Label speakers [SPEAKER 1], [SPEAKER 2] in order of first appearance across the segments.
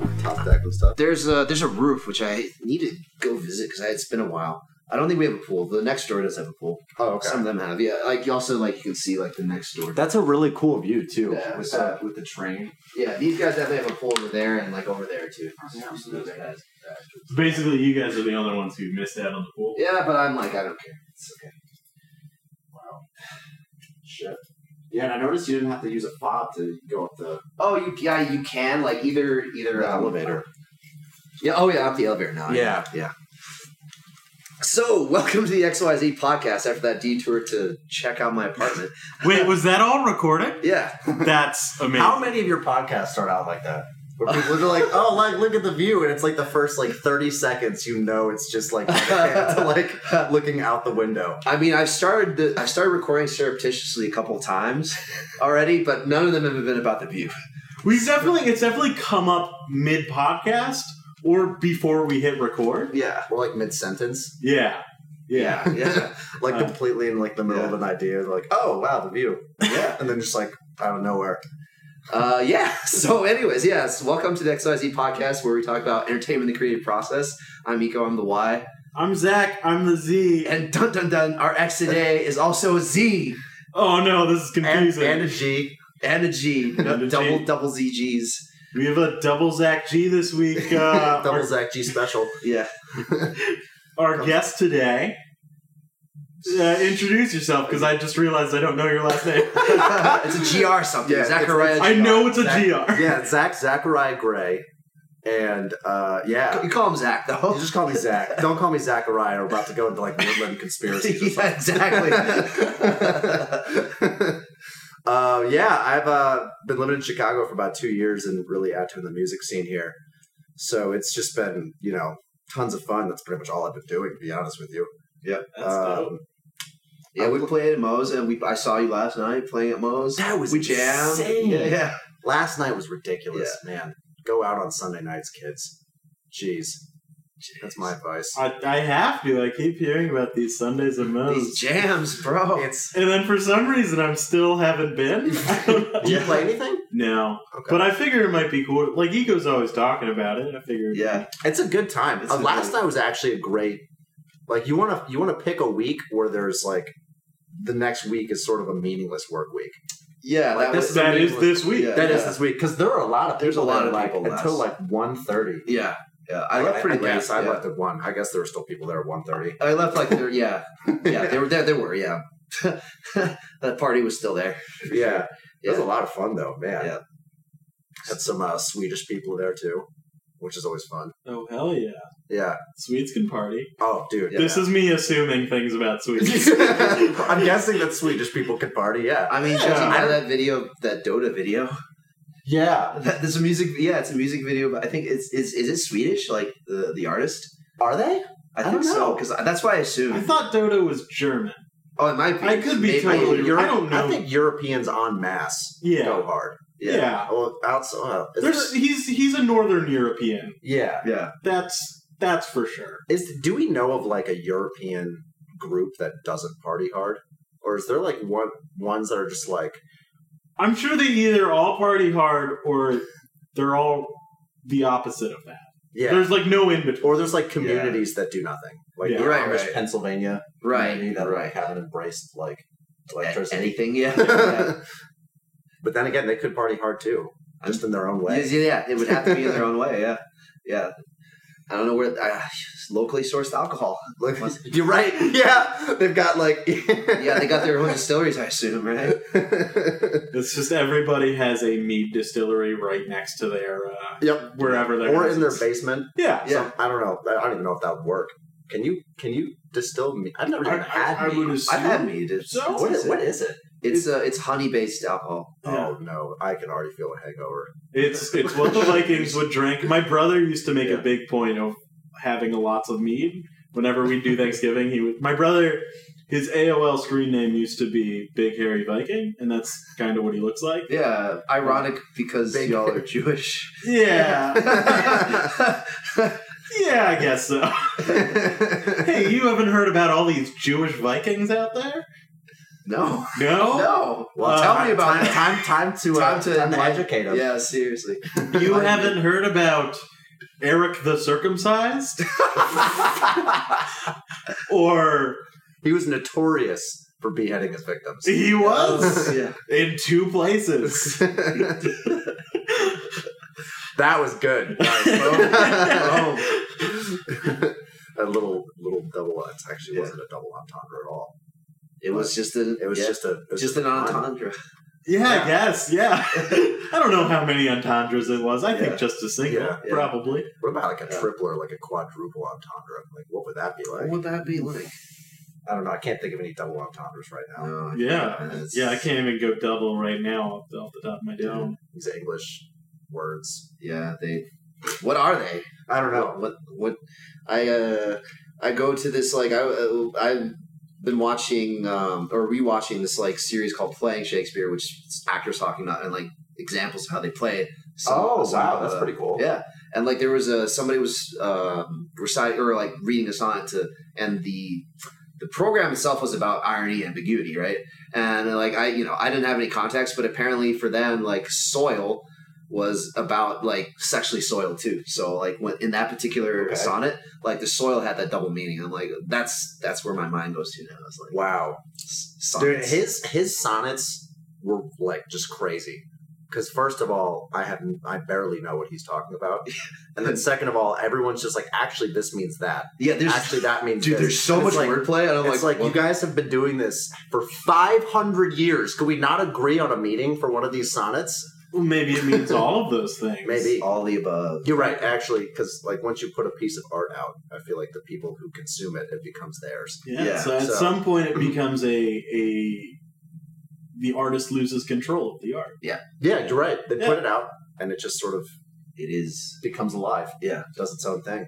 [SPEAKER 1] and stuff.
[SPEAKER 2] There's a there's a roof which I need to go visit because it's been a while. I don't think we have a pool. The next door does have a pool.
[SPEAKER 1] Oh, okay.
[SPEAKER 2] Some of them have. Yeah, like you also like you can see like the next door.
[SPEAKER 3] That's a really cool view too.
[SPEAKER 2] Yeah,
[SPEAKER 3] with
[SPEAKER 2] so-
[SPEAKER 3] that with the train.
[SPEAKER 2] yeah, these guys definitely have a pool over there and like over there too. Those guys.
[SPEAKER 4] Basically, you guys are the only ones who missed out on the pool.
[SPEAKER 2] Yeah, but I'm like I don't care. It's okay.
[SPEAKER 3] Wow. Shit. Yeah, and I noticed you didn't have to use a fob to go up the
[SPEAKER 2] Oh, you yeah, you can like either either um, Yeah. Oh yeah, up the elevator now.
[SPEAKER 3] Yeah.
[SPEAKER 2] Yeah. So, welcome to the XYZ podcast after that detour to check out my apartment.
[SPEAKER 4] Wait, was that all recorded?
[SPEAKER 2] Yeah.
[SPEAKER 4] That's amazing.
[SPEAKER 1] How many of your podcasts start out like that? Where people are like, oh, like look at the view, and it's like the first like thirty seconds, you know, it's just like to, like looking out the window.
[SPEAKER 2] I mean, I've started the, I've started recording surreptitiously a couple times already, but none of them have been about the view.
[SPEAKER 4] We've definitely it's definitely come up mid podcast or before we hit record.
[SPEAKER 2] Yeah.
[SPEAKER 1] We're like mid sentence,
[SPEAKER 4] Yeah. Yeah.
[SPEAKER 2] Yeah.
[SPEAKER 1] like
[SPEAKER 4] Uh,
[SPEAKER 1] completely in like the middle of an idea, like, oh wow, the view, yeah, and then just like out of nowhere.
[SPEAKER 2] Uh, yeah. So, anyways, yes. Welcome to the XYZ podcast where we talk about entertainment, and the creative process. I'm Miko. I'm the Y.
[SPEAKER 4] I'm Zach, I'm the Z.
[SPEAKER 2] And dun dun dun. Our X today is also a Z
[SPEAKER 4] Oh no, this is
[SPEAKER 1] And,
[SPEAKER 4] confusing.
[SPEAKER 1] and a G.
[SPEAKER 3] Uh,
[SPEAKER 2] and a G.
[SPEAKER 4] And a G.
[SPEAKER 2] double double ZGs.
[SPEAKER 4] we have a double Zach G this week. Uh,
[SPEAKER 1] double
[SPEAKER 4] our,
[SPEAKER 1] Zach G special.
[SPEAKER 2] Yeah.
[SPEAKER 4] our guest today. Uh, introduce yourself because I just realized I don't know your last name.
[SPEAKER 2] it's a GR something.
[SPEAKER 1] Yeah, it's-
[SPEAKER 2] Zachariah.
[SPEAKER 4] I
[SPEAKER 2] GR.
[SPEAKER 4] know it's a
[SPEAKER 1] Zach-
[SPEAKER 4] GR.
[SPEAKER 1] Yeah, Zach Zachariah Gray, and uh, yeah,
[SPEAKER 2] You call him Zach though.
[SPEAKER 1] You just call me Zach. Don't call me Zachariah. We're about to go into like woodland conspiracies. or
[SPEAKER 2] yeah, exactly.
[SPEAKER 1] something. uh, yeah, I've uh, been living in Chicago for about two years and really active in the music scene here. So it's just been, you know, tons of fun. That's pretty much all I've been doing, to be honest with you. Um,
[SPEAKER 4] That's dope.
[SPEAKER 2] yeah, we played at Moe's, and we I saw you last night playing at Moe's.
[SPEAKER 1] That was
[SPEAKER 2] we jammed.
[SPEAKER 1] insane.
[SPEAKER 2] Yeah, yeah.
[SPEAKER 1] Last night was ridiculous, man. Go out on Sunday nights, kids. Jeez. That's my advice.
[SPEAKER 4] I, I have to. I keep hearing about these Sundays and
[SPEAKER 2] These
[SPEAKER 4] Mo's.
[SPEAKER 2] jams, bro.
[SPEAKER 1] It's.
[SPEAKER 4] And then for some reason, I'm still haven't been. I don't know.
[SPEAKER 1] Do you play anything?
[SPEAKER 4] No.
[SPEAKER 1] Okay.
[SPEAKER 4] But I figure it might be cool. Like Ego's always talking about it. I figure.
[SPEAKER 2] yeah,
[SPEAKER 1] It's a good time.
[SPEAKER 2] It's
[SPEAKER 1] Uh,
[SPEAKER 2] a
[SPEAKER 1] last
[SPEAKER 2] good-
[SPEAKER 1] night was actually a great. Like you want to you want to pick a week where there's like the next week is sort of a meaningless work week.
[SPEAKER 2] yeah.
[SPEAKER 1] Like
[SPEAKER 2] that
[SPEAKER 1] this
[SPEAKER 2] was,
[SPEAKER 1] I
[SPEAKER 4] that
[SPEAKER 1] mean,
[SPEAKER 4] is
[SPEAKER 1] like-
[SPEAKER 4] this week.
[SPEAKER 2] Yeah.
[SPEAKER 1] That is this week because there are a lot of
[SPEAKER 2] There's
[SPEAKER 1] people.
[SPEAKER 2] a lot
[SPEAKER 1] there,
[SPEAKER 2] of
[SPEAKER 1] like
[SPEAKER 2] people
[SPEAKER 1] until
[SPEAKER 2] last.
[SPEAKER 1] like 1.30.
[SPEAKER 2] yeah, yeah. I left pretty
[SPEAKER 1] I,
[SPEAKER 2] late.
[SPEAKER 1] guess I
[SPEAKER 2] yeah.
[SPEAKER 1] left at one. I guess there were still people there at 1.30.
[SPEAKER 2] I left like there. Yeah, yeah. There were there. There were yeah. that party was still there.
[SPEAKER 1] yeah, it was
[SPEAKER 2] Yeah.
[SPEAKER 1] a lot of fun though, man.
[SPEAKER 2] Yeah.
[SPEAKER 1] Had some uh, Swedish people there too, which is always fun.
[SPEAKER 4] Oh hell yeah!
[SPEAKER 1] Yeah.
[SPEAKER 4] Sweets can party.
[SPEAKER 1] Oh, dude.
[SPEAKER 2] Yeah.
[SPEAKER 4] This is me assuming things about sweets.
[SPEAKER 1] I'm guessing that Swedish people could party. Yeah.
[SPEAKER 2] I mean,
[SPEAKER 4] Yeah.
[SPEAKER 2] judging by that video, that Dota video,
[SPEAKER 1] Yeah.
[SPEAKER 2] that, there's a music. Yeah, it's a music video, but I think it's is is it Swedish? Like the the artist?
[SPEAKER 1] Are they?
[SPEAKER 2] I
[SPEAKER 1] I
[SPEAKER 2] think
[SPEAKER 1] don't
[SPEAKER 2] so
[SPEAKER 1] know.
[SPEAKER 2] because that's why I assumed.
[SPEAKER 4] I thought Dodo was German.
[SPEAKER 2] oh, it might be.
[SPEAKER 4] I could be
[SPEAKER 2] Maybe.
[SPEAKER 4] totally-
[SPEAKER 1] Europe-
[SPEAKER 4] I don't know.
[SPEAKER 1] I think Europeans en masse
[SPEAKER 4] Yeah.
[SPEAKER 1] go hard.
[SPEAKER 4] Yeah.
[SPEAKER 2] Yeah,
[SPEAKER 1] Well, outside, well, is
[SPEAKER 4] There's
[SPEAKER 1] there-
[SPEAKER 4] he's he's a Northern European.
[SPEAKER 1] yeah.
[SPEAKER 2] yeah.
[SPEAKER 4] That's that's for sure.
[SPEAKER 1] Is do we know of like a European group that doesn't party hard, or is there like one ones that are just like
[SPEAKER 4] I'm sure they either all party hard or they're all the opposite of that.
[SPEAKER 1] yeah,
[SPEAKER 4] There's like no in between.
[SPEAKER 1] or there's like communities that do nothing, like
[SPEAKER 4] Yeah.
[SPEAKER 1] the
[SPEAKER 2] Right,
[SPEAKER 1] Amish
[SPEAKER 2] right.
[SPEAKER 1] Pennsylvania
[SPEAKER 2] Right.
[SPEAKER 1] community that
[SPEAKER 2] right.
[SPEAKER 1] like haven't embraced like
[SPEAKER 2] A-
[SPEAKER 1] electricity.
[SPEAKER 2] anything, yeah. yeah.
[SPEAKER 1] but then again, they could party hard too, just in their own
[SPEAKER 2] Yeah,
[SPEAKER 1] way.
[SPEAKER 2] yeah, it would have to be in their own way. Yeah, yeah. I don't know where uh, locally sourced alcohol.
[SPEAKER 1] Like,
[SPEAKER 2] Must-
[SPEAKER 1] you're right. Yeah, they've got like
[SPEAKER 2] Yeah, they got their own distilleries, I assume, right?
[SPEAKER 4] It's just everybody has a mead distillery right next to their uh,
[SPEAKER 1] yep.
[SPEAKER 4] wherever they're
[SPEAKER 1] or in their basement.
[SPEAKER 4] Yeah.
[SPEAKER 2] Yeah.
[SPEAKER 1] Some- I don't know. I don't even know if that would work. Can you can you distill me? I've never
[SPEAKER 4] I-
[SPEAKER 1] even had
[SPEAKER 4] I, I
[SPEAKER 1] mead.
[SPEAKER 4] would assume.
[SPEAKER 2] I've had mead. It's,
[SPEAKER 4] So?
[SPEAKER 2] it's,
[SPEAKER 1] What is, what is it?
[SPEAKER 2] it's, uh, it's honey based alcohol.
[SPEAKER 4] Yeah.
[SPEAKER 1] Oh no, I can already feel a hangover.
[SPEAKER 4] It's it's what the Vikings would drink. My brother used to make
[SPEAKER 1] Yeah.
[SPEAKER 4] a big point of having a lots of mead whenever we do Thanksgiving. He would. My brother, his AOL screen name used to be Big Hairy Viking, and that's kind of what he looks like.
[SPEAKER 2] Yeah, ironic because
[SPEAKER 1] Big-
[SPEAKER 2] y'all are Jewish.
[SPEAKER 4] Yeah, yeah, I guess so. hey, you haven't heard about all these Jewish Vikings out there?
[SPEAKER 2] no,
[SPEAKER 4] No,
[SPEAKER 2] no.
[SPEAKER 1] Well,
[SPEAKER 4] Uh,
[SPEAKER 2] tell me about
[SPEAKER 1] time,
[SPEAKER 2] it.
[SPEAKER 1] time time to uh,
[SPEAKER 2] Time
[SPEAKER 1] time
[SPEAKER 2] to-
[SPEAKER 1] to, educate them.
[SPEAKER 2] Yeah, seriously.
[SPEAKER 4] you haven't heard about Eric the Circumcised or
[SPEAKER 1] he was notorious for beheading his victims.
[SPEAKER 4] he was
[SPEAKER 2] yeah.
[SPEAKER 4] in two places.
[SPEAKER 1] that was good.
[SPEAKER 2] Oh,
[SPEAKER 4] Oh.
[SPEAKER 1] That was boom. Boom. a little little double. It actually
[SPEAKER 2] Yeah.
[SPEAKER 1] wasn't a double entendre at all.
[SPEAKER 2] It was just a.
[SPEAKER 1] It was
[SPEAKER 2] yeah,
[SPEAKER 1] just a it was
[SPEAKER 2] just an entendre.
[SPEAKER 4] Yeah,
[SPEAKER 1] Yeah.
[SPEAKER 4] I guess. Yeah. I don't know how many entendres it was. I
[SPEAKER 1] Yeah.
[SPEAKER 4] think just a single,
[SPEAKER 1] Yeah.
[SPEAKER 2] Yeah.
[SPEAKER 4] probably.
[SPEAKER 1] What about like a
[SPEAKER 2] Yeah.
[SPEAKER 1] triple or like a quadruple entendre? Like what would that be like?
[SPEAKER 2] What would that be like?
[SPEAKER 1] I don't know. I can't think of any double entendres right now.
[SPEAKER 2] No, I
[SPEAKER 4] Yeah.
[SPEAKER 2] can't. It's-
[SPEAKER 4] Yeah, I can't even go double right now off the, off the top of my dome.
[SPEAKER 1] These English words.
[SPEAKER 2] Yeah, they. What are they?
[SPEAKER 1] I don't know.
[SPEAKER 2] What what? I uh, I go to this like I uh, I've been watching um or rewatching this like series called Playing Shakespeare, which is actors talking about and like examples of how they play. it. Some- some, uh,
[SPEAKER 1] cool.
[SPEAKER 2] Yeah, and like there was a somebody was um, reciting or like reading a sonnet to, and the the program itself was about irony and ambiguity, right? And like I, you know, I didn't have any context, but apparently for them, like soil was about like sexually soiled too. So like when, in that particular
[SPEAKER 1] Okay.
[SPEAKER 2] sonnet, like the soil had that double meaning. I'm like, that's that's where my mind goes to now. It's like
[SPEAKER 1] Wow.
[SPEAKER 2] s-
[SPEAKER 1] Dude,
[SPEAKER 2] sonnets.
[SPEAKER 1] his his sonnets were like just crazy. Because first of all, I have I barely know what he's talking about, and then second of all, everyone's just like, actually, this means that.
[SPEAKER 2] yeah, there's
[SPEAKER 1] actually, that means
[SPEAKER 2] dude,
[SPEAKER 1] this.
[SPEAKER 2] there's so
[SPEAKER 1] And
[SPEAKER 2] much
[SPEAKER 1] it's like,
[SPEAKER 2] wordplay, and I'm
[SPEAKER 1] It's like,
[SPEAKER 2] well,
[SPEAKER 1] you guys have been doing this for 500 years. Could we not agree on a meeting for one of these sonnets?
[SPEAKER 4] Well, maybe it means all of those things.
[SPEAKER 1] Maybe.
[SPEAKER 2] all the above.
[SPEAKER 1] You're right, actually, because like once you put a piece of art out, I feel like the people who consume it, it becomes theirs.
[SPEAKER 4] Yeah.
[SPEAKER 2] Yeah,
[SPEAKER 4] so at
[SPEAKER 1] so-
[SPEAKER 4] some point, it becomes a a the artist loses control of the art.
[SPEAKER 1] Yeah, you're right. They
[SPEAKER 4] Yeah.
[SPEAKER 1] put it out, and it just sort of
[SPEAKER 2] It is
[SPEAKER 1] becomes alive.
[SPEAKER 2] Yeah.
[SPEAKER 1] does its own thing.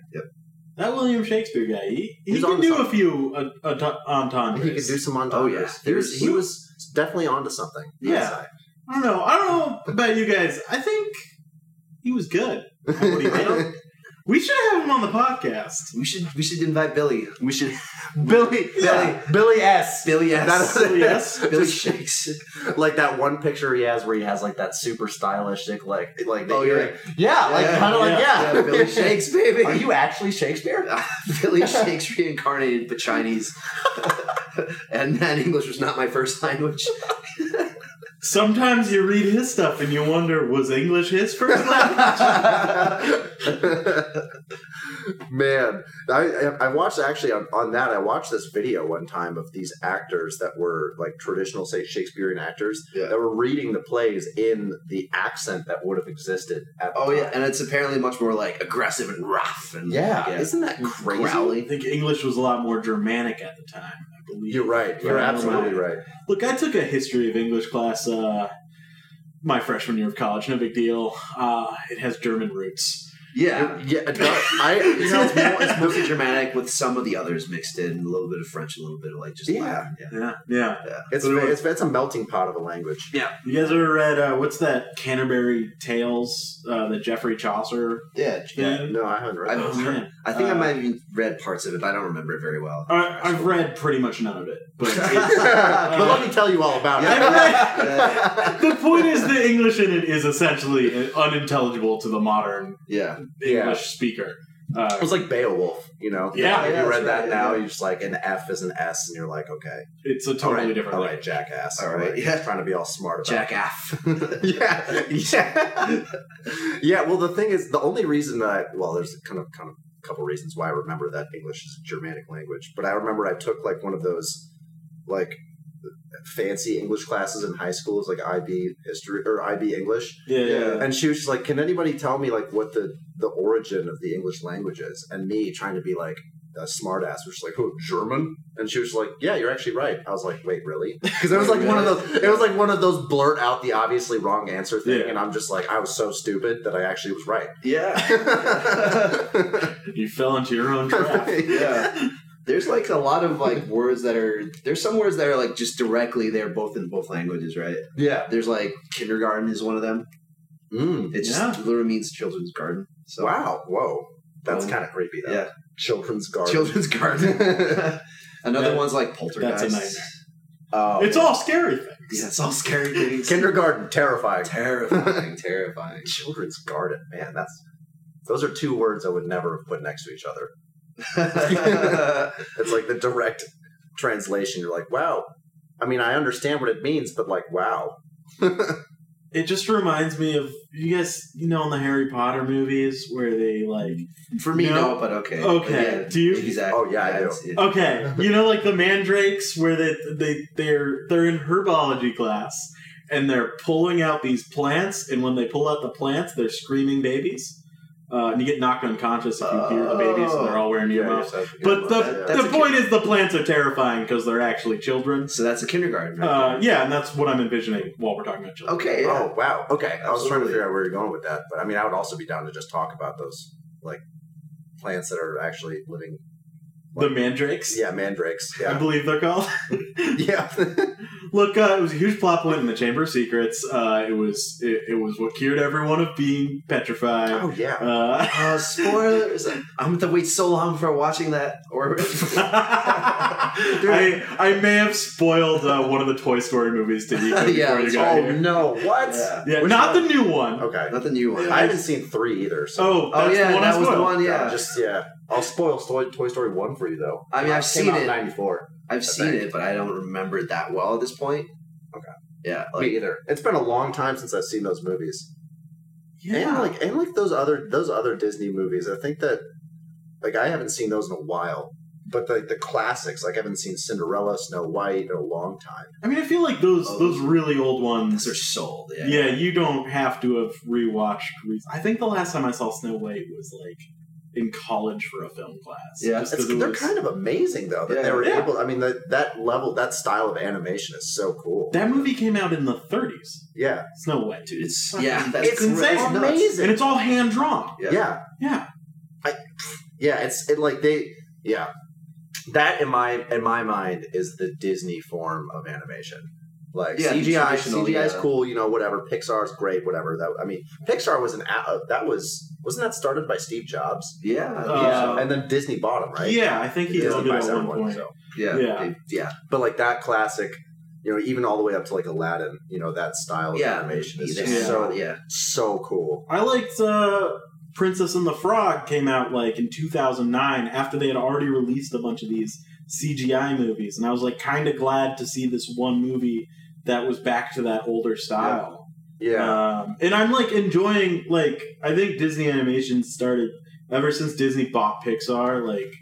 [SPEAKER 4] That William Shakespeare guy, he, he
[SPEAKER 1] He's
[SPEAKER 4] can
[SPEAKER 1] onto
[SPEAKER 4] do a
[SPEAKER 1] something.
[SPEAKER 4] few uh, uh, entendres.
[SPEAKER 1] He could do some entendres.
[SPEAKER 2] Oh, yeah.
[SPEAKER 1] he was he
[SPEAKER 2] There's-
[SPEAKER 1] was definitely onto something.
[SPEAKER 4] Yeah. I don't know. I don't know about you guys. I think he was good. at what he did. we should have him on the podcast.
[SPEAKER 2] We should we should invite Billy. We should
[SPEAKER 1] Billy,
[SPEAKER 2] Yeah.
[SPEAKER 1] Billy S.
[SPEAKER 2] Billy S.
[SPEAKER 1] That's-
[SPEAKER 4] yes.
[SPEAKER 2] Billy
[SPEAKER 1] Just-
[SPEAKER 2] Shakes.
[SPEAKER 1] like that one picture he has where he has like that super stylistic like like the
[SPEAKER 2] Oh,
[SPEAKER 1] earring. Yeah, like
[SPEAKER 2] Yeah,
[SPEAKER 1] kind of like yeah.
[SPEAKER 2] Yeah, Billy Shakes, baby.
[SPEAKER 1] Are you actually Shakespeare?
[SPEAKER 2] Billy Shakes reincarnated, but Chinese. and then English was not my first language.
[SPEAKER 4] Sometimes you read his stuff and you wonder, was English his first language?
[SPEAKER 1] Man, I- I I watched actually on, on that. I watched this video one time of these actors that were like traditional, say Shakespearean actors
[SPEAKER 2] Yeah.
[SPEAKER 1] that were reading the plays in the accent that would have existed at. The
[SPEAKER 2] Oh yeah,
[SPEAKER 1] time.
[SPEAKER 2] and it's apparently much more like aggressive and rough and
[SPEAKER 1] yeah,
[SPEAKER 2] Yeah.
[SPEAKER 1] Isn't that crazy?
[SPEAKER 4] I
[SPEAKER 2] growly.
[SPEAKER 4] think English was a lot more Germanic at the time. I believe
[SPEAKER 1] You're right. You're
[SPEAKER 4] Yeah.
[SPEAKER 1] absolutely right.
[SPEAKER 4] Look, I took a history of English class uh, my freshman year of college. No big deal. Uh, it has German roots.
[SPEAKER 2] Yeah.
[SPEAKER 1] Yeah, it does. I you know,
[SPEAKER 2] it's, more, it's mostly Germanic with some of the others mixed in, a little bit of French, a little bit of like just
[SPEAKER 1] Yeah.
[SPEAKER 2] Latin. Yeah.
[SPEAKER 4] Yeah, yeah.
[SPEAKER 1] it's, it's it's a melting pot of a language.
[SPEAKER 4] You guys ever read uh, what's that Canterbury Tales? Uh, the Geoffrey Chaucer.
[SPEAKER 2] Yeah,
[SPEAKER 4] Yeah.
[SPEAKER 1] No, I haven't read.
[SPEAKER 2] I've-
[SPEAKER 1] it.
[SPEAKER 4] Oh, man.
[SPEAKER 2] I think I
[SPEAKER 4] Uh,
[SPEAKER 2] might have even read parts of it, but I don't remember it very well.
[SPEAKER 4] I, I've read pretty much none of it, but it's,
[SPEAKER 1] but let me tell you all about it.
[SPEAKER 4] I've the point is the English in it is essentially unintelligible to the modern
[SPEAKER 2] Yeah.
[SPEAKER 1] Yeah.
[SPEAKER 4] English speaker.
[SPEAKER 1] It
[SPEAKER 4] Uh,
[SPEAKER 1] was like Beowulf, you know.
[SPEAKER 4] Yeah,
[SPEAKER 1] if
[SPEAKER 2] yeah,
[SPEAKER 1] you
[SPEAKER 2] that's
[SPEAKER 1] read that
[SPEAKER 2] right,
[SPEAKER 1] now,
[SPEAKER 2] yeah.
[SPEAKER 1] you're just like an F is an S, and you're like, okay,
[SPEAKER 4] it's a totally
[SPEAKER 1] all right,
[SPEAKER 4] different.
[SPEAKER 1] all
[SPEAKER 4] language.
[SPEAKER 1] right, jackass,
[SPEAKER 2] All
[SPEAKER 1] all
[SPEAKER 2] right,
[SPEAKER 1] right,
[SPEAKER 2] yeah.
[SPEAKER 1] trying to be all smart about
[SPEAKER 2] Jack Aff.
[SPEAKER 1] it. yeah, yeah, yeah. Well, the thing is, the only reason that I, well, there's kind of kind of a couple reasons why I remember that English is a Germanic language, but I remember I took like one of those like fancy English classes in high school, it was like IB history or IB English,
[SPEAKER 4] Yeah, yeah.
[SPEAKER 2] Yeah.
[SPEAKER 4] yeah.
[SPEAKER 1] and she was just like, "Can anybody tell me like what the the origin of the English language is?" And me trying to be like a smart ass, which is like, "Oh, German." And she was like, "Yeah, you're actually right." I was like, "Wait, really?" Because it was like one of those. It was like one of those blurt out the obviously wrong answer thing,
[SPEAKER 4] Yeah.
[SPEAKER 1] and I'm just like, I was so stupid that I actually was right.
[SPEAKER 2] Yeah.
[SPEAKER 4] You fell into your own trap.
[SPEAKER 2] Yeah. There's like a lot of like words that are there's some words that are like just directly there both in both languages, right?
[SPEAKER 1] yeah.
[SPEAKER 2] There's like kindergarten is one of them.
[SPEAKER 1] Mm.
[SPEAKER 2] It just
[SPEAKER 4] Yeah.
[SPEAKER 2] literally means children's garden. So
[SPEAKER 1] Wow. Whoa. That's
[SPEAKER 2] Um,
[SPEAKER 1] kind of creepy. Though.
[SPEAKER 2] yeah.
[SPEAKER 1] Children's garden.
[SPEAKER 2] children's garden. Another
[SPEAKER 4] That-
[SPEAKER 2] one's like poltergeist.
[SPEAKER 4] that's a nightmare.
[SPEAKER 1] Oh.
[SPEAKER 4] It's all scary things.
[SPEAKER 2] Yeah, it's all scary things.
[SPEAKER 1] kindergarten. Terrifying.
[SPEAKER 2] terrifying, terrifying.
[SPEAKER 1] Children's garden. Man, that's Those are two words I would never have put next to each other.
[SPEAKER 2] yeah,
[SPEAKER 1] It's like the direct translation. You're like, wow. I mean, I understand what it means, but like, wow.
[SPEAKER 4] It just reminds me of you guys, you know, in the Harry Potter movies where they like,
[SPEAKER 2] for me,
[SPEAKER 4] No.
[SPEAKER 2] no, but okay.
[SPEAKER 4] Okay,
[SPEAKER 2] Yeah,
[SPEAKER 4] do you-
[SPEAKER 2] Exactly.
[SPEAKER 1] Oh, yeah, I do.
[SPEAKER 2] it's- it-
[SPEAKER 4] okay, you know, like the mandrakes where they they they're they're in herbology class and they're pulling out these plants, and when they pull out the plants, they're screaming babies, uh, and you get knocked unconscious if you hear the babies, and they're all wearing
[SPEAKER 1] Oh, Yeah,
[SPEAKER 4] earmuffs.
[SPEAKER 1] yourself.
[SPEAKER 4] But the
[SPEAKER 2] That- that's
[SPEAKER 4] the
[SPEAKER 2] a
[SPEAKER 4] point is, the plants are terrifying because they're actually children.
[SPEAKER 2] So that's a kindergarten. Right?
[SPEAKER 4] Uh, yeah, and that's what I'm envisioning while we're talking about children.
[SPEAKER 2] okay. Yeah.
[SPEAKER 1] Oh wow. Okay. I was trying to
[SPEAKER 2] Absolutely.
[SPEAKER 1] figure out where you're going with that, but I mean, I would also be down to just talk about those like plants that are actually living.
[SPEAKER 4] The mandrakes.
[SPEAKER 1] Yeah, mandrakes.
[SPEAKER 4] I
[SPEAKER 1] Yeah.
[SPEAKER 4] believe they're called.
[SPEAKER 1] yeah.
[SPEAKER 4] Look, uh, it was a huge plot point in the Chamber of Secrets. Uh, it was it, it was what cured everyone of being petrified.
[SPEAKER 1] oh yeah.
[SPEAKER 4] Uh,
[SPEAKER 2] Uh, spoilers. I'm gonna have to wait so long for watching that. Or
[SPEAKER 4] I I may have spoiled uh, one of the Toy Story movies to you before
[SPEAKER 2] Yeah,
[SPEAKER 4] you
[SPEAKER 2] it's
[SPEAKER 4] got
[SPEAKER 1] Oh
[SPEAKER 4] here.
[SPEAKER 1] no! What?
[SPEAKER 2] Yeah.
[SPEAKER 4] Yeah,
[SPEAKER 1] Which
[SPEAKER 4] not
[SPEAKER 1] one? Oh,
[SPEAKER 4] the new one.
[SPEAKER 1] Okay.
[SPEAKER 2] not the new one.
[SPEAKER 1] I haven't seen three either. So.
[SPEAKER 4] Oh,
[SPEAKER 2] oh
[SPEAKER 4] that's
[SPEAKER 2] yeah,
[SPEAKER 4] the one I
[SPEAKER 2] that was the
[SPEAKER 4] spoiled.
[SPEAKER 2] one. Yeah,
[SPEAKER 1] Just yeah. I'll spoil Toy, Toy Story one for you though.
[SPEAKER 2] I mean, I've
[SPEAKER 1] came
[SPEAKER 2] seen
[SPEAKER 1] out
[SPEAKER 2] it.
[SPEAKER 1] in '94.
[SPEAKER 2] I've seen it, but I don't remember it that well at this point.
[SPEAKER 1] Okay.
[SPEAKER 2] Yeah.
[SPEAKER 1] Me
[SPEAKER 2] Like,
[SPEAKER 1] either. It's been a long time since I've seen those movies. And
[SPEAKER 4] Yeah.
[SPEAKER 1] like and like those other those other Disney movies. I think that like I haven't seen those in a while. But the the classics, like I haven't seen Cinderella, Snow White in a long time.
[SPEAKER 4] I mean, I feel like those
[SPEAKER 2] Oh.
[SPEAKER 4] those really old ones
[SPEAKER 2] these are sold. Yeah.
[SPEAKER 4] Yeah, you don't have to have rewatched. Re- I think the last time I saw Snow White was like in college for a film class.
[SPEAKER 2] Yeah.
[SPEAKER 4] Just
[SPEAKER 1] It's,
[SPEAKER 4] 'cause it
[SPEAKER 1] they're
[SPEAKER 4] was-
[SPEAKER 1] kind of amazing though that
[SPEAKER 2] Yeah.
[SPEAKER 1] they were
[SPEAKER 4] Yeah.
[SPEAKER 1] able. I mean, that that level, that style of animation is so cool.
[SPEAKER 4] that movie came out in the 30s.
[SPEAKER 1] yeah,
[SPEAKER 4] Snow White,
[SPEAKER 2] Dude, it's yeah. That's
[SPEAKER 4] It's
[SPEAKER 2] cra-
[SPEAKER 4] insane.
[SPEAKER 2] nuts.
[SPEAKER 1] Amazing.
[SPEAKER 4] and it's all hand drawn.
[SPEAKER 2] Yeah.
[SPEAKER 1] yeah,
[SPEAKER 4] Yeah,
[SPEAKER 1] yeah. It's it like they, yeah. That in my in my mind is the Disney form of animation. Like
[SPEAKER 2] Yeah,
[SPEAKER 1] CGI,
[SPEAKER 2] traditional,
[SPEAKER 1] CGI is
[SPEAKER 2] yeah.
[SPEAKER 1] cool, you know, whatever. Pixar's great, whatever. That I mean, Pixar was an a- uh, that was wasn't that started by Steve Jobs? Um,
[SPEAKER 2] Yeah.
[SPEAKER 4] Uh,
[SPEAKER 1] and then Disney bought him, right?
[SPEAKER 4] yeah. I think he
[SPEAKER 1] Disney
[SPEAKER 4] owned it
[SPEAKER 1] buys
[SPEAKER 4] at one
[SPEAKER 1] everyone,
[SPEAKER 4] point.
[SPEAKER 1] so.
[SPEAKER 2] yeah.
[SPEAKER 4] yeah.
[SPEAKER 2] they- Yeah.
[SPEAKER 1] But like that classic, you know, even all the way up to like Aladdin, you know, that style of
[SPEAKER 2] Oh, Yeah.
[SPEAKER 1] animation is
[SPEAKER 2] Yeah.
[SPEAKER 1] just so
[SPEAKER 2] yeah.
[SPEAKER 1] so cool.
[SPEAKER 4] I liked uh, Princess and the Frog came out like in 2009 after they had already released a bunch of these CGI movies, and I was like kind of glad to see this one movie that was back to that older style.
[SPEAKER 1] Yeah.
[SPEAKER 4] Um, and I'm like enjoying like I think Disney animation started ever since Disney bought Pixar, like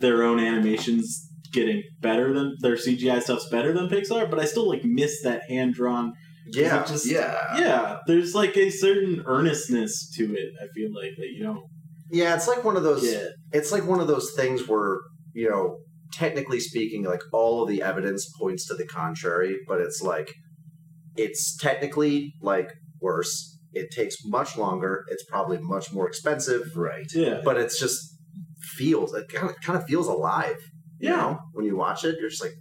[SPEAKER 4] their own animations getting better than their CGI stuff's better than Pixar, but I still like miss that hand drawn
[SPEAKER 1] yeah.
[SPEAKER 4] just
[SPEAKER 2] Yeah.
[SPEAKER 4] yeah, there's like a certain earnestness to it, I feel like that you don't
[SPEAKER 1] Yeah, it's like one of those
[SPEAKER 4] get.
[SPEAKER 1] it's like one of those things where, you know, technically speaking, like all of the evidence points to the contrary, but it's like it's technically like worse. It takes much longer. It's probably much more expensive,
[SPEAKER 2] Right.
[SPEAKER 4] Yeah.
[SPEAKER 1] but it's just feels it kind of kind of feels alive. You
[SPEAKER 4] Yeah.
[SPEAKER 1] know, when you watch it, you're just like,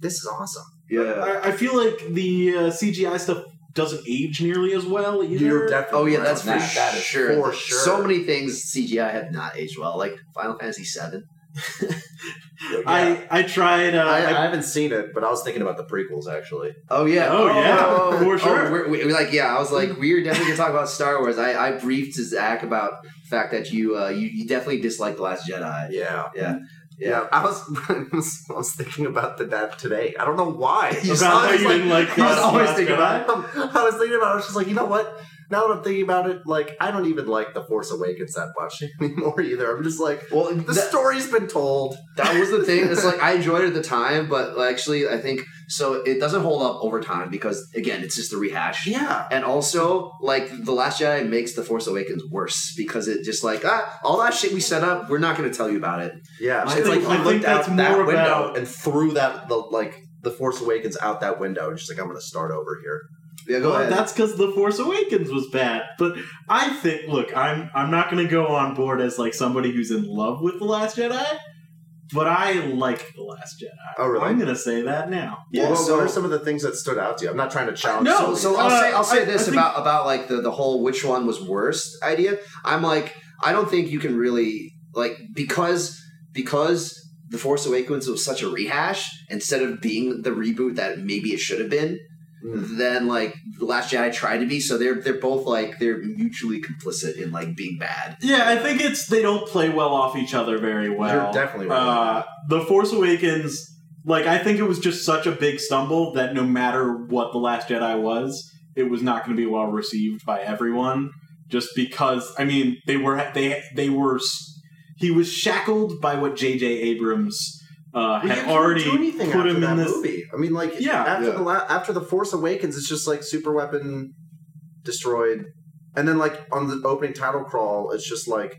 [SPEAKER 1] this is awesome.
[SPEAKER 2] Yeah.
[SPEAKER 4] I, I feel like the uh, CGI stuff doesn't age nearly as well either.
[SPEAKER 1] You're definitely
[SPEAKER 2] Oh yeah,
[SPEAKER 1] right
[SPEAKER 2] that's
[SPEAKER 1] on
[SPEAKER 2] for
[SPEAKER 1] that. That is
[SPEAKER 2] sure.
[SPEAKER 1] for sure.
[SPEAKER 2] So many things CGI have not aged well, like Final Fantasy VII.
[SPEAKER 1] Yeah.
[SPEAKER 4] I I tried. Uh,
[SPEAKER 1] I,
[SPEAKER 4] I-
[SPEAKER 1] I haven't seen it, but I was thinking about the prequels actually.
[SPEAKER 2] Oh yeah.
[SPEAKER 4] Oh, yeah. For sure.
[SPEAKER 2] we're, we, we- like yeah, I was like, we are definitely gonna talk about Star Wars. I, I briefed to Zach about the fact that you uh, you, you definitely disliked the Last Jedi.
[SPEAKER 1] Yeah.
[SPEAKER 2] Yeah.
[SPEAKER 4] Mm-hmm.
[SPEAKER 1] Yeah, I was, I was I was thinking about the, that today. I don't know why.
[SPEAKER 2] You
[SPEAKER 4] about
[SPEAKER 2] just
[SPEAKER 4] how
[SPEAKER 2] always
[SPEAKER 4] you
[SPEAKER 2] like-
[SPEAKER 4] didn't like
[SPEAKER 2] you just
[SPEAKER 4] Last
[SPEAKER 2] always think
[SPEAKER 4] Jedi.
[SPEAKER 2] about
[SPEAKER 1] I was thinking about. it, I was just like, you know what? Now that I'm thinking about it, like I don't even like the Force Awakens that much anymore either. I'm just like,
[SPEAKER 2] Well,
[SPEAKER 1] the
[SPEAKER 2] that-
[SPEAKER 1] story's been told.
[SPEAKER 2] that was the thing. It's like I enjoyed it at the time, but actually, I think so. It doesn't hold up over time because again, it's just a rehash.
[SPEAKER 1] Yeah,
[SPEAKER 2] And also, like the Last Jedi makes the Force Awakens worse because it just like ah, all that shit we set up, we're not going to tell you about it.
[SPEAKER 1] yeah.
[SPEAKER 4] I
[SPEAKER 1] It's
[SPEAKER 4] think-
[SPEAKER 1] like
[SPEAKER 4] I
[SPEAKER 1] you
[SPEAKER 4] think
[SPEAKER 1] looked
[SPEAKER 4] that's
[SPEAKER 1] out that
[SPEAKER 4] more
[SPEAKER 1] window
[SPEAKER 4] about-
[SPEAKER 1] and threw that the like the Force Awakens out that window, and she's like, I'm gonna start over here.
[SPEAKER 2] Yeah, go
[SPEAKER 4] Well,
[SPEAKER 2] ahead.
[SPEAKER 4] that's because The Force Awakens was bad. But I think, look, I'm I'm not going to go on board as like somebody who's in love with the Last Jedi, but I liked the Last Jedi.
[SPEAKER 1] Oh, really?
[SPEAKER 4] I'm going to say that now.
[SPEAKER 1] Well, what,
[SPEAKER 2] so-
[SPEAKER 1] are some of the things that stood out to you? I'm not trying to challenge.
[SPEAKER 4] No,
[SPEAKER 1] somebody.
[SPEAKER 2] So I'll say
[SPEAKER 4] Uh,
[SPEAKER 2] I'll say
[SPEAKER 4] I-
[SPEAKER 2] this
[SPEAKER 4] I think-
[SPEAKER 2] about about like the the whole which one was worst idea. I'm like I don't think you can really like because because the Force Awakens was such a rehash instead of being the reboot that maybe it should have been.
[SPEAKER 1] Mm.
[SPEAKER 2] than like the Last Jedi tried to be. So they're they're both like they're mutually complicit in like being bad.
[SPEAKER 4] Yeah, I think it's they don't play well off each other very well.
[SPEAKER 2] You're definitely right.
[SPEAKER 4] uh, the Force Awakens, like I think it was just such a big stumble that no matter what the Last Jedi was, it was not going to be well received by everyone. Just because, I mean, they were they they were s- he was shackled by what J.J. Abrams uh,
[SPEAKER 1] Well, you
[SPEAKER 4] had
[SPEAKER 1] can't
[SPEAKER 4] already
[SPEAKER 1] do anything
[SPEAKER 4] put
[SPEAKER 1] after
[SPEAKER 4] him
[SPEAKER 1] that
[SPEAKER 4] in this.
[SPEAKER 1] movie. I mean, like
[SPEAKER 4] Yeah.
[SPEAKER 1] after
[SPEAKER 2] Yeah.
[SPEAKER 1] the la- after the Force Awakens, it's just like super weapon destroyed, and then like on the opening title crawl, it's just like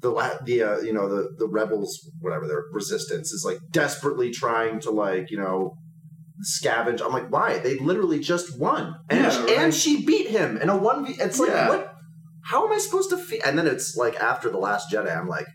[SPEAKER 1] the la- the uh, you know the the rebels whatever their resistance is like desperately trying to like you know scavenge. I'm like, why? They literally just won, and
[SPEAKER 4] Yeah,
[SPEAKER 1] she,
[SPEAKER 2] right.
[SPEAKER 1] and she beat him in a one v. It's like
[SPEAKER 2] Yeah.
[SPEAKER 1] what? How am I supposed to feel? And then it's like after the Last Jedi, I'm like.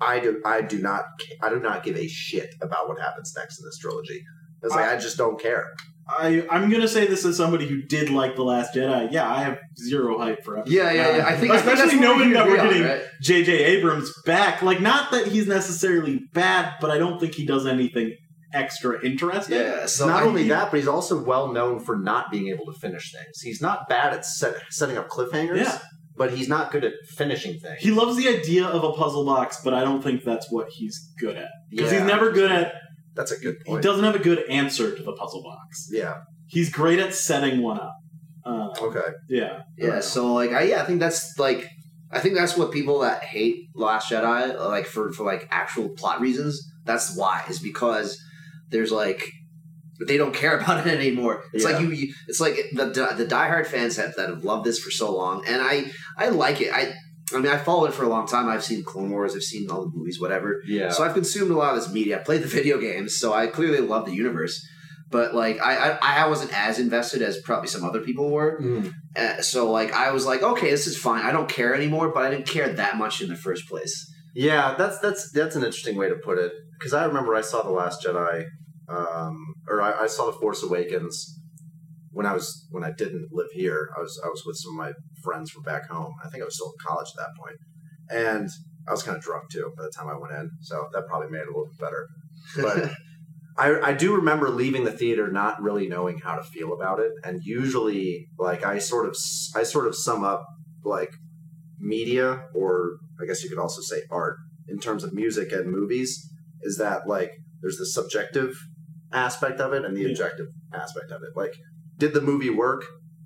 [SPEAKER 1] I do I do not ca- I do not give a shit about what happens next in this trilogy. It's like I, just don't care.
[SPEAKER 4] I I'm gonna say this as somebody who did like the Last Jedi. Yeah, I have zero hype for episode
[SPEAKER 2] Yeah, yeah, yeah. I
[SPEAKER 4] nine.
[SPEAKER 2] think I think
[SPEAKER 4] especially
[SPEAKER 2] that's what
[SPEAKER 4] knowing
[SPEAKER 2] we
[SPEAKER 4] that
[SPEAKER 2] agree
[SPEAKER 4] we're
[SPEAKER 2] on,
[SPEAKER 4] getting
[SPEAKER 2] right?
[SPEAKER 4] J.J. Abrams back. Like, not that he's necessarily bad, but I don't think he does anything extra interesting.
[SPEAKER 2] Yeah. So
[SPEAKER 1] not
[SPEAKER 2] I-
[SPEAKER 1] only that, but he's also well known for not being able to finish things. He's not bad at set, setting up cliffhangers,
[SPEAKER 4] Yeah.
[SPEAKER 1] but he's not good at finishing things.
[SPEAKER 4] He loves the idea of a puzzle box, but I don't think that's what he's good at. Because
[SPEAKER 1] Yeah,
[SPEAKER 4] he's never good at,
[SPEAKER 1] That's a good
[SPEAKER 4] he
[SPEAKER 1] point.
[SPEAKER 4] doesn't have a good answer to the puzzle box.
[SPEAKER 1] Yeah.
[SPEAKER 4] He's great at setting one up. Uh,
[SPEAKER 1] Okay.
[SPEAKER 4] yeah.
[SPEAKER 2] Yeah, so like I yeah, I think that's like I think that's what people that hate Last Jedi like for for like actual plot reasons. That's why is because there's like they don't care about it anymore. It's like you, you it's like the the diehard fans have that have loved this for so long and I I like it. I I mean, I followed it for a long time. I've seen Clone Wars, I've seen all the movies, whatever.
[SPEAKER 1] Yeah.
[SPEAKER 2] So I've consumed a lot of this media. I played the video games, so I clearly love the universe. But like I, I, I wasn't as invested as probably some other people were.
[SPEAKER 1] Mm.
[SPEAKER 2] Uh, so like I was like, okay, this is fine. I don't care anymore. But I didn't care that much in the first place.
[SPEAKER 1] Yeah, that's that's that's an interesting way to put it because I remember I saw the Last Jedi, um, or I, I saw the Force Awakens when I was when I didn't live here. I was I was with some of my friends from back home. I think I was still in college at that point, and I was kind of drunk too by the time I went in, so that probably made it a little bit better. But I I do remember leaving the theater not really knowing how to feel about it, and usually like I sort of s- I sort of sum up like media or I guess you could also say art in terms of music and movies is that like there's the subjective aspect of it and the
[SPEAKER 4] Yeah.
[SPEAKER 1] objective aspect of it. Like, did the movie work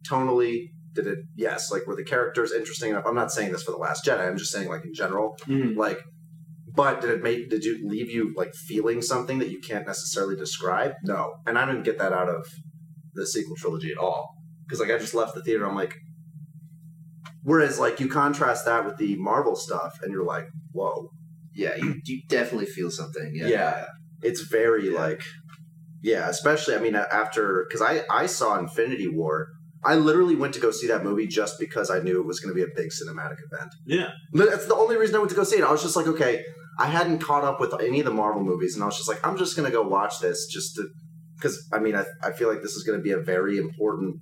[SPEAKER 1] tonally? Did it? Yes. Like, were the characters interesting enough? I'm not saying this for the Last Jedi. I'm just saying like in general.
[SPEAKER 4] Mm.
[SPEAKER 1] Like, but did it make? Did you leave you like feeling something that you can't necessarily describe? No. And I didn't get that out of the sequel trilogy at all because like I just left the theater. I'm like. Whereas, like, you contrast that with the Marvel stuff, and you're like, whoa,
[SPEAKER 2] Yeah, you, you definitely feel something. Yeah.
[SPEAKER 1] Yeah. it's very
[SPEAKER 2] Yeah.
[SPEAKER 1] like yeah especially i mean after because i i saw infinity war i literally went to go see that movie just because i knew it was going to be a big cinematic event
[SPEAKER 4] Yeah.
[SPEAKER 1] Li- that's the only reason i went to go see it i was just like okay i hadn't caught up with any of the marvel movies and i was just like i'm just going to go watch this just to because i mean I, I feel like this is going to be a very important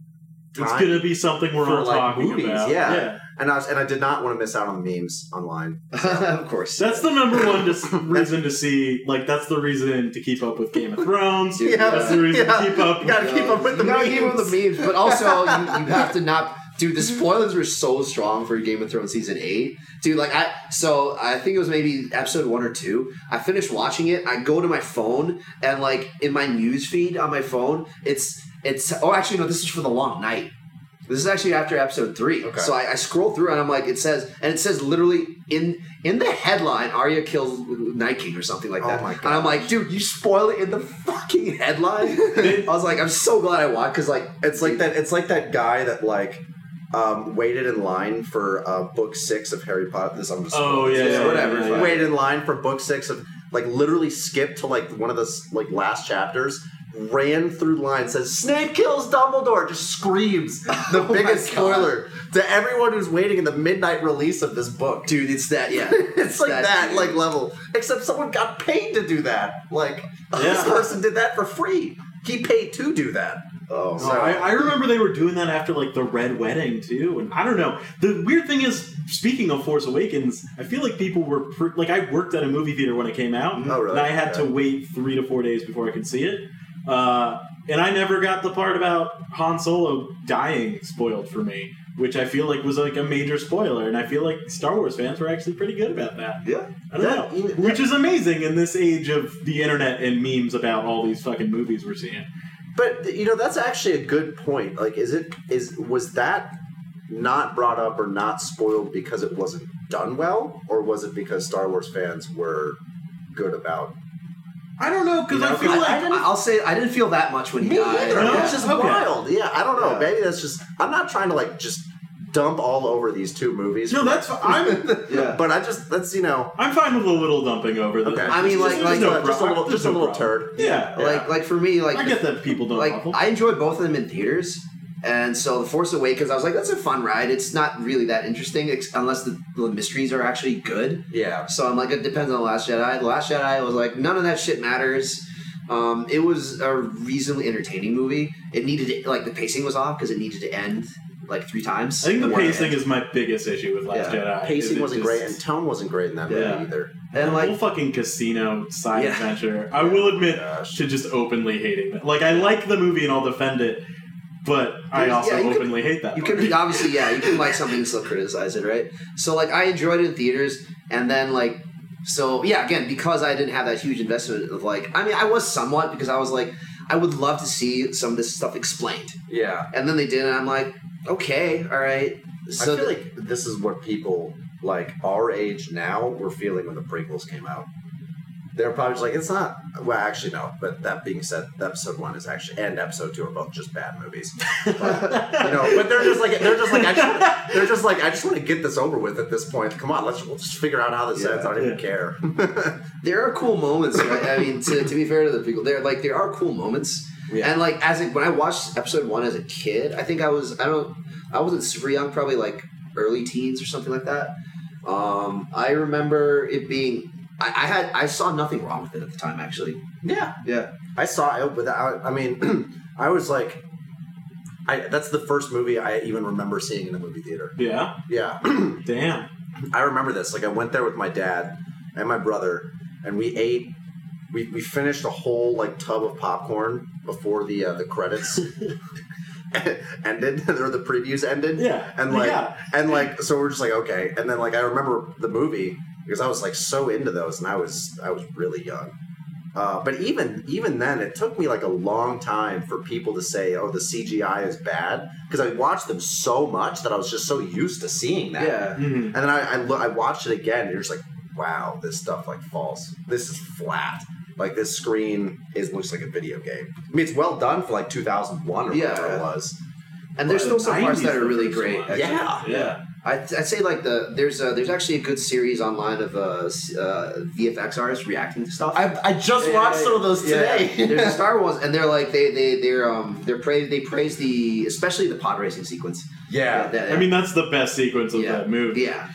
[SPEAKER 4] It's
[SPEAKER 1] time.
[SPEAKER 4] going to be something we're
[SPEAKER 1] For,
[SPEAKER 4] all
[SPEAKER 1] like,
[SPEAKER 4] talking
[SPEAKER 1] movies,
[SPEAKER 4] about.
[SPEAKER 1] yeah. and i was, and i did not want to miss out on the memes online
[SPEAKER 2] of course.
[SPEAKER 4] That's the number one dis- reason to see, like, that's the reason to keep up with Game of Thrones.
[SPEAKER 2] Yeah.
[SPEAKER 4] That's the reason to keep up
[SPEAKER 1] you gotta keep up with the
[SPEAKER 2] you gotta
[SPEAKER 1] memes
[SPEAKER 2] keep up with the memes, but also you, you have to not. Dude, the spoilers were so strong for Game of Thrones season eight. Dude, like I, so I think it was maybe episode one or two. I finished watching it. I go to my phone and like in my news feed on my phone, it's it's. Oh, actually, no, this is for the long night. This is actually after episode three.
[SPEAKER 1] Okay.
[SPEAKER 2] So I, I scroll through and I'm like, it says, and it says literally in in the headline, Arya kills Night King or something like
[SPEAKER 1] Oh
[SPEAKER 2] that.
[SPEAKER 1] my
[SPEAKER 2] And I'm like, dude, you spoil it in the fucking headline. I was like, I'm so glad I watched because like
[SPEAKER 1] It's like that. It's like that guy that like um, waited in line for uh, book six of Harry Potter. This I'm just
[SPEAKER 4] Oh, yeah,
[SPEAKER 1] this is
[SPEAKER 2] yeah,
[SPEAKER 1] whatever.
[SPEAKER 2] yeah, yeah.
[SPEAKER 1] Waited in line for book six of like literally skipped to like one of the s- like last chapters. Ran through the line says Snape kills Dumbledore. Just screams the
[SPEAKER 2] Oh my
[SPEAKER 1] biggest
[SPEAKER 2] God.
[SPEAKER 1] spoiler to everyone who's waiting in the midnight release of this book.
[SPEAKER 2] Dude, it's that yeah.
[SPEAKER 1] it's like
[SPEAKER 2] that,
[SPEAKER 1] that
[SPEAKER 2] dude.
[SPEAKER 1] like level. Except someone got paid to do that. Like this
[SPEAKER 4] Yeah.
[SPEAKER 1] person did that for free. He paid to do that.
[SPEAKER 2] Oh,
[SPEAKER 4] Oh, I, I remember they were doing that after like the Red Wedding too, and I don't know. The weird thing is, speaking of Force Awakens, I feel like people were pr- like I worked at a movie theater when it came out,
[SPEAKER 1] Oh, really?
[SPEAKER 4] and I had
[SPEAKER 1] Yeah.
[SPEAKER 4] to wait three to four days before I could see it. Uh, and I never got the part about Han Solo dying spoiled for me, which I feel like was like a major spoiler. And I feel like Star Wars fans were actually pretty good about that. e,
[SPEAKER 1] Yeah.
[SPEAKER 4] I don't know. Which is amazing in this age of the internet and memes about all these fucking movies we're seeing.
[SPEAKER 1] But you know, that's actually a good point. Like, is it is was that not brought up or not spoiled because it wasn't done well, or was it because Star Wars fans were good about?
[SPEAKER 4] I don't know because
[SPEAKER 1] You know,
[SPEAKER 4] I feel
[SPEAKER 2] I,
[SPEAKER 4] like
[SPEAKER 2] I, will say I didn't feel that much when he
[SPEAKER 1] Me
[SPEAKER 2] died.
[SPEAKER 1] either.
[SPEAKER 4] No?
[SPEAKER 1] That's just
[SPEAKER 4] Okay.
[SPEAKER 1] wild. Yeah, I don't know.
[SPEAKER 2] Yeah.
[SPEAKER 1] Maybe that's just. I'm not trying to like just dump all over these two movies.
[SPEAKER 4] no, that's I'm
[SPEAKER 2] Yeah.
[SPEAKER 1] But I just that's you know.
[SPEAKER 4] I'm fine with a little dumping over this.
[SPEAKER 1] Okay.
[SPEAKER 2] I mean, like-
[SPEAKER 1] just,
[SPEAKER 2] like-
[SPEAKER 1] uh, just, a- just a
[SPEAKER 4] no
[SPEAKER 1] little,
[SPEAKER 4] problem.
[SPEAKER 1] just a
[SPEAKER 4] No
[SPEAKER 1] little
[SPEAKER 4] problem.
[SPEAKER 1] turd.
[SPEAKER 4] yeah,
[SPEAKER 1] Yeah.
[SPEAKER 2] Like like for me, like
[SPEAKER 4] I get that people don't
[SPEAKER 2] like
[SPEAKER 4] waffle.
[SPEAKER 2] I enjoyed both of them in theaters, and so the Force Awakens, I was like, that's a fun ride. It's not really that interesting ex- unless the, the mysteries are actually good.
[SPEAKER 1] Yeah.
[SPEAKER 2] So I'm like, it depends on the Last Jedi. The Last Jedi was like, none of that shit matters. Um, it was a reasonably entertaining movie. It needed to, like the pacing was off because it needed to end like three times.
[SPEAKER 4] I think the
[SPEAKER 2] It wanted to
[SPEAKER 4] pacing
[SPEAKER 2] end.
[SPEAKER 4] is my biggest issue with Last
[SPEAKER 2] Yeah.
[SPEAKER 4] Jedi. is
[SPEAKER 1] Pacing
[SPEAKER 4] it
[SPEAKER 1] wasn't
[SPEAKER 4] just-
[SPEAKER 1] great, and tone wasn't great in that
[SPEAKER 2] Yeah.
[SPEAKER 1] movie either.
[SPEAKER 2] and
[SPEAKER 4] whole
[SPEAKER 2] like
[SPEAKER 4] fucking casino side
[SPEAKER 2] Yeah.
[SPEAKER 4] adventure. I will admit
[SPEAKER 1] Gosh.
[SPEAKER 4] to just openly hating that. Like I like the movie and I'll defend it, but I
[SPEAKER 2] There's-
[SPEAKER 4] also
[SPEAKER 2] yeah, you could-
[SPEAKER 4] openly hate that.
[SPEAKER 2] You
[SPEAKER 4] part.
[SPEAKER 2] can obviously, yeah, you can like something and still criticize it, right? So like, I enjoyed it in theaters, and then like, so yeah, again, because I didn't have that huge investment of like, I mean, I was somewhat because I was like, I would love to see some of this stuff explained,
[SPEAKER 1] Yeah.
[SPEAKER 2] and then they did, and I'm like, okay, all right. So
[SPEAKER 1] I feel like this is what people like our age now were feeling when the prequels came out. They're probably just like, it's not. Well, actually, no. But that being said, episode one is actually and episode two are both just bad movies. But, you know, but they're just like they're just like I just wanna, they're just like I just want to get this over with at this point. Come on, let's we'll just figure out how this
[SPEAKER 2] Yeah.
[SPEAKER 1] ends. I don't even
[SPEAKER 4] Yeah.
[SPEAKER 1] care.
[SPEAKER 2] there are cool moments, right? I mean, to, to be fair to the people, there like there are cool moments.
[SPEAKER 1] Yeah.
[SPEAKER 2] And like as a, when I watched episode one as a kid, I think I was I don't I wasn't super young, probably like early teens or something like that. Um, I remember it being I, I had I saw nothing wrong with it at the time actually.
[SPEAKER 1] Yeah,
[SPEAKER 2] Yeah.
[SPEAKER 1] I saw it without. I mean, I was like, I that's the first movie I even remember seeing in the movie theater.
[SPEAKER 4] yeah,
[SPEAKER 1] Yeah,
[SPEAKER 4] damn.
[SPEAKER 1] I remember this. Like I went there with my dad and my brother, and we ate. We, we finished a whole like tub of popcorn before the uh, the credits ended or the previews ended,
[SPEAKER 4] Yeah,
[SPEAKER 1] and like
[SPEAKER 4] yeah.
[SPEAKER 1] and like so we're just like okay, and then like I remember the movie because I was like so into those, and I was I was really young. Uh, but even even then, it took me like a long time for people to say, "Oh, the CGI is bad," because I watched them so much that I was just so used to seeing that.
[SPEAKER 4] Mhm.
[SPEAKER 1] And then I I, lo- I watched it again, and you're just like, wow, this stuff like falls. This is flat. Like this screen is looks like a video game. I mean, it's well done for like 2001 or
[SPEAKER 2] Yeah.
[SPEAKER 1] whatever it was.
[SPEAKER 2] And there's
[SPEAKER 4] Well,
[SPEAKER 2] still
[SPEAKER 4] the
[SPEAKER 2] some parts
[SPEAKER 4] 90s
[SPEAKER 2] that are
[SPEAKER 4] the
[SPEAKER 2] really
[SPEAKER 4] first
[SPEAKER 2] great.
[SPEAKER 4] one.
[SPEAKER 2] actually.
[SPEAKER 1] Yeah.
[SPEAKER 4] Yeah,
[SPEAKER 2] I, I'd say like the there's a, there's actually a good series online of uh, s- uh, VFX artists reacting to stuff.
[SPEAKER 1] I, I just
[SPEAKER 2] Yeah,
[SPEAKER 1] watched
[SPEAKER 2] yeah,
[SPEAKER 1] some of those
[SPEAKER 2] Yeah, there's a
[SPEAKER 1] today.
[SPEAKER 2] Star Wars, and they're like they they they're um they're praise they praise the especially the pod racing sequence.
[SPEAKER 1] yeah.
[SPEAKER 2] That-
[SPEAKER 4] I mean that's the best sequence of
[SPEAKER 2] Yeah.
[SPEAKER 4] that movie.
[SPEAKER 2] yeah,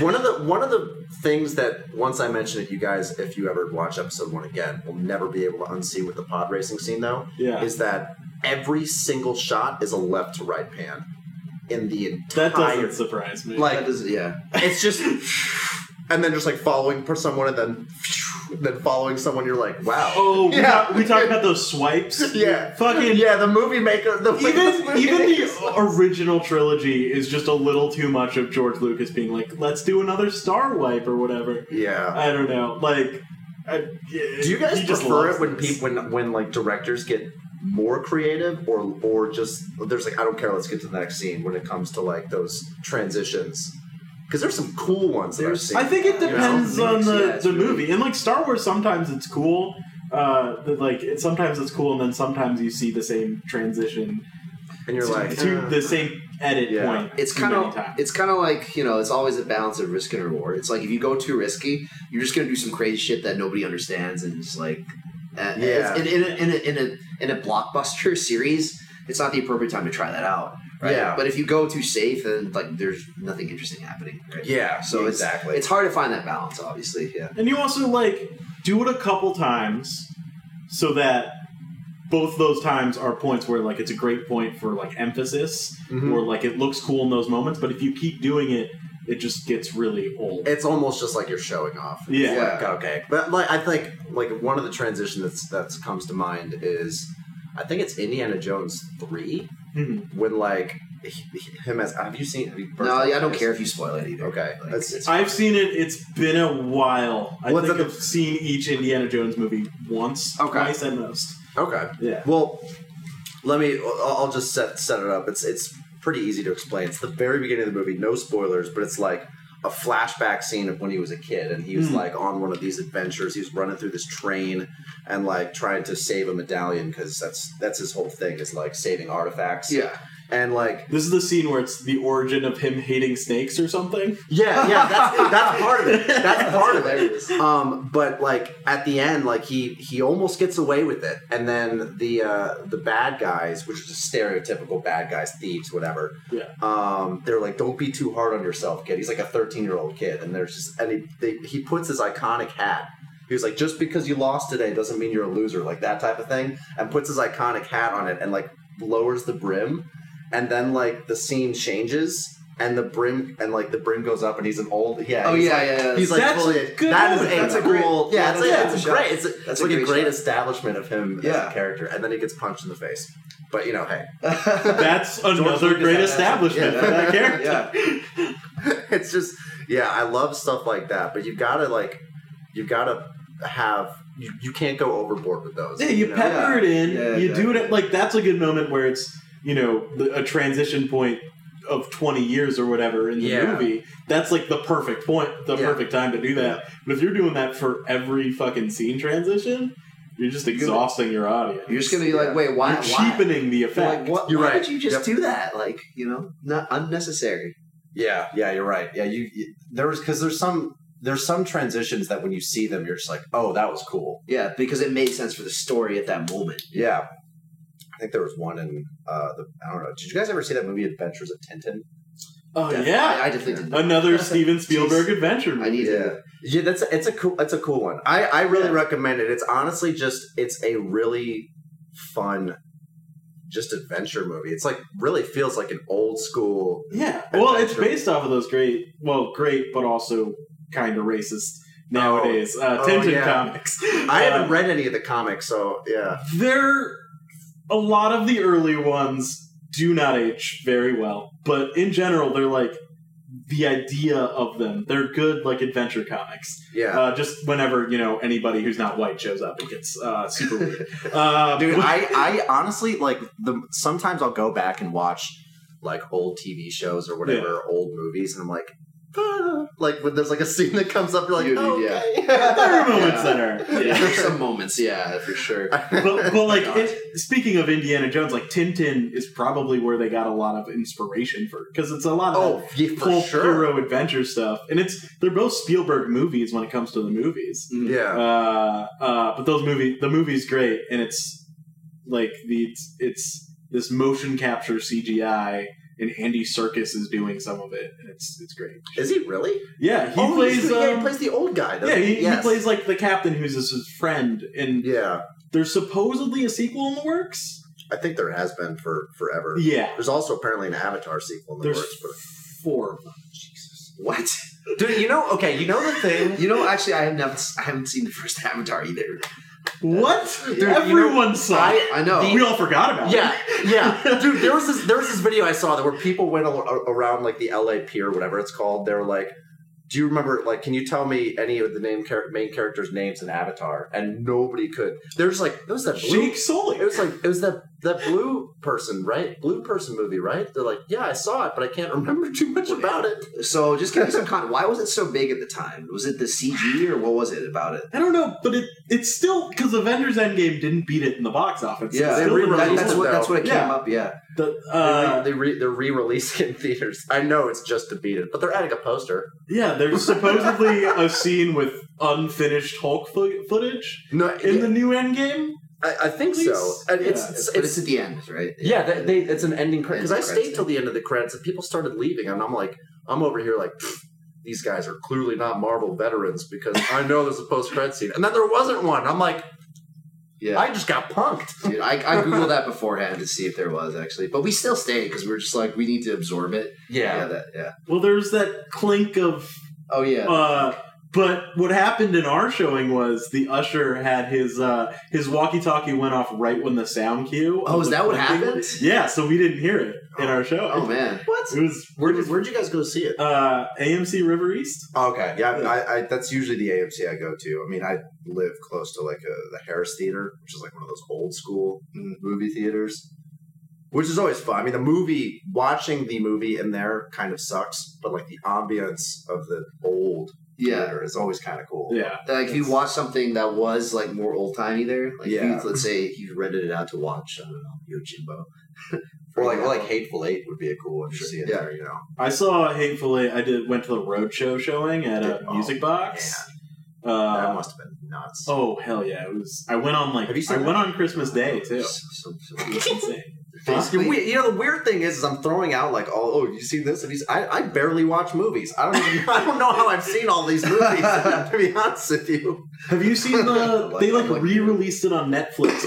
[SPEAKER 1] One of the one of the things that once I mention it, you guys, if you ever watch episode one again, will never be able to unsee with the pod racing scene though,
[SPEAKER 4] yeah.
[SPEAKER 1] is that every single shot is a left to right pan in the entire
[SPEAKER 4] That doesn't surprise me.
[SPEAKER 1] like
[SPEAKER 2] that is, yeah.
[SPEAKER 1] it's just and then just like following for someone and then then following someone you're like wow
[SPEAKER 4] oh, we,
[SPEAKER 1] Yeah.
[SPEAKER 4] talk, we talk about those swipes.
[SPEAKER 1] yeah
[SPEAKER 4] Fucking
[SPEAKER 1] yeah the movie maker the
[SPEAKER 4] even even
[SPEAKER 1] the
[SPEAKER 4] the original trilogy is just a little too much of George Lucas being like, let's do another star wipe or whatever.
[SPEAKER 1] yeah
[SPEAKER 4] I don't know. Like, I,
[SPEAKER 1] do you guys
[SPEAKER 4] Uh, he just
[SPEAKER 1] prefer
[SPEAKER 4] loves
[SPEAKER 1] it when
[SPEAKER 4] this.
[SPEAKER 1] people when when like directors get more creative or or just there's like I don't care let's get to the next scene when it comes to like those transitions because there's some cool ones that I've
[SPEAKER 2] There's-
[SPEAKER 1] seen
[SPEAKER 4] I think it
[SPEAKER 1] you know?
[SPEAKER 4] depends
[SPEAKER 2] mix,
[SPEAKER 4] on the,
[SPEAKER 2] yeah, it's
[SPEAKER 4] the
[SPEAKER 2] really-
[SPEAKER 4] movie. And like Star Wars, sometimes it's cool. Uh, that, like it, sometimes it's cool, and then sometimes you see the same transition
[SPEAKER 1] and you're
[SPEAKER 4] to,
[SPEAKER 1] like
[SPEAKER 4] to
[SPEAKER 1] uh,
[SPEAKER 4] the same edit
[SPEAKER 1] Yeah.
[SPEAKER 4] point.
[SPEAKER 2] It's
[SPEAKER 4] too
[SPEAKER 2] kind
[SPEAKER 4] many
[SPEAKER 2] of
[SPEAKER 4] times.
[SPEAKER 2] it's kind of like you know it's always a balance of risk and reward. It's like if you go too risky, you're just gonna do some crazy shit that nobody understands, and it's like uh,
[SPEAKER 1] Yeah.
[SPEAKER 2] it's- in, in, a, in, a, in a in a blockbuster series, it's not the appropriate time to try that out. Right?
[SPEAKER 1] Yeah.
[SPEAKER 2] But if you go too safe, then like there's nothing interesting happening. Right?
[SPEAKER 1] yeah
[SPEAKER 2] So it's-
[SPEAKER 1] exactly
[SPEAKER 2] It's hard to find that balance, obviously. Yeah.
[SPEAKER 4] And you also like do it a couple times so that both those times are points where like it's a great point for like emphasis
[SPEAKER 1] Mhm.
[SPEAKER 4] or like it looks cool in those moments, but if you keep doing it it just gets really old.
[SPEAKER 1] It's almost just like you're showing off.
[SPEAKER 4] Yeah.
[SPEAKER 1] It's like, okay. But like I think like one of the transition that's that's comes to mind is I think it's Indiana Jones three
[SPEAKER 4] Mhm.
[SPEAKER 1] when like he- he- him as have you seen? Have you
[SPEAKER 2] No, I don't care if you spoil it either.
[SPEAKER 1] Okay,
[SPEAKER 2] Like,
[SPEAKER 1] that's-
[SPEAKER 2] it's-
[SPEAKER 4] I've seen it. It's been a while. I
[SPEAKER 1] Well, it's
[SPEAKER 4] think
[SPEAKER 1] at
[SPEAKER 4] I've seen each Indiana Jones movie once,
[SPEAKER 1] Okay.
[SPEAKER 4] twice at most.
[SPEAKER 1] Okay.
[SPEAKER 4] Yeah.
[SPEAKER 1] Well, let me. I'll I'll just set set it up. It's it's pretty easy to explain. It's the very beginning of the movie. No spoilers, but it's like a flashback scene of when he was a kid and he was
[SPEAKER 4] Hmm.
[SPEAKER 1] like on one of these adventures. He was running through this train and like trying to save a medallion because that's that's his whole thing is like saving artifacts.
[SPEAKER 2] yeah.
[SPEAKER 1] And like
[SPEAKER 4] This is the scene where it's the origin of him hating snakes or something.
[SPEAKER 1] Yeah, yeah, that's that's part of it. That's part of
[SPEAKER 2] hilarious.
[SPEAKER 1] it. Um, but like at the end, like he he almost gets away with it, and then the uh, the bad guys, which is just stereotypical bad guys, thieves, whatever.
[SPEAKER 4] Yeah.
[SPEAKER 1] Um, they're like, don't be too hard on yourself, kid. He's like a thirteen year old kid, and there's just and he they, he puts his iconic hat. He was like, just because you lost today doesn't mean you're a loser, like that type of thing, and puts his iconic hat on it and like lowers the brim, and then like the scene changes. And the brim and like the brim goes up, and he's an old yeah.
[SPEAKER 2] Oh
[SPEAKER 1] he's,
[SPEAKER 2] yeah,
[SPEAKER 1] like,
[SPEAKER 2] yeah. yeah.
[SPEAKER 1] He's like,
[SPEAKER 4] That's
[SPEAKER 1] fully-
[SPEAKER 4] a good
[SPEAKER 1] that is
[SPEAKER 4] one.
[SPEAKER 1] a
[SPEAKER 2] That's a
[SPEAKER 1] cool.
[SPEAKER 2] great- yeah,
[SPEAKER 1] yeah, it's,
[SPEAKER 2] that's a
[SPEAKER 1] a, it's a
[SPEAKER 2] good
[SPEAKER 1] great. It's, a,
[SPEAKER 2] That's
[SPEAKER 1] it's
[SPEAKER 2] a
[SPEAKER 1] like a
[SPEAKER 2] great
[SPEAKER 1] great,
[SPEAKER 2] shot.
[SPEAKER 1] establishment of him as
[SPEAKER 2] Yeah.
[SPEAKER 1] a character, and then he gets punched in the face. But you know, hey,
[SPEAKER 4] That's another
[SPEAKER 1] Lucas
[SPEAKER 4] great
[SPEAKER 1] had that.
[SPEAKER 4] establishment
[SPEAKER 1] Yeah.
[SPEAKER 4] for that character.
[SPEAKER 2] yeah.
[SPEAKER 1] it's just yeah, I love stuff like that. But you gotta like, you gotta have you, you can't go overboard with those.
[SPEAKER 4] Yeah, you
[SPEAKER 1] know?
[SPEAKER 4] pepper it in.
[SPEAKER 2] Yeah,
[SPEAKER 4] you do
[SPEAKER 2] exactly.
[SPEAKER 4] it at, like that's a good moment where it's you know the, a transition point of twenty years or whatever in the
[SPEAKER 1] Yeah.
[SPEAKER 4] movie. That's like the perfect point, the
[SPEAKER 1] Yeah.
[SPEAKER 4] perfect time to do that. But if you're doing that for every fucking scene transition, you're just exhausting your audience.
[SPEAKER 2] You're just gonna be like, wait, why?
[SPEAKER 4] You're
[SPEAKER 2] why?
[SPEAKER 4] cheapening the
[SPEAKER 2] You're
[SPEAKER 4] effect.
[SPEAKER 2] like, what,
[SPEAKER 1] You're
[SPEAKER 2] why
[SPEAKER 1] right.
[SPEAKER 2] did you just
[SPEAKER 1] Yep.
[SPEAKER 2] do that? Like, you know, not unnecessary.
[SPEAKER 1] Yeah, yeah, you're right. Yeah, you, you there was because there's some there's some transitions that when you see them, you're just like, oh, that was cool.
[SPEAKER 2] Yeah, because it made sense for the story at that moment.
[SPEAKER 1] Yeah. I think there was one in uh, the I don't know. Did you guys ever see that movie Adventures of Tintin?
[SPEAKER 4] oh yeah,
[SPEAKER 2] Definitely. I, I definitely did.
[SPEAKER 4] another Steven Spielberg adventure.
[SPEAKER 2] I
[SPEAKER 4] movie.
[SPEAKER 2] need
[SPEAKER 1] Yeah.
[SPEAKER 2] to.
[SPEAKER 1] Yeah, that's a, it's a cool it's a cool one. I I really
[SPEAKER 2] Yeah.
[SPEAKER 1] recommend it. It's honestly just it's a really fun just adventure movie. It's like really feels like an old school
[SPEAKER 4] Yeah. Well, it's
[SPEAKER 1] Adventure.
[SPEAKER 4] based off of those great, well, great, but also kind of racist nowadays uh,
[SPEAKER 1] Oh,
[SPEAKER 4] Tintin
[SPEAKER 1] yeah.
[SPEAKER 4] comics.
[SPEAKER 1] I
[SPEAKER 4] Uh,
[SPEAKER 1] haven't read any of the comics, so yeah.
[SPEAKER 4] They're a lot of the early ones do not age very well, but in general, they're like the idea of them. They're good, like adventure comics.
[SPEAKER 1] Yeah.
[SPEAKER 4] Uh, just whenever you know anybody who's not white shows up, it gets uh, super weird. Uh,
[SPEAKER 1] Dude, I, I honestly like the sometimes I'll go back and watch like old TV shows or whatever, old movies, and I'm like, "Ah," like when there's like a scene that comes up, you're like,
[SPEAKER 2] You-
[SPEAKER 1] oh,
[SPEAKER 2] yeah.
[SPEAKER 4] there are
[SPEAKER 1] okay.
[SPEAKER 4] moments that are.
[SPEAKER 2] Yeah, there's some moments, yeah, for sure.
[SPEAKER 4] but, but like
[SPEAKER 1] Oh
[SPEAKER 4] it, speaking of Indiana Jones, like Tintin is probably where they got a lot of inspiration for because it's a lot of
[SPEAKER 1] oh, yeah,
[SPEAKER 4] that
[SPEAKER 1] for
[SPEAKER 4] pulp
[SPEAKER 1] sure.
[SPEAKER 4] hero adventure stuff, and it's they're both Spielberg movies when it comes to the movies.
[SPEAKER 2] Mm-hmm.
[SPEAKER 1] Yeah,
[SPEAKER 4] Uh, uh, but those movie the movie's great, and it's like the it's, it's this motion capture CGI, and Andy Circus is doing some of it, and it's it's great.
[SPEAKER 1] is he really?
[SPEAKER 4] Yeah, he
[SPEAKER 1] oh, he's
[SPEAKER 4] plays.
[SPEAKER 1] doing- yeah,
[SPEAKER 4] um,
[SPEAKER 1] he plays the old guy. doesn't
[SPEAKER 4] yeah, he,
[SPEAKER 1] Yes.
[SPEAKER 4] he plays like the captain who's just his friend, and
[SPEAKER 1] Yeah,
[SPEAKER 4] there's supposedly a sequel in the works.
[SPEAKER 1] I think there has been for forever.
[SPEAKER 4] Yeah,
[SPEAKER 1] There's also apparently an Avatar sequel in the
[SPEAKER 4] There's-
[SPEAKER 1] works, but
[SPEAKER 4] four of them.
[SPEAKER 2] What?
[SPEAKER 1] dude, you know, okay, you know the thing.
[SPEAKER 2] You know, actually, I haven't I haven't seen the first Avatar either.
[SPEAKER 4] What?
[SPEAKER 1] Dude, you know,
[SPEAKER 4] Everyone saw. it.
[SPEAKER 2] I know.
[SPEAKER 4] we all forgot about it.
[SPEAKER 1] Yeah, yeah, dude. There was this there was this video I saw that where people went al- around like the LA Pier, whatever it's called. They were like, "Do you remember? Like, can you tell me any of the name char- main characters' names in Avatar?" And nobody could. They're just like, "It was that blue."
[SPEAKER 4] Jake Sully.
[SPEAKER 1] It was like it was that that blue person, right? Blue person movie, right? They're like, "Yeah, I saw it, but I can't remember too much about it."
[SPEAKER 2] So just give me some con. Why was it so big at the time? Was it the CG or what was it about it?
[SPEAKER 4] I don't know, but it it's still because Avengers Endgame didn't beat it in the box office.
[SPEAKER 2] Yeah,
[SPEAKER 4] It's
[SPEAKER 1] they
[SPEAKER 4] still the
[SPEAKER 1] re-released
[SPEAKER 2] That-
[SPEAKER 4] number
[SPEAKER 2] that's
[SPEAKER 1] it,
[SPEAKER 4] one.
[SPEAKER 2] what that's
[SPEAKER 1] though.
[SPEAKER 2] what it came
[SPEAKER 4] Yeah.
[SPEAKER 2] up. Yeah,
[SPEAKER 4] The,
[SPEAKER 1] Uh,
[SPEAKER 4] uh,
[SPEAKER 1] they re- they're re-releasing in theaters. I know it's just to beat it, but they're adding a poster.
[SPEAKER 4] yeah, there's supposedly a scene with unfinished Hulk fo- footage
[SPEAKER 1] No,
[SPEAKER 4] in the new Endgame.
[SPEAKER 1] I, I think so.
[SPEAKER 4] Please?
[SPEAKER 1] And
[SPEAKER 4] Yeah,
[SPEAKER 1] it's, it's,
[SPEAKER 2] but it's at the end, right?
[SPEAKER 1] Yeah, that, they, it's an ending credit. Because I
[SPEAKER 2] Ending
[SPEAKER 1] stayed
[SPEAKER 2] credits,
[SPEAKER 1] till the end of the credits, and people started leaving, and I'm like, I'm over here like, "Pfft, these guys are clearly not Marvel veterans because I know there's a post credit scene, and then there wasn't one. I'm like,
[SPEAKER 2] Yeah.
[SPEAKER 1] I just got punked.
[SPEAKER 2] Dude, I, I googled that beforehand to see if there was actually, but we still stayed because we were just like we need to absorb it. yeah, that, yeah.
[SPEAKER 4] Well, there's that clink of.
[SPEAKER 2] Oh yeah,
[SPEAKER 4] Uh, but what happened in our showing was the usher had his uh, his walkie-talkie went off right when the sound cue.
[SPEAKER 2] Oh,
[SPEAKER 4] of
[SPEAKER 2] is
[SPEAKER 4] the
[SPEAKER 2] that what
[SPEAKER 4] clinking-
[SPEAKER 2] happened?
[SPEAKER 4] Yeah, so we didn't hear it in our show.
[SPEAKER 2] oh man,
[SPEAKER 1] What?
[SPEAKER 4] It was
[SPEAKER 1] Where did Where'd you guys go see it?
[SPEAKER 4] uh, AMC River East.
[SPEAKER 1] okay, yeah, I, I, that's usually the AMC I go to. I mean, I live close to like a, the Harris Theater, which is like one of those old school movie theaters, which is always fun. I mean, the movie watching the movie in there kind of sucks, but like the ambience of the old
[SPEAKER 2] yeah.
[SPEAKER 1] theater is always kind of cool.
[SPEAKER 4] Yeah,
[SPEAKER 2] Like if you watch something that was like more old timey there, like
[SPEAKER 1] Yeah.
[SPEAKER 2] if you, let's say you rented it out to watch, I don't know, Yojimbo.
[SPEAKER 1] Or like, or like Hateful Eight would be a cool one to see in
[SPEAKER 2] Yeah.
[SPEAKER 1] there, you know.
[SPEAKER 4] I saw Hateful Eight. I did went to the roadshow showing at a
[SPEAKER 1] Oh,
[SPEAKER 4] music box.
[SPEAKER 1] that
[SPEAKER 4] Uh,
[SPEAKER 1] must have been nuts.
[SPEAKER 4] oh hell yeah! It was. I went on like
[SPEAKER 1] Have you
[SPEAKER 4] I
[SPEAKER 1] seen
[SPEAKER 4] went on Christmas Day too.
[SPEAKER 2] So, so,
[SPEAKER 4] It was insane.
[SPEAKER 1] Basically, we- you know the weird thing is, is I'm throwing out like, oh, oh, you seen this? And he's, I, I barely watch movies. I don't, even, I don't know how I've seen all these movies. to be honest with you,
[SPEAKER 4] Have you seen the?
[SPEAKER 2] Like-
[SPEAKER 4] they like,
[SPEAKER 2] like-
[SPEAKER 4] re-released it on Netflix,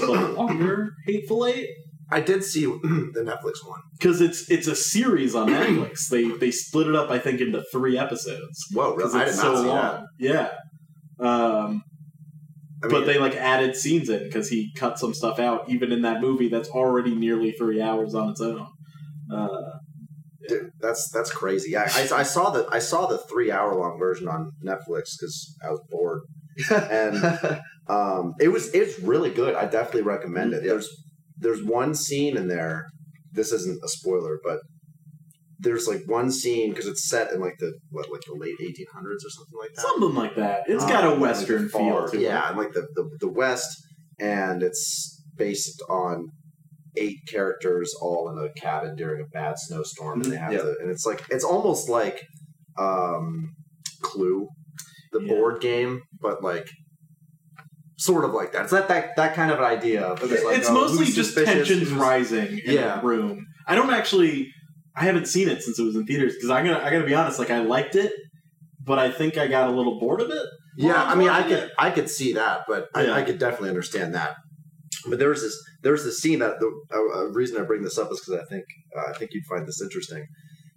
[SPEAKER 4] but longer Hateful Eight
[SPEAKER 1] I did see the Netflix one.
[SPEAKER 4] because it's it's a series on Netflix. they they split it up, I think, into three episodes
[SPEAKER 1] Whoa,
[SPEAKER 4] because
[SPEAKER 1] really? I did
[SPEAKER 4] it's
[SPEAKER 1] not
[SPEAKER 4] so
[SPEAKER 1] see
[SPEAKER 4] long.
[SPEAKER 1] that.
[SPEAKER 4] Yeah. Um,
[SPEAKER 1] I mean,
[SPEAKER 4] but they like added scenes in because he cut some stuff out, even in that movie that's already nearly three hours on its own. Uh,
[SPEAKER 1] Dude, that's that's crazy. Yeah, I, I saw the I saw the three hour long version on Netflix because I was bored, and um, it was it's really good. I definitely recommend it. There's there's one scene in there. This isn't a spoiler, but there's like one scene because it's set in like the what like the late 1800s or something like that.
[SPEAKER 4] something like that. It's
[SPEAKER 1] Um,
[SPEAKER 4] got a
[SPEAKER 1] like the
[SPEAKER 4] western feel
[SPEAKER 1] far-
[SPEAKER 4] to it.
[SPEAKER 1] Yeah, and like the, the the West, and it's based on eight characters all in a cabin during a bad snowstorm,
[SPEAKER 4] Mm-hmm,
[SPEAKER 1] and they have
[SPEAKER 2] Yeah.
[SPEAKER 1] to, and it's like it's almost like um, Clue, the
[SPEAKER 4] Yeah.
[SPEAKER 1] board game, but like. Sort of like that. It's that that, that kind of idea. of
[SPEAKER 4] It's,
[SPEAKER 1] like, oh,
[SPEAKER 4] mostly
[SPEAKER 1] who's
[SPEAKER 4] just
[SPEAKER 1] suspicious,
[SPEAKER 4] tensions
[SPEAKER 1] who's-
[SPEAKER 4] rising in
[SPEAKER 1] Yeah.
[SPEAKER 4] the room. I don't actually. I haven't seen it since it was in theaters because I'm gonna. I gotta be honest. Like I liked it, but I think I got a little bored of it.
[SPEAKER 1] Yeah,
[SPEAKER 4] Well,
[SPEAKER 1] I mean, I
[SPEAKER 4] yeah.
[SPEAKER 1] could I could see that, but
[SPEAKER 4] Yeah.
[SPEAKER 1] I, I could definitely understand that. But there's this there's this scene that the a, a reason I bring this up is because I think uh, I think you'd find this interesting.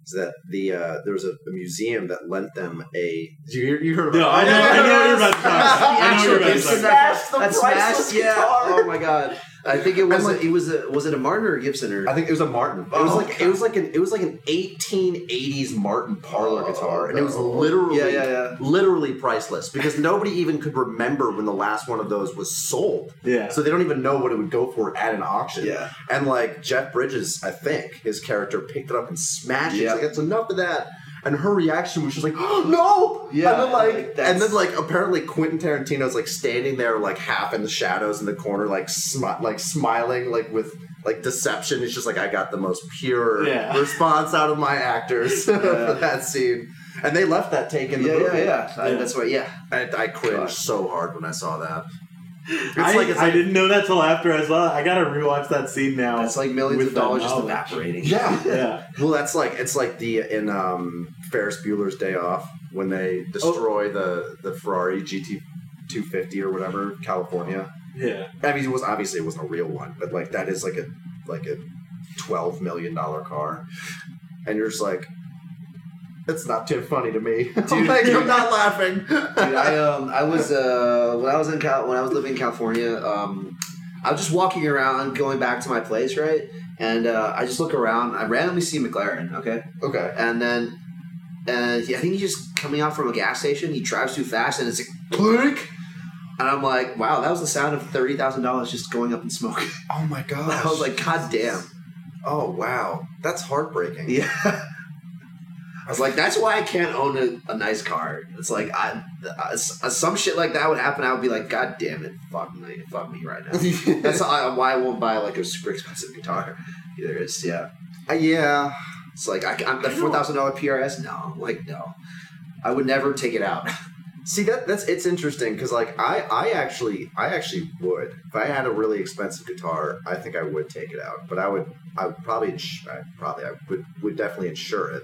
[SPEAKER 1] Is that the uh, there was a, a museum that lent them a you hear you heard about
[SPEAKER 4] No, I know-
[SPEAKER 2] I know what you're
[SPEAKER 4] about to talk about. I know what you're about to
[SPEAKER 1] They
[SPEAKER 4] talk
[SPEAKER 2] about.
[SPEAKER 1] smashed the
[SPEAKER 2] That's
[SPEAKER 1] priceless
[SPEAKER 2] smashed, yeah.
[SPEAKER 1] guitar.
[SPEAKER 2] Oh my god, I think it was.
[SPEAKER 1] And, like-
[SPEAKER 2] a, it was a. Was it a Martin or a Gibson or?
[SPEAKER 1] I think it was a Martin. It was
[SPEAKER 2] Oh,
[SPEAKER 1] like it was like an it was like an 1880s Martin parlor
[SPEAKER 2] Oh,
[SPEAKER 1] guitar, and it was
[SPEAKER 2] no.
[SPEAKER 1] literally
[SPEAKER 2] yeah, yeah, yeah.
[SPEAKER 1] literally priceless because nobody even could remember when the last one of those was sold.
[SPEAKER 4] Yeah.
[SPEAKER 1] So they don't even know what it would go for at an auction.
[SPEAKER 2] Yeah,
[SPEAKER 1] And like Jeff Bridges, I think his character picked it up and smashed it. He's
[SPEAKER 2] Yeah.
[SPEAKER 1] Like, That's enough of that. And her reaction was just like, oh, no!
[SPEAKER 2] Yeah,
[SPEAKER 1] And then like,
[SPEAKER 2] that's-
[SPEAKER 1] and then like, apparently Quentin Tarantino's like standing there, like half in the shadows in the corner, like smi- like smiling, like with like deception. It's just like I got the most pure
[SPEAKER 4] Yeah.
[SPEAKER 1] response out of my actors
[SPEAKER 2] Yeah.
[SPEAKER 1] for that scene. And they left that take in the
[SPEAKER 2] yeah, yeah,
[SPEAKER 1] movie.
[SPEAKER 2] yeah. I-
[SPEAKER 4] Yeah.
[SPEAKER 2] That's right. Yeah,
[SPEAKER 1] I, I cringed
[SPEAKER 2] God.
[SPEAKER 1] so hard when I saw that. It's
[SPEAKER 4] I,
[SPEAKER 1] like it's
[SPEAKER 4] I
[SPEAKER 1] like,
[SPEAKER 4] didn't know that till after I saw. it. I gotta rewatch that scene now.
[SPEAKER 2] that's like millions
[SPEAKER 4] With
[SPEAKER 2] of dollars
[SPEAKER 4] that
[SPEAKER 2] just
[SPEAKER 4] knowledge.
[SPEAKER 2] evaporating.
[SPEAKER 1] yeah.
[SPEAKER 4] yeah.
[SPEAKER 1] Well, that's like it's like the in um, Ferris Bueller's Day Off when they destroy the the Ferrari GT 250 or whatever California.
[SPEAKER 4] Yeah.
[SPEAKER 1] I mean, it was obviously it wasn't a real one, but like that is like a like a twelve million dollar car, and you're just like, it's not too funny to me.
[SPEAKER 2] Dude.
[SPEAKER 1] like, I'm not laughing.
[SPEAKER 2] Dude, I um, I was uh, when I was in Cal- when I was living in California, um, I was just walking around, going back to my place, right? And uh, I just look around. I randomly see McLaren, okay,
[SPEAKER 1] okay.
[SPEAKER 2] and then, and he, I think he's just coming out from a gas station. He drives too fast, and it's like click. And I'm like, wow, that was the sound of thirty thousand dollars just going up in smoke.
[SPEAKER 1] Oh my gosh.
[SPEAKER 2] I was like, god damn.
[SPEAKER 1] oh wow, that's heartbreaking.
[SPEAKER 2] Yeah. I was like, that's why I can't own a, a nice car. It's like, I, I- some shit like that would happen. I would be like, God damn it, fuck me, fuck me right now. that's uh, why I won't buy like a super expensive guitar. Either it's yeah,
[SPEAKER 1] Uh, yeah.
[SPEAKER 2] it's like I, I'm the
[SPEAKER 4] I know.
[SPEAKER 2] four thousand dollar PRS. No, like no, I would never take it out.
[SPEAKER 1] See that that's it's interesting because like I I actually I actually would if I had a really expensive guitar I think I would take it out but I would I would probably ins- I probably I would would definitely insure it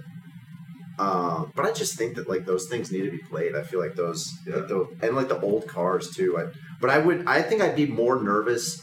[SPEAKER 1] Um, but I just think that like those things need to be played. I feel like those, like, the, and like the old cars too. I, but I would, I think I'd be more nervous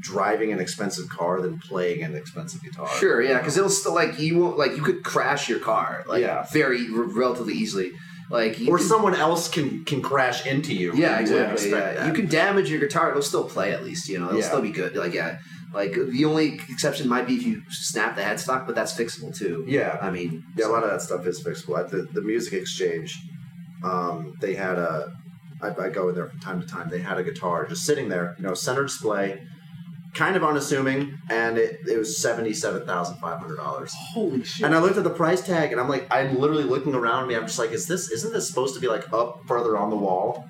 [SPEAKER 1] driving an expensive car than playing an expensive guitar.
[SPEAKER 2] Sure, yeah, because it'll still like you won't like you could crash your car like
[SPEAKER 1] Yeah.
[SPEAKER 2] very r- relatively easily, like you
[SPEAKER 1] Or
[SPEAKER 2] can-
[SPEAKER 1] someone else can can crash into you.
[SPEAKER 2] Yeah,
[SPEAKER 1] You wouldn't
[SPEAKER 2] exactly.
[SPEAKER 1] expect
[SPEAKER 2] Yeah.
[SPEAKER 1] that.
[SPEAKER 2] You can damage your guitar; it'll still play at least. You know, it'll
[SPEAKER 1] Yeah.
[SPEAKER 2] still be good. Like yeah, like the only exception might be if you snap the headstock, but that's fixable too.
[SPEAKER 1] yeah.
[SPEAKER 2] I mean,
[SPEAKER 1] Yeah, a lot of that stuff is fixable. At the, the music exchange, um, they had a. I, I go in there from time to time. They had a guitar just sitting there, you know, center display, kind of unassuming, and it, it was seventy seven thousand five hundred dollars.
[SPEAKER 4] Holy shit!
[SPEAKER 1] And I looked at the price tag, and I'm like, I'm literally looking around me. I'm just like, is this? Isn't this supposed to be like up further on the wall?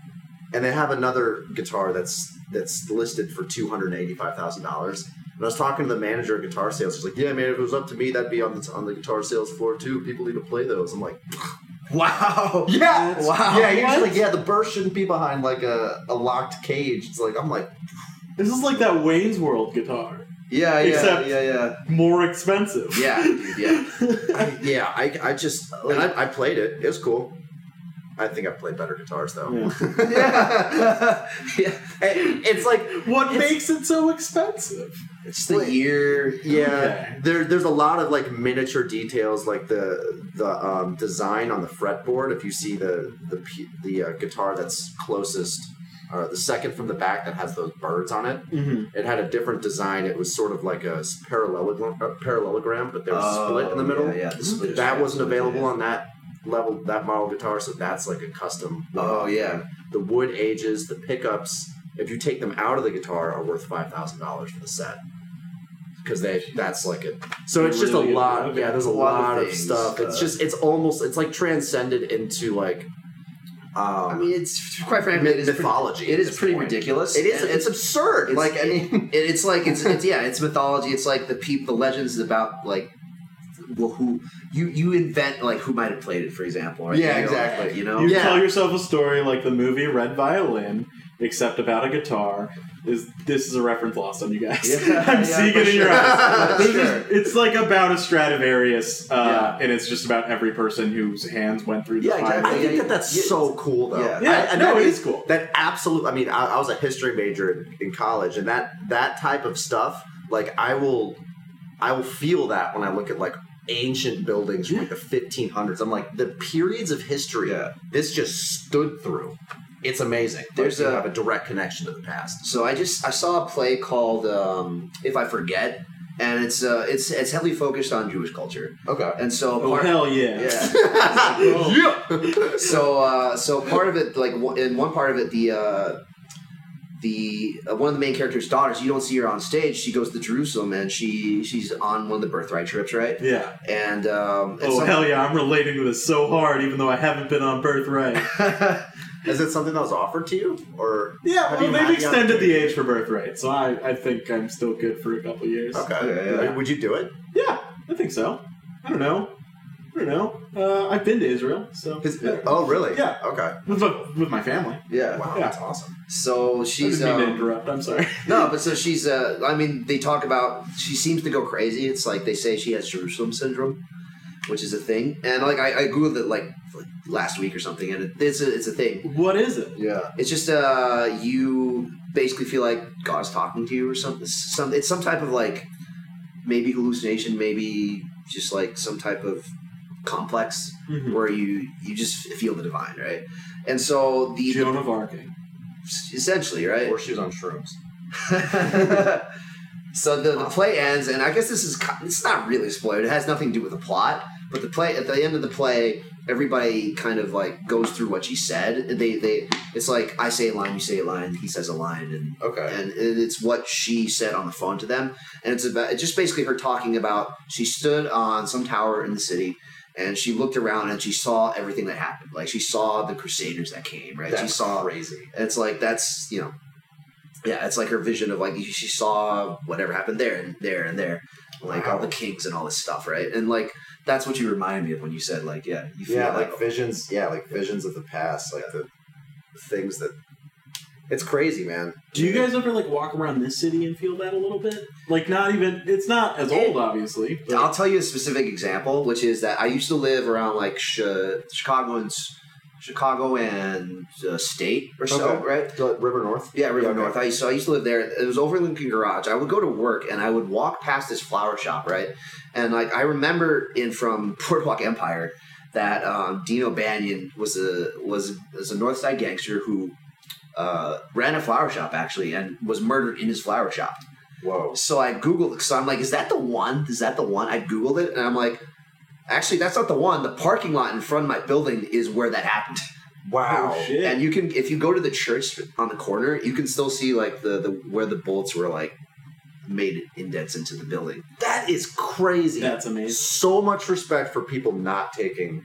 [SPEAKER 1] And they have another guitar that's that's listed for two hundred eighty five thousand dollars. And I was talking to the manager of guitar sales. He's like, yeah, man, if it was up to me, that'd be on the on the guitar sales floor too. People need to play those. I'm like,
[SPEAKER 2] wow,
[SPEAKER 1] yeah,
[SPEAKER 4] That's-
[SPEAKER 2] wow,
[SPEAKER 1] yeah. He was
[SPEAKER 4] What?
[SPEAKER 1] like, yeah, the bird shouldn't be behind like a, a locked cage. It's like I'm like,
[SPEAKER 4] this is like that Wayne's World guitar,
[SPEAKER 2] yeah, yeah,
[SPEAKER 4] Except-
[SPEAKER 2] yeah, yeah,
[SPEAKER 4] more expensive.
[SPEAKER 2] yeah, dude, yeah.
[SPEAKER 1] I- yeah, I, I just and I, I played it. It was cool. I think I played better guitars though.
[SPEAKER 4] Yeah.
[SPEAKER 2] yeah.
[SPEAKER 1] It- it's like
[SPEAKER 4] What
[SPEAKER 1] It's-
[SPEAKER 4] makes it so expensive?
[SPEAKER 2] It's the year.
[SPEAKER 1] Yeah,
[SPEAKER 4] Okay.
[SPEAKER 1] there, there's a lot of like miniature details, like the the um, design on the fretboard. If you see the the p- the uh, guitar that's closest, or the second from the back that has those birds on it,
[SPEAKER 4] Mm-hmm.
[SPEAKER 1] it had a different design. It was sort of like a s- parallelogram, a parallelogram but there was a split in the middle.
[SPEAKER 2] Oh, Yeah, yeah the split
[SPEAKER 1] That
[SPEAKER 2] strap.
[SPEAKER 1] wasn't available on that level, that model guitar. So that's like a custom. uh,
[SPEAKER 2] Oh yeah,
[SPEAKER 1] The wood ages, the pickups. If you take them out of the guitar, are worth five thousand dollars for the set. Because they, that's like it. So it's just a
[SPEAKER 4] Really?
[SPEAKER 1] lot.
[SPEAKER 4] Okay.
[SPEAKER 1] Yeah, there's
[SPEAKER 2] A
[SPEAKER 1] a
[SPEAKER 2] lot of
[SPEAKER 1] lot, of,
[SPEAKER 2] things,
[SPEAKER 1] stuff.
[SPEAKER 2] uh,
[SPEAKER 1] it's just, it's almost, it's like transcended into like, um,
[SPEAKER 2] I mean it's quite frankly it is pretty,
[SPEAKER 1] mythology.
[SPEAKER 2] it
[SPEAKER 1] at
[SPEAKER 2] is
[SPEAKER 1] this
[SPEAKER 2] pretty
[SPEAKER 1] point.
[SPEAKER 2] ridiculous.
[SPEAKER 1] It is.
[SPEAKER 2] and
[SPEAKER 1] It's absurd.
[SPEAKER 2] it's-
[SPEAKER 1] like I mean,
[SPEAKER 2] it- it's like it's, it's yeah it's mythology. It's like the people the legends about like well, who you you invent like who might have played it for example right?
[SPEAKER 1] Yeah,
[SPEAKER 2] You know,
[SPEAKER 1] exactly.
[SPEAKER 2] like, you know
[SPEAKER 4] You
[SPEAKER 1] Yeah.
[SPEAKER 4] tell yourself a story like the movie Red Violin, except about a guitar. Is this is a reference lost on you guys?
[SPEAKER 2] Yeah,
[SPEAKER 4] I'm
[SPEAKER 2] yeah,
[SPEAKER 4] seeing
[SPEAKER 2] for
[SPEAKER 4] it in your
[SPEAKER 2] sure.
[SPEAKER 4] eyes.
[SPEAKER 2] For
[SPEAKER 4] There's just-
[SPEAKER 2] sure.
[SPEAKER 4] It's like about a Stradivarius, uh,
[SPEAKER 2] Yeah.
[SPEAKER 4] and it's just about every person whose hands went through the
[SPEAKER 2] Yeah,
[SPEAKER 4] fire.
[SPEAKER 1] I
[SPEAKER 2] exactly.
[SPEAKER 1] think that that's
[SPEAKER 2] Yeah.
[SPEAKER 1] so cool though.
[SPEAKER 2] Yeah.
[SPEAKER 4] Yeah,
[SPEAKER 1] I- I-
[SPEAKER 4] no,
[SPEAKER 1] that
[SPEAKER 4] it
[SPEAKER 1] is-
[SPEAKER 4] is cool.
[SPEAKER 1] that absolute i mean I, I was a history major in, in college and that that type of stuff like i will i will feel that when i look at like ancient buildings from like the 1500s i'm like the periods of history
[SPEAKER 2] Yeah.
[SPEAKER 1] this just stood through it's amazing Like,
[SPEAKER 2] There's
[SPEAKER 1] you
[SPEAKER 2] a-
[SPEAKER 1] have a direct connection to the past
[SPEAKER 2] So I just I saw a play called um, If I Forget, and it's uh, it's it's heavily focused on Jewish culture,
[SPEAKER 1] okay
[SPEAKER 2] and so
[SPEAKER 4] Oh
[SPEAKER 2] part,
[SPEAKER 4] hell yeah!
[SPEAKER 2] yeah.
[SPEAKER 1] yeah
[SPEAKER 2] so uh, so part of it like one- in one part of it the uh, the uh, one of the main characters daughters you don't see her on stage she goes to jerusalem and she she's on one of the birthright trips right
[SPEAKER 4] Yeah.
[SPEAKER 2] and um and
[SPEAKER 4] Oh
[SPEAKER 2] some-
[SPEAKER 4] hell yeah! I'm relating to this so hard, even though I haven't been on Birthright.
[SPEAKER 1] is it something that was offered to you or
[SPEAKER 4] yeah,
[SPEAKER 1] Have
[SPEAKER 4] well
[SPEAKER 1] you had
[SPEAKER 4] they've
[SPEAKER 1] the
[SPEAKER 4] extended the
[SPEAKER 1] opportunity?
[SPEAKER 4] age for Birthright, so I, I think I'm still good for a couple years.
[SPEAKER 1] okay,
[SPEAKER 2] Yeah, yeah.
[SPEAKER 1] would you do it
[SPEAKER 4] Yeah, I think so. I don't know. I don't know. Uh, I've been to Israel, so
[SPEAKER 1] 'Cause-
[SPEAKER 4] yeah.
[SPEAKER 1] oh really
[SPEAKER 4] Yeah.
[SPEAKER 1] okay
[SPEAKER 4] with, my, with my family.
[SPEAKER 2] yeah
[SPEAKER 1] wow
[SPEAKER 4] Yeah.
[SPEAKER 1] that's awesome
[SPEAKER 2] so she's
[SPEAKER 4] I didn't mean to
[SPEAKER 2] um,
[SPEAKER 4] interrupt. I'm sorry.
[SPEAKER 2] no but so she's uh i mean they talk about she seems to go crazy it's like they say she has jerusalem syndrome which is a thing and like i, I googled it like like last week or something and it, it's a, it's a thing
[SPEAKER 4] What is it?
[SPEAKER 1] yeah
[SPEAKER 2] It's just uh, you basically feel like God's talking to you or something. Some it's some type of like maybe hallucination, maybe just like some type of complex
[SPEAKER 4] Hmm.
[SPEAKER 1] Mm-hmm.
[SPEAKER 2] where you you just feel the divine, right? And so the,
[SPEAKER 4] Joan of Arc. It
[SPEAKER 2] essentially, right?
[SPEAKER 1] or she was on shrooms
[SPEAKER 2] so the, the play ends, and I guess this is ki- it's not really a spoiler. It has nothing to do with the plot, but the play at the end of the play, everybody kind of like goes through what she said. They they it's like I say a line, you say a line, he says a line, and
[SPEAKER 1] okay
[SPEAKER 2] and and it's what she said on the phone to them and it's about it's just basically her talking about she stood on some tower in the city and she looked around and she saw everything that happened like she saw the crusaders that came right she
[SPEAKER 1] that's
[SPEAKER 2] saw
[SPEAKER 1] crazy
[SPEAKER 2] and it's like that's you know yeah it's like her vision of like she saw whatever happened there and there and there like all
[SPEAKER 1] Wow.
[SPEAKER 2] the kings and all this stuff right and like that's what you reminded me of when you said like yeah you feel
[SPEAKER 1] yeah,
[SPEAKER 2] like
[SPEAKER 1] like visions. Yeah, like visions of the past, like the things that It's crazy, man.
[SPEAKER 4] Do you guys ever like walk around this city and feel that a little bit? Like not even it's not as old obviously. but-
[SPEAKER 2] I'll tell you a specific example, which is that I used to live around like Ch- Chicago and s- Chicago and uh, State or so,
[SPEAKER 1] Okay.
[SPEAKER 2] right?
[SPEAKER 1] The River North.
[SPEAKER 2] Yeah, River
[SPEAKER 1] Yeah, okay.
[SPEAKER 2] North. I used, so I used to live there. It was over Lincoln Garage. I would go to work and I would walk past this flower shop, right? And like I remember in from Boardwalk Empire that um, Dino Banyan was a was was a North Side gangster who uh, ran a flower shop actually and was murdered in his flower shop.
[SPEAKER 1] Whoa.
[SPEAKER 4] Oh,
[SPEAKER 2] So I Googled. So I'm like, is that the one? Is that the one? I Googled it, and I'm like, actually, that's not the one. The parking lot in front of my building is where that happened.
[SPEAKER 1] Wow.
[SPEAKER 4] Oh, shit.
[SPEAKER 2] And you can, if you go to the church on the corner, you can still see like the, the where the bolts were like made indents into the building.
[SPEAKER 1] that is crazy.
[SPEAKER 4] That's amazing.
[SPEAKER 1] so much respect for people not taking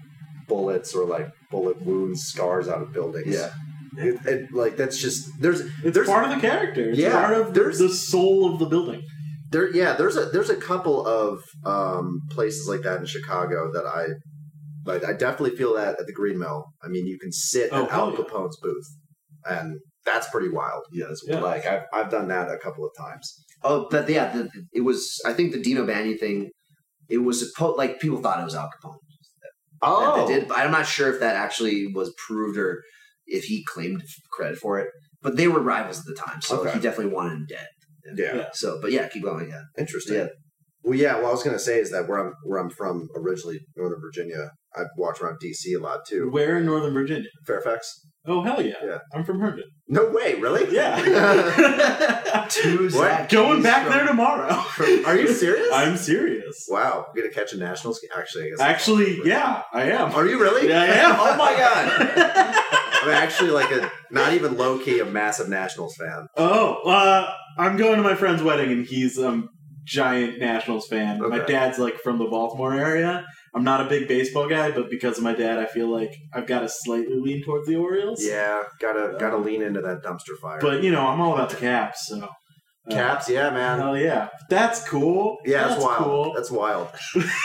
[SPEAKER 1] bullets or like bullet wounds, scars out of buildings.
[SPEAKER 2] Yeah.
[SPEAKER 1] It, it- like that's just there's
[SPEAKER 4] It's
[SPEAKER 1] There's-
[SPEAKER 4] part of the character. It's
[SPEAKER 1] Yeah,
[SPEAKER 4] part of
[SPEAKER 1] there's-
[SPEAKER 4] the soul of the building.
[SPEAKER 1] there yeah there's a there's a couple of um, places like that in Chicago that I like I definitely feel that at the Green Mill. I mean, you can sit
[SPEAKER 4] Oh,
[SPEAKER 1] at
[SPEAKER 4] hell
[SPEAKER 1] Al
[SPEAKER 4] yeah.
[SPEAKER 1] Capone's booth, and that's pretty wild. Yeah, it's
[SPEAKER 4] Yeah.
[SPEAKER 1] like I've I've done that a couple of times.
[SPEAKER 2] Oh, but yeah, the, it was. I think the Dino Banyan thing. It was supposed like people thought it was Al Capone. that they did, but I'm not sure if that actually was proved or if he claimed credit for it. But they were rivals at the time, so
[SPEAKER 1] Okay.
[SPEAKER 2] he definitely wanted him dead.
[SPEAKER 1] yeah.
[SPEAKER 2] So, but yeah, keep going. Yeah,
[SPEAKER 1] Interesting.
[SPEAKER 2] Yeah.
[SPEAKER 1] Well, yeah. What I was gonna say is that where I'm where I'm from originally, Northern Virginia. I walked around DC a lot too.
[SPEAKER 4] Where in Northern Virginia?
[SPEAKER 1] Fairfax.
[SPEAKER 4] Oh hell yeah.
[SPEAKER 1] Yeah.
[SPEAKER 4] I'm from Herndon.
[SPEAKER 1] No way, really?
[SPEAKER 4] Yeah.
[SPEAKER 2] two Zach
[SPEAKER 4] Going
[SPEAKER 2] Keys
[SPEAKER 4] back
[SPEAKER 2] from-
[SPEAKER 4] there tomorrow.
[SPEAKER 1] Are you serious?
[SPEAKER 4] I'm serious.
[SPEAKER 1] wow. You're gonna catch a Nationals game? Actually, I guess-
[SPEAKER 4] Actually, yeah, I am.
[SPEAKER 1] Are you really?
[SPEAKER 4] Yeah, I am.
[SPEAKER 1] oh my god. I'm actually like a not even low key a massive Nationals fan.
[SPEAKER 4] Oh, uh, I'm going to my friend's wedding, and he's a um, giant Nationals fan. My
[SPEAKER 1] Okay.
[SPEAKER 4] dad's like from the Baltimore area. I'm not a big baseball guy, but because of my dad, I feel like I've got to slightly lean towards the Orioles.
[SPEAKER 1] Yeah, gotta gotta lean into that dumpster fire.
[SPEAKER 4] But you know, I'm all about the Caps, so uh,
[SPEAKER 1] Caps, yeah, man.
[SPEAKER 4] Hell yeah, that's cool.
[SPEAKER 1] Yeah, that's, wild.
[SPEAKER 4] cool.
[SPEAKER 1] That's wild.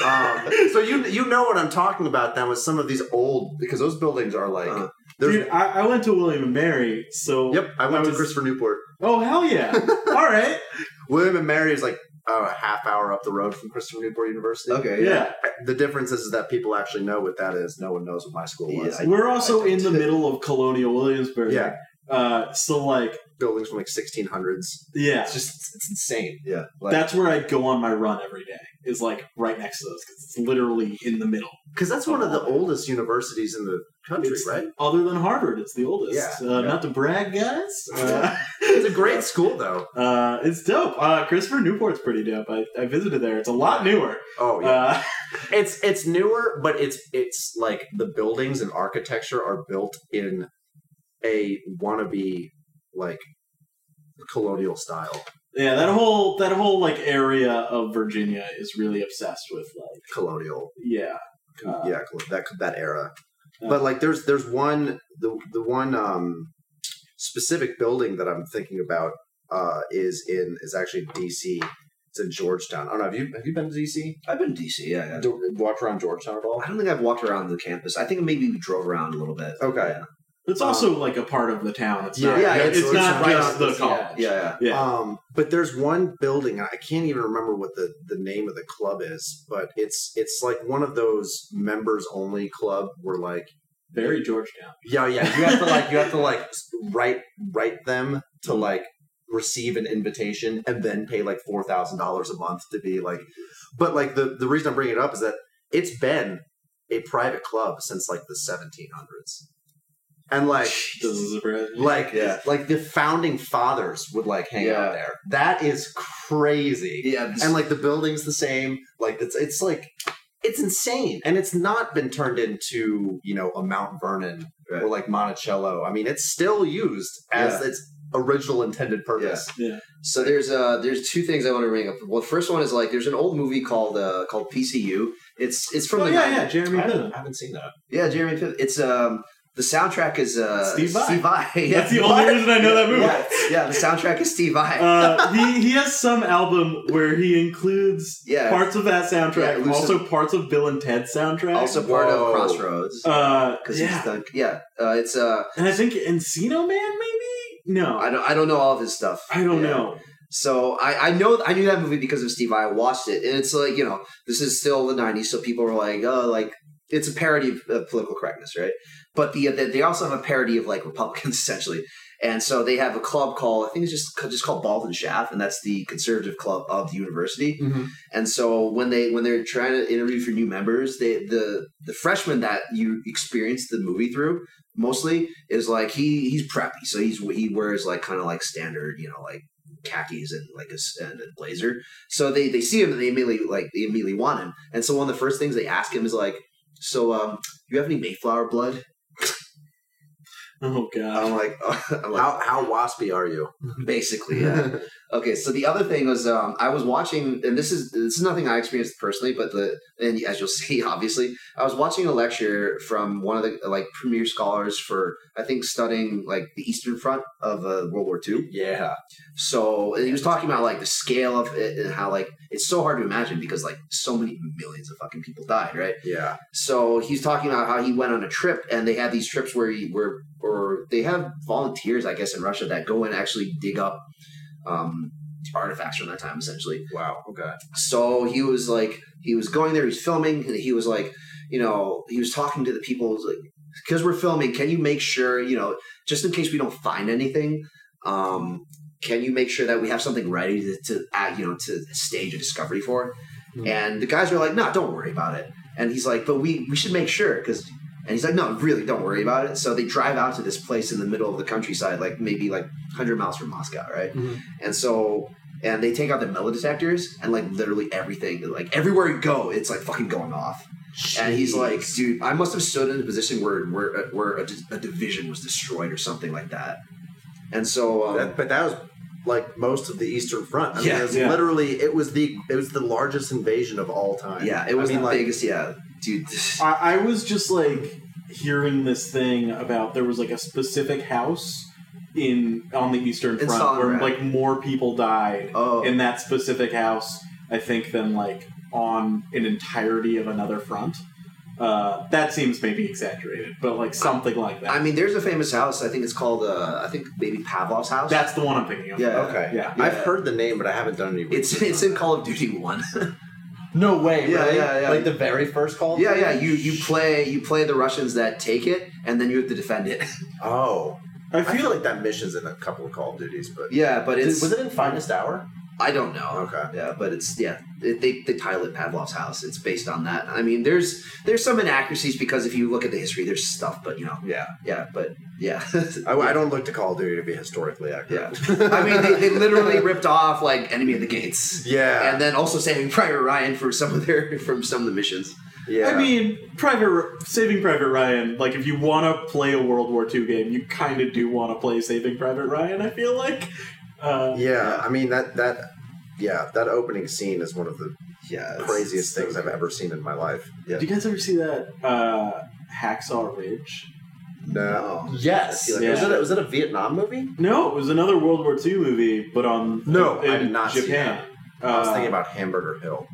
[SPEAKER 1] Um, so you you know what I'm talking about then with some of these old because those buildings are like
[SPEAKER 2] Uh-huh.
[SPEAKER 1] there's
[SPEAKER 4] Uh, Dude, I, I went to William and Mary, so
[SPEAKER 1] Yep, I went
[SPEAKER 4] I
[SPEAKER 1] to
[SPEAKER 4] was-
[SPEAKER 1] Christopher Newport.
[SPEAKER 4] oh hell yeah, all right,
[SPEAKER 1] William and Mary is like uh, a half hour up the road from Christopher Newport University.
[SPEAKER 2] Okay, yeah.
[SPEAKER 4] yeah.
[SPEAKER 1] The difference is that people actually know what that is. No one knows what my school was.
[SPEAKER 2] Yeah, I-
[SPEAKER 4] We're also
[SPEAKER 1] I don't
[SPEAKER 4] in the
[SPEAKER 1] too.
[SPEAKER 4] middle of Colonial Williamsburg.
[SPEAKER 1] Yeah.
[SPEAKER 4] Uh, so like,
[SPEAKER 1] Buildings from like 1600s.
[SPEAKER 4] yeah,
[SPEAKER 1] It's just it's insane. Yeah, like
[SPEAKER 4] That's where I go on my run every day. Is like right next to those because it's literally in the middle.
[SPEAKER 1] because that's one of the oldest universities in the country,
[SPEAKER 4] It's-
[SPEAKER 1] right?
[SPEAKER 4] Other than Harvard, it's the oldest.
[SPEAKER 1] Yeah,
[SPEAKER 4] uh,
[SPEAKER 1] yeah.
[SPEAKER 4] Not to brag, guys. Uh,
[SPEAKER 1] Yeah. It's a great school though.
[SPEAKER 4] uh, it's dope. Uh, Christopher Newport's pretty dope. I, I visited there. It's a lot newer.
[SPEAKER 1] Oh yeah,
[SPEAKER 4] Uh,
[SPEAKER 1] it's it's newer, but it's it's like the buildings and architecture are built in a wannabe like colonial style.
[SPEAKER 4] yeah, that whole that whole like area of Virginia is really obsessed with like
[SPEAKER 1] Colonial
[SPEAKER 4] yeah. Uh,
[SPEAKER 1] yeah cl- that that era
[SPEAKER 4] Yeah.
[SPEAKER 1] but like there's there's one the the one um specific building that i'm thinking about uh is in is actually in dc it's in georgetown i don't know have you have you been to dc
[SPEAKER 2] I've been to DC. Yeah, yeah.
[SPEAKER 1] Do, walked around georgetown at all
[SPEAKER 2] I don't think I've walked around the campus. I think maybe we drove around a little bit.
[SPEAKER 1] okay
[SPEAKER 2] Yeah,
[SPEAKER 4] It's also like a part of the town. It's not,
[SPEAKER 1] Um, Yeah,
[SPEAKER 4] it's,
[SPEAKER 1] it's- it's
[SPEAKER 4] not
[SPEAKER 1] right
[SPEAKER 4] just
[SPEAKER 1] on
[SPEAKER 4] the
[SPEAKER 1] this-
[SPEAKER 4] college.
[SPEAKER 2] yeah, yeah.
[SPEAKER 4] Yeah.
[SPEAKER 1] um but there's one building and i can't even remember what the the name of the club is but it's it's like one of those members only club where like
[SPEAKER 4] Very Georgetown.
[SPEAKER 1] Yeah, yeah. You have to like you have to like s- write write them to like receive an invitation and then pay like four thousand dollars a month to be like. But like the the reason I'm bringing it up is that it's been a private club since like the 1700s, and like
[SPEAKER 4] Doesn't surprise me.
[SPEAKER 1] like
[SPEAKER 2] Yeah.
[SPEAKER 1] like the founding fathers would like hang
[SPEAKER 2] Yeah.
[SPEAKER 1] out there. That is crazy.
[SPEAKER 2] Yeah, this-
[SPEAKER 1] And like the building's the same. Like it's it's like it's insane, and it's not been turned into you know a Mount Vernon
[SPEAKER 2] Right.
[SPEAKER 1] or like Monticello. I mean, it's still used as its original intended purpose.
[SPEAKER 2] so there's uh there's two things I want to bring up. Well, the first one is like there's an old movie called uh called PCU. It's it's from
[SPEAKER 4] oh
[SPEAKER 2] the
[SPEAKER 4] yeah, yeah. Jeremy
[SPEAKER 1] I, haven't,
[SPEAKER 4] Piven.
[SPEAKER 1] I haven't seen that.
[SPEAKER 2] yeah Jeremy Piven. It's um the soundtrack is uh
[SPEAKER 4] Steve Vai.
[SPEAKER 2] Vai. Yeah.
[SPEAKER 4] That's the only reason I know that movie.
[SPEAKER 2] Yeah, yeah, the soundtrack is Steve Vai.
[SPEAKER 4] uh, he he has some album where he includes
[SPEAKER 2] Yeah.
[SPEAKER 4] parts of that
[SPEAKER 2] Yeah,
[SPEAKER 4] soundtrack,
[SPEAKER 2] Lucid-
[SPEAKER 4] also parts of Bill and Ted's soundtrack.
[SPEAKER 2] also part
[SPEAKER 1] Whoa.
[SPEAKER 2] of Crossroads.
[SPEAKER 4] uh,
[SPEAKER 2] Because
[SPEAKER 4] yeah,
[SPEAKER 2] he's the yeah. Uh, it's uh
[SPEAKER 4] and I think Encino Man maybe No, I,
[SPEAKER 2] I don't. I don't know all of his stuff.
[SPEAKER 4] don't
[SPEAKER 2] Yeah.
[SPEAKER 4] know.
[SPEAKER 2] So I, I know I knew that movie because of Steve. I watched it, and it's like you know this is still the '90s, so people were like, oh, like it's a parody of of political correctness, right? But the, the they also have a parody of like Republicans essentially, and so they have a club called I think it's just just called Bald and Shaft, and that's the conservative club of the university. And so when they when they're trying to interview for new members, they the the freshman that you experience the movie through mostly is like he he's preppy, so he's he wears like kind of like standard, you know, like khakis and like a s- and a blazer. So they they see him and they immediately like they immediately want him. And so one of the first things they ask him is like, "So um, you have any Mayflower blood?"
[SPEAKER 4] Oh god.
[SPEAKER 2] I'm like, I'm like
[SPEAKER 1] How how waspy are you?
[SPEAKER 2] basically, yeah. Okay, so the other thing was um, I was watching, and this is this is nothing I experienced personally, but the and as you'll see, obviously, I was watching a lecture from one of the like premier scholars for I think studying like the Eastern Front of uh, World War II.
[SPEAKER 1] yeah.
[SPEAKER 2] So and he was talking about like the scale of it and how like it's so hard to imagine because like so many millions of fucking people died, right?
[SPEAKER 1] Yeah.
[SPEAKER 2] So he's talking about how he went on a trip, and they have these trips where he where or they have volunteers, I guess, in Russia that go and actually dig up um, artifacts from that time, essentially.
[SPEAKER 1] Wow. Okay.
[SPEAKER 2] So he was like, he was going there, he's filming, and he was like, you know, he was talking to the people, he was like, because we're filming, can you make sure, you know, just in case we don't find anything, um, can you make sure that we have something ready to, to add, you know, to stage a discovery for?
[SPEAKER 4] Hmm.
[SPEAKER 2] And the guys were like, no, don't worry about it. And he's like, but we, we should make sure because, and he's like, no, really, don't worry about it. So they drive out to this place in the middle of the countryside, like maybe like 100 miles from Moscow, right?
[SPEAKER 4] Mhm.
[SPEAKER 2] And so and they take out the metal detectors and like literally everything like everywhere you go it's like fucking going off and he's like dude i must have stood in a position where where, uh, where a, di- a division was destroyed or something like that and so um,
[SPEAKER 1] That, but that was like most of the Eastern Front. I mean,
[SPEAKER 2] Yeah,
[SPEAKER 1] it was
[SPEAKER 4] yeah.
[SPEAKER 1] literally it was the it was the largest invasion of all time.
[SPEAKER 2] yeah it was
[SPEAKER 1] I mean,
[SPEAKER 2] the
[SPEAKER 1] like,
[SPEAKER 2] biggest yeah dude
[SPEAKER 4] I, I was just like hearing this thing about there was like a specific house in on the Eastern
[SPEAKER 2] In
[SPEAKER 4] Front where
[SPEAKER 2] Stalingrad.
[SPEAKER 4] like more people died
[SPEAKER 2] oh
[SPEAKER 4] in that specific house, I think, than like on an entirety of another front. Uh, that seems maybe exaggerated, but like something like that.
[SPEAKER 2] i mean there's a famous house i think it's called uh, i think maybe pavlov's house
[SPEAKER 4] That's the one I'm thinking of.
[SPEAKER 2] yeah
[SPEAKER 1] Okay.
[SPEAKER 4] Yeah.
[SPEAKER 1] I've
[SPEAKER 2] Yeah.
[SPEAKER 1] heard the name, but I haven't done any.
[SPEAKER 2] it's
[SPEAKER 1] research
[SPEAKER 2] it's
[SPEAKER 1] on
[SPEAKER 2] in
[SPEAKER 1] that.
[SPEAKER 2] call of duty one
[SPEAKER 1] No way.
[SPEAKER 2] Yeah,
[SPEAKER 1] really?
[SPEAKER 2] yeah, yeah.
[SPEAKER 1] Like the very first call. of
[SPEAKER 2] yeah
[SPEAKER 1] Duty?
[SPEAKER 2] yeah you you play you play the russians that take it and then you have to defend it
[SPEAKER 1] Oh,
[SPEAKER 4] I
[SPEAKER 1] I
[SPEAKER 4] feel
[SPEAKER 1] feel
[SPEAKER 4] like
[SPEAKER 1] like that mission's in a couple of Call of Duties, but
[SPEAKER 2] yeah but it's
[SPEAKER 1] was it in Finest Hour?
[SPEAKER 2] I don't know.
[SPEAKER 1] Okay.
[SPEAKER 2] Yeah, but it's yeah. It, they they title it Pavlov's house. It's based on that. I mean, there's there's some inaccuracies because if you look at the history, there's stuff. But you know,
[SPEAKER 1] Yeah,
[SPEAKER 2] yeah, but yeah.
[SPEAKER 1] I, I don't look to Call of Duty to be historically accurate. Yeah,
[SPEAKER 2] I mean, they, they literally ripped off like Enemy of the Gates,
[SPEAKER 1] yeah,
[SPEAKER 2] and then also Saving Private Ryan for some of their from some of the missions.
[SPEAKER 1] yeah.
[SPEAKER 4] I mean, Private R- Saving Private Ryan. Like, if you want to play a World War II game, you kind of do want to play Saving Private Ryan. I feel like. Uh,
[SPEAKER 1] yeah, I mean that that yeah that opening scene is one of the
[SPEAKER 2] Yeah, it's-
[SPEAKER 1] craziest things I've ever seen in my life. Yeah.
[SPEAKER 4] Did you guys ever see that uh, Hacksaw Ridge?
[SPEAKER 1] No.
[SPEAKER 2] No.
[SPEAKER 1] Yes.
[SPEAKER 4] Yeah.
[SPEAKER 1] Was, it a, was it a Vietnam movie?
[SPEAKER 4] No, it was another World War II movie, but on
[SPEAKER 1] No,
[SPEAKER 4] in
[SPEAKER 1] I did not see
[SPEAKER 4] Japan.
[SPEAKER 1] I was
[SPEAKER 4] Uh,
[SPEAKER 1] thinking about Hamburger Hill.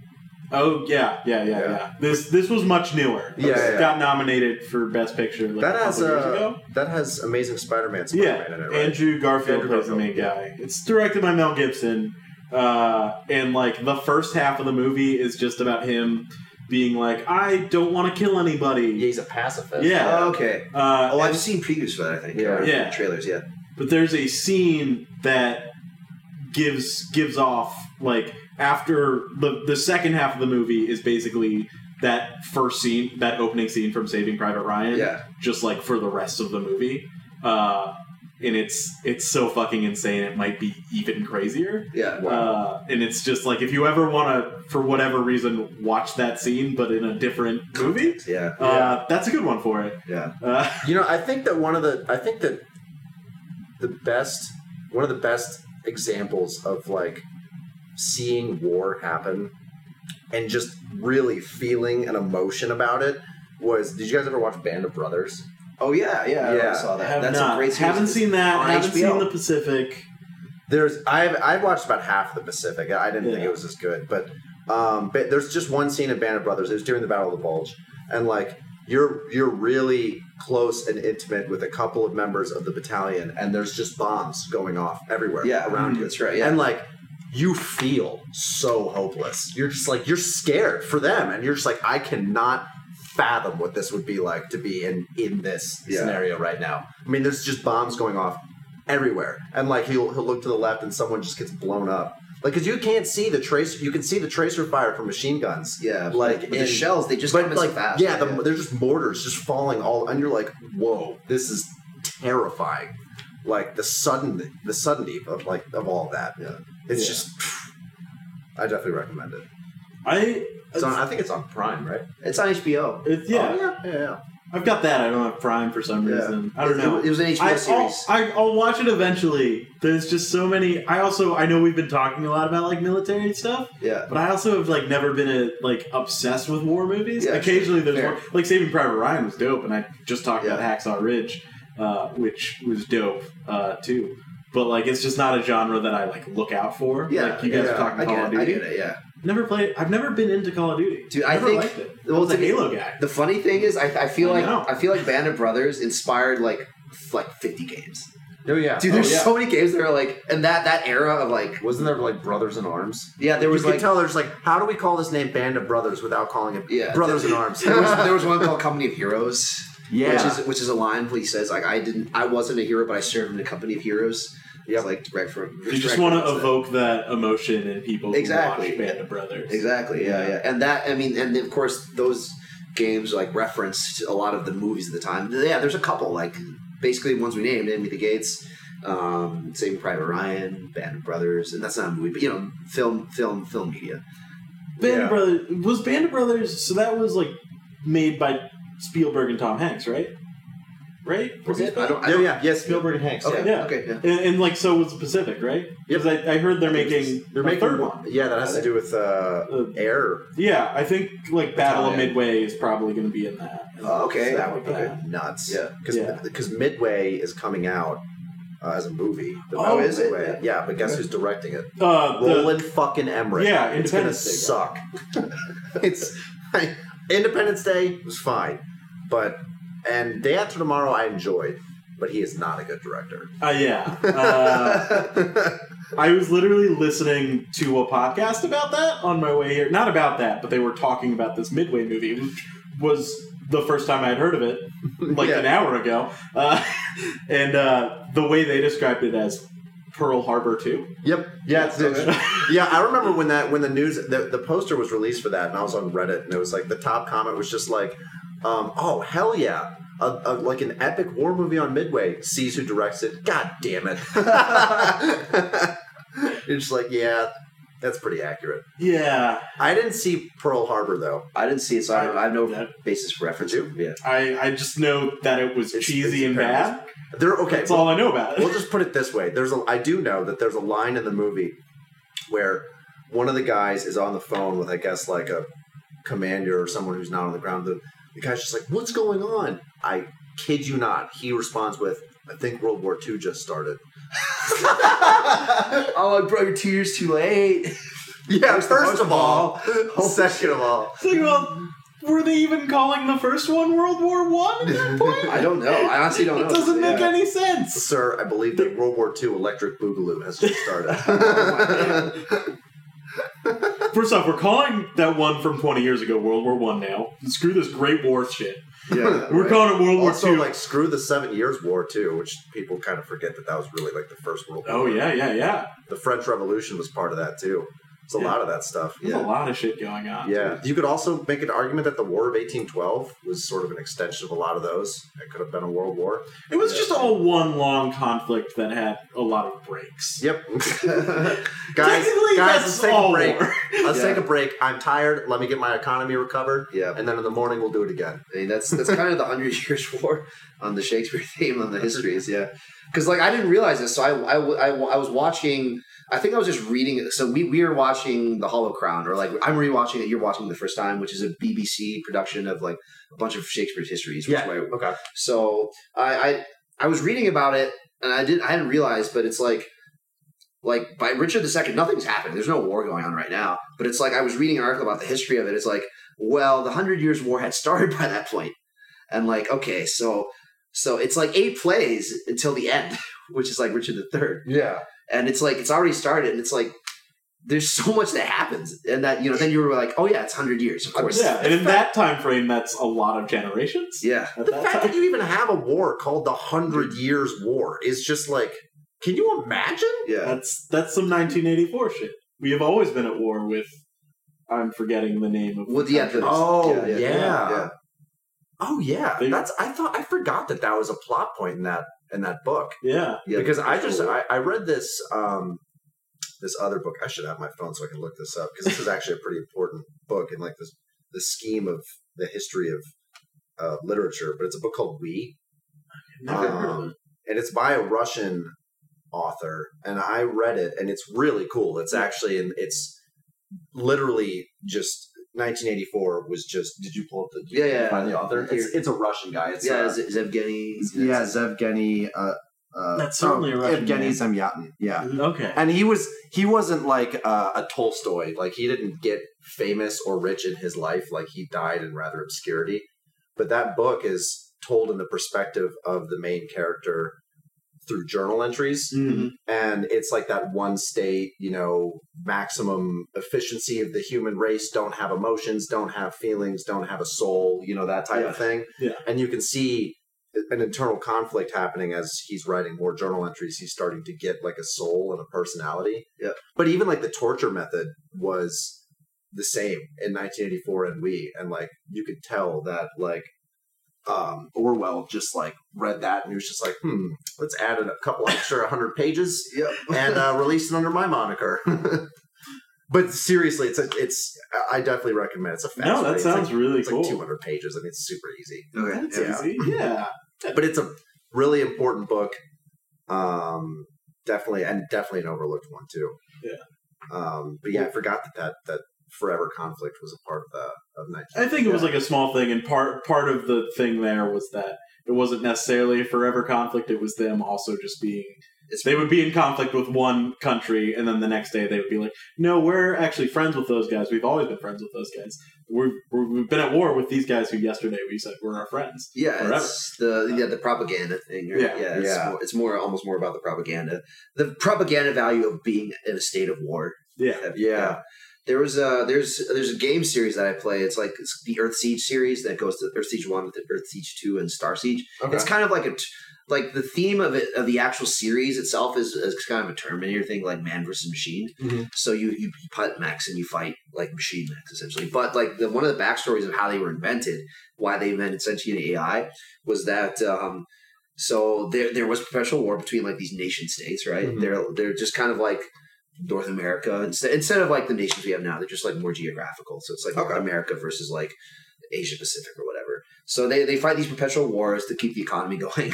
[SPEAKER 4] Oh yeah, yeah, yeah,
[SPEAKER 1] Yeah.
[SPEAKER 4] yeah, This this was much newer.
[SPEAKER 1] Yeah,
[SPEAKER 4] This
[SPEAKER 1] yeah, yeah.
[SPEAKER 4] got nominated for best picture like
[SPEAKER 1] That
[SPEAKER 4] a
[SPEAKER 1] has
[SPEAKER 4] couple years
[SPEAKER 1] uh,
[SPEAKER 4] ago.
[SPEAKER 1] that has Amazing Spider-Man.
[SPEAKER 4] Yeah,
[SPEAKER 1] Spider-Man in it, right?
[SPEAKER 4] Andrew Garfield
[SPEAKER 1] Andrew
[SPEAKER 4] plays the main
[SPEAKER 1] Garfield, yeah.
[SPEAKER 4] guy. It's directed by Mel Gibson, uh, and like the first half of the movie is just about him being like, I don't want to kill
[SPEAKER 1] Yeah,
[SPEAKER 4] anybody.
[SPEAKER 1] he's a pacifist.
[SPEAKER 4] Yeah.
[SPEAKER 2] Oh, okay.
[SPEAKER 4] Uh,
[SPEAKER 2] Oh, I've seen previews for that. I think.
[SPEAKER 1] Yeah.
[SPEAKER 2] Or
[SPEAKER 4] Yeah.
[SPEAKER 2] Trailers. Yeah.
[SPEAKER 4] but there's a scene that gives gives off like after the the second half of the movie is basically that first scene that opening scene from saving private ryan
[SPEAKER 2] Yeah.
[SPEAKER 4] just like for the rest of the movie uh and it's it's so fucking insane it might be even crazier
[SPEAKER 2] Yeah.
[SPEAKER 4] uh, and it's just like if you ever want to for whatever reason watch that scene but in a different movie
[SPEAKER 2] Yeah.
[SPEAKER 4] uh, that's a good one for it
[SPEAKER 2] Yeah.
[SPEAKER 4] uh,
[SPEAKER 1] You know, I think that one of the I think that the best one of the best examples of like seeing war happen and just really feeling an emotion about it was did you guys ever watch Band of Brothers?
[SPEAKER 2] Oh yeah. Yeah. I
[SPEAKER 1] Yeah.
[SPEAKER 2] saw that.
[SPEAKER 4] have
[SPEAKER 2] That's a
[SPEAKER 4] not-
[SPEAKER 2] great. Series.
[SPEAKER 4] haven't seen that
[SPEAKER 2] on
[SPEAKER 4] haven't
[SPEAKER 2] HBO.
[SPEAKER 4] seen the pacific
[SPEAKER 1] There's I've I've watched about half the Pacific. I didn't think
[SPEAKER 4] Yeah.
[SPEAKER 1] it was as good, but um, but there's just one scene in Band of Brothers. It was during the Battle of the Bulge, and like you're you're really close and intimate with a couple of members of the battalion, and there's just bombs going off everywhere
[SPEAKER 2] Yeah.
[SPEAKER 1] around you.
[SPEAKER 2] That's right. Yeah.
[SPEAKER 1] And like you feel so hopeless. You're just like you're scared for them, and you're just like I cannot fathom what this would be like to be in in this
[SPEAKER 2] Yeah.
[SPEAKER 1] scenario right now. I mean, there's just bombs going off everywhere, and like he'll he'll look to the left, and someone just gets blown up. Like, cause you can't see the tracer. You can see the tracer fire from machine guns.
[SPEAKER 2] yeah.
[SPEAKER 1] Like
[SPEAKER 2] But the
[SPEAKER 1] in-
[SPEAKER 2] shells, they just
[SPEAKER 1] but
[SPEAKER 2] come in
[SPEAKER 1] like,
[SPEAKER 2] so fast.
[SPEAKER 1] yeah, the, they're just mortars just falling all, and you're like, whoa, this is terrifying. Like the sudden, the suddenty of like of all that.
[SPEAKER 2] Yeah.
[SPEAKER 1] It's
[SPEAKER 4] Yeah.
[SPEAKER 1] just, I definitely recommend it.
[SPEAKER 4] I
[SPEAKER 1] It's on, I think it's on Prime, right?
[SPEAKER 2] it's on HBO.
[SPEAKER 4] it's, yeah,
[SPEAKER 1] Oh, yeah, yeah, yeah.
[SPEAKER 4] I've got that. I don't have Prime for some
[SPEAKER 2] Yeah.
[SPEAKER 4] reason. I don't
[SPEAKER 2] It-
[SPEAKER 4] know.
[SPEAKER 2] It, was an HBO
[SPEAKER 4] I, I'll,
[SPEAKER 2] series.
[SPEAKER 4] I, I'll watch it eventually. There's just so many. I also I know we've been talking a lot about like military stuff,
[SPEAKER 2] yeah.
[SPEAKER 4] but I also have like never been a, like obsessed with war movies.
[SPEAKER 2] Yeah,
[SPEAKER 4] Occasionally there's
[SPEAKER 2] fair.
[SPEAKER 4] one, like Saving Private Ryan was dope, and I just talked
[SPEAKER 2] Yeah.
[SPEAKER 4] about Hacksaw Ridge, uh, which was dope uh, too. But like it's just not a genre that I like look out for.
[SPEAKER 2] Yeah,
[SPEAKER 4] like you guys
[SPEAKER 1] yeah,
[SPEAKER 4] are
[SPEAKER 2] I
[SPEAKER 4] talking Call
[SPEAKER 2] get,
[SPEAKER 4] of
[SPEAKER 2] it, I
[SPEAKER 4] Duty.
[SPEAKER 2] get it. Yeah.
[SPEAKER 4] Never played. I've never been into Call of Duty.
[SPEAKER 2] Dude, I
[SPEAKER 4] Never
[SPEAKER 2] think-
[SPEAKER 4] liked it. I
[SPEAKER 2] Well,
[SPEAKER 4] was a
[SPEAKER 2] to me,
[SPEAKER 4] Halo guy.
[SPEAKER 2] the funny thing is, I, I feel
[SPEAKER 4] I
[SPEAKER 2] like
[SPEAKER 4] know.
[SPEAKER 2] I feel like Band of Brothers inspired like f- like fifty games.
[SPEAKER 1] Oh yeah.
[SPEAKER 2] Dude, there's
[SPEAKER 4] yeah.
[SPEAKER 2] so many games that are like, and that that era of like,
[SPEAKER 1] Wasn't there like Brothers in Arms?
[SPEAKER 2] Oh. yeah, there
[SPEAKER 1] There
[SPEAKER 2] was
[SPEAKER 1] was you
[SPEAKER 2] like,
[SPEAKER 1] can tell there's like, how do we call this name Band of Brothers without calling it
[SPEAKER 2] yeah,
[SPEAKER 1] Brothers in Arms?
[SPEAKER 2] There was, there was one called Company of Heroes,
[SPEAKER 1] yeah.
[SPEAKER 2] which is which is a line where he says like, I didn't, I wasn't a hero, but I served in a company of heroes. Yeah,
[SPEAKER 1] Yep.
[SPEAKER 2] like direct from.
[SPEAKER 4] You just
[SPEAKER 2] direct
[SPEAKER 4] want to
[SPEAKER 2] reference
[SPEAKER 4] evoke that emotion in people
[SPEAKER 2] Exactly.
[SPEAKER 4] who watch Band of Brothers.
[SPEAKER 2] Exactly. Yeah,
[SPEAKER 4] Yeah.
[SPEAKER 2] yeah. And that I mean, and of course those games like referenced a lot of the movies at the time. Yeah, there's a couple like basically the ones we named: Enemy of the Gates, um, Saving Private Ryan, Band of Brothers, and that's not a movie, but you know, film, film, film media.
[SPEAKER 4] Band
[SPEAKER 1] Yeah.
[SPEAKER 4] of Brothers was Band of Brothers. So that was like made by Spielberg and Tom Hanks, right? Right? Was it?
[SPEAKER 2] I don't. I
[SPEAKER 1] yeah,
[SPEAKER 2] don't
[SPEAKER 1] yeah, yes, Spielberg and Hanks.
[SPEAKER 2] Okay.
[SPEAKER 4] Yeah.
[SPEAKER 2] Okay. Yeah.
[SPEAKER 4] And, and like so was the Pacific, right?
[SPEAKER 1] Yep.
[SPEAKER 4] Because I, I heard they're
[SPEAKER 1] I think
[SPEAKER 4] making
[SPEAKER 1] They're
[SPEAKER 4] a
[SPEAKER 1] making
[SPEAKER 4] third one.
[SPEAKER 1] Yeah, that has to do with uh,
[SPEAKER 4] Uh,
[SPEAKER 1] air.
[SPEAKER 4] yeah, I think like Battle of
[SPEAKER 1] Battalion.
[SPEAKER 4] Midway is probably going to be in that.
[SPEAKER 1] Uh,
[SPEAKER 2] Oh, okay.
[SPEAKER 1] that would be
[SPEAKER 4] Yeah.
[SPEAKER 1] nuts.
[SPEAKER 2] Yeah.
[SPEAKER 1] because
[SPEAKER 4] Yeah.
[SPEAKER 1] Midway is coming out uh, as a movie. The
[SPEAKER 4] Oh,
[SPEAKER 1] Midway-
[SPEAKER 2] is it?
[SPEAKER 1] Midway. Yeah, but guess who's directing it?
[SPEAKER 4] Uh, the-
[SPEAKER 1] Roland fucking Emmerich.
[SPEAKER 4] Yeah,
[SPEAKER 1] it's gonna
[SPEAKER 4] Independence Day guy.
[SPEAKER 1] suck. it's I, Independence Day was fine, but and Day After Tomorrow I enjoyed, but he is not a good director.
[SPEAKER 4] uh, yeah. Uh, I was literally listening to a podcast about that on my way here. Not about that, but they were talking about this Midway movie, which was the first time I'd heard of it, like
[SPEAKER 1] Yeah.
[SPEAKER 4] an hour ago. Uh, and uh, the way they described it as Pearl Harbor 2.
[SPEAKER 1] Yep. Yeah. It's,
[SPEAKER 2] Okay.
[SPEAKER 1] yeah. I remember when that when the news the, the poster was released for that, and I was on Reddit, and it was like the top comment was just like, um, "Oh hell yeah." A, a, like an epic war movie on Midway sees who directs it. God damn it! You're just like, yeah, that's pretty accurate.
[SPEAKER 4] Yeah,
[SPEAKER 1] I didn't see Pearl Harbor though.
[SPEAKER 2] I didn't see it, so I, don't- I have no
[SPEAKER 4] Yeah.
[SPEAKER 2] basis for reference.
[SPEAKER 1] Did
[SPEAKER 2] Yeah.
[SPEAKER 4] I, I just know that it was
[SPEAKER 1] It's-
[SPEAKER 4] cheesy
[SPEAKER 1] it's
[SPEAKER 4] and bad.
[SPEAKER 1] There, okay.
[SPEAKER 4] That's all I know about
[SPEAKER 1] we'll
[SPEAKER 4] it.
[SPEAKER 1] just put it this way. There's a I do know that there's a line in the movie where one of the guys is on the phone with I guess like a commander or someone who's not on the ground. The, the guy's just like, "What's going on?" I kid you not. He responds with, "I think World War II just started."
[SPEAKER 2] oh, I brought your two years too late.
[SPEAKER 1] Yeah,
[SPEAKER 2] First
[SPEAKER 1] first,
[SPEAKER 2] of
[SPEAKER 1] of all, second of all,
[SPEAKER 4] It's like, well, were they even calling the first one World War One at that point?
[SPEAKER 2] I don't know. I honestly don't know.
[SPEAKER 4] It doesn't make
[SPEAKER 2] Yeah.
[SPEAKER 4] any sense.
[SPEAKER 1] sir, I believe that World War II electric boogaloo has just started. Oh,
[SPEAKER 4] First off, we're calling that one from 20 years ago World War One now. Screw this Great War shit.
[SPEAKER 2] Yeah.
[SPEAKER 4] We're
[SPEAKER 2] right.
[SPEAKER 4] calling it World
[SPEAKER 1] also,
[SPEAKER 4] War Two.
[SPEAKER 1] like screw the Seven Years War too, which people kind of forget that that was really like the first World War.
[SPEAKER 4] oh yeah, yeah, yeah.
[SPEAKER 1] the French Revolution was part of that too. It's a
[SPEAKER 4] Yeah.
[SPEAKER 1] lot of that stuff.
[SPEAKER 4] There's
[SPEAKER 2] Yeah.
[SPEAKER 4] a lot of shit going on.
[SPEAKER 1] Yeah, you could also make an argument that the War of 1812 was sort of an extension of a lot of those. It could have been a world war.
[SPEAKER 4] It was
[SPEAKER 2] Yeah.
[SPEAKER 4] just all one long conflict that had a lot of breaks.
[SPEAKER 1] Yep, guys,
[SPEAKER 4] Technically,
[SPEAKER 1] guys,
[SPEAKER 4] that's
[SPEAKER 1] let's take
[SPEAKER 4] all
[SPEAKER 1] a break.
[SPEAKER 4] war.
[SPEAKER 1] Let's
[SPEAKER 2] Yeah.
[SPEAKER 1] take a break. I'm tired. Let me get my economy recovered,
[SPEAKER 2] yeah.
[SPEAKER 1] and then in the morning we'll do it again.
[SPEAKER 2] I mean, that's that's kind of the Hundred Years' War on the Shakespeare theme on the histories, yeah. Because like I didn't realize this, so I, I, w- I w- I was watching. I think I was just reading. So we we were watching The Hollow Crown, or like I'm rewatching it. You're watching it the first time, which is a BBC production of like a bunch of Shakespeare's histories. Which
[SPEAKER 1] Yeah.
[SPEAKER 2] way-
[SPEAKER 1] Okay.
[SPEAKER 2] so I, I I was reading about it, and I didn't I hadn't realized, but it's like like by Richard II, nothing's happened. There's no war going on right now. But it's like I was reading an article about the history of it. It's like, well, the Hundred Years' War had started by that point. and like okay, so so it's like eight plays until the end, which is like Richard the Third,
[SPEAKER 1] Yeah.
[SPEAKER 2] and it's like it's already started, and it's like there's so much that happens, and that you know then you were like, oh yeah, it's hundred years, of course,
[SPEAKER 4] Yeah, and in that time frame, that's a lot of generations.
[SPEAKER 2] yeah.
[SPEAKER 4] At
[SPEAKER 1] The
[SPEAKER 4] that
[SPEAKER 1] fact
[SPEAKER 4] time.
[SPEAKER 1] that you even have a war called the Hundred Years War is just like, can you imagine?
[SPEAKER 2] yeah.
[SPEAKER 4] That's that's some 1984 shit. We have always been at war with. I'm forgetting the name of.
[SPEAKER 2] Well, yeah, the-
[SPEAKER 1] Oh
[SPEAKER 2] Yeah,
[SPEAKER 1] yeah,
[SPEAKER 2] yeah, yeah.
[SPEAKER 1] Oh yeah.
[SPEAKER 4] They-
[SPEAKER 1] That's I thought I forgot that that was a plot point in that in that book
[SPEAKER 4] yeah,
[SPEAKER 2] Yeah,
[SPEAKER 1] because I
[SPEAKER 2] for
[SPEAKER 1] just
[SPEAKER 2] sure.
[SPEAKER 1] I, I read this um this other book. I should have my phone so I can look this up because this is actually a pretty important book in like this the scheme of the history of uh, literature. But it's a book called We.
[SPEAKER 4] never heard of it.
[SPEAKER 1] and it's by a Russian author, and I read it, and it's really cool. It's actually, and it's literally just 1984 was just. Did you pull up the?
[SPEAKER 2] Yeah, yeah.
[SPEAKER 1] Find the author. It's, it's a Russian guy. It's,
[SPEAKER 2] yeah,
[SPEAKER 1] uh,
[SPEAKER 2] Z- Zevgeny.
[SPEAKER 5] yeah, Zevgeny. Uh, uh,
[SPEAKER 4] That's
[SPEAKER 1] um,
[SPEAKER 4] certainly a
[SPEAKER 5] oh,
[SPEAKER 4] Russian
[SPEAKER 5] Evgeny
[SPEAKER 4] name.
[SPEAKER 5] Zamyatin. Yeah,
[SPEAKER 4] Okay.
[SPEAKER 1] and he was he wasn't like uh, a Tolstoy. Like he didn't get famous or rich in his life. Like he died in rather obscurity. But that book is told in the perspective of the main character through journal entries.
[SPEAKER 4] Mhm.
[SPEAKER 1] and it's like that one state you know maximum efficiency of the human race don't have emotions don't have feelings don't have a soul you know that type of thing
[SPEAKER 4] Yeah.
[SPEAKER 1] and you can see an internal conflict happening as he's writing more journal entries he's starting to get like a soul and a personality
[SPEAKER 2] Yeah.
[SPEAKER 1] but even like the torture method was the same in 1984 and we and like you could tell that like um orwell just like read that and he was just like hmm let's add a couple extra 100 pages
[SPEAKER 2] Yep.
[SPEAKER 1] and uh, released it under my moniker. but seriously, it's a, it's I definitely recommend. it. It's a fast.
[SPEAKER 4] No,
[SPEAKER 1] read.
[SPEAKER 4] that
[SPEAKER 1] It's
[SPEAKER 4] sounds
[SPEAKER 1] like,
[SPEAKER 4] really
[SPEAKER 1] it's
[SPEAKER 4] cool.
[SPEAKER 1] like 200 pages. I mean, it's super easy,
[SPEAKER 2] okay.
[SPEAKER 4] That's
[SPEAKER 2] yeah.
[SPEAKER 4] easy. Yeah.
[SPEAKER 1] but it's a really important book. Um, definitely and definitely an overlooked one too.
[SPEAKER 4] Yeah.
[SPEAKER 1] Um, but yeah, I forgot that that that forever conflict was a part of the of 19.
[SPEAKER 4] I think it was like a small thing, and part part of the thing there was that it wasn't necessarily a forever conflict. It was them also just being
[SPEAKER 2] It's-
[SPEAKER 4] they would be in conflict with one country, and then the next day they would be like, "No, we're actually friends with those guys. We've always been friends with those guys. We're, we're, we've been at war with these guys who yesterday we said were our friends."
[SPEAKER 2] Yeah,
[SPEAKER 4] Forever.
[SPEAKER 2] it's the yeah the propaganda thing. or-
[SPEAKER 4] Yeah.
[SPEAKER 2] yeah, it's,
[SPEAKER 1] Yeah.
[SPEAKER 2] More, it's more almost more about the propaganda, the propaganda value of being in a state of war.
[SPEAKER 4] Yeah,
[SPEAKER 1] yeah.
[SPEAKER 2] There was a there's there's a game series that I play. It's like it's the Earth Siege series that goes to Earth Siege One, to Earth Siege Two, and Star Siege.
[SPEAKER 1] Okay.
[SPEAKER 2] It's kind of like a t- like the theme of it of the actual series itself is, is kind of a Terminator thing, like man versus machine.
[SPEAKER 1] Mhm.
[SPEAKER 2] So you you put mechs and you fight like machine mechs essentially. But like the, one of the backstories of how they were invented, why they invented sentient AI, was that um, so there there was perpetual war between like these nation states, right?
[SPEAKER 1] Mhm.
[SPEAKER 2] They're they're just kind of like North America instead instead of like the nations we have now, they're just like more geographical. So it's like North
[SPEAKER 1] Okay.
[SPEAKER 2] America versus like Asia Pacific or whatever. So they they fight these perpetual wars to keep the economy going.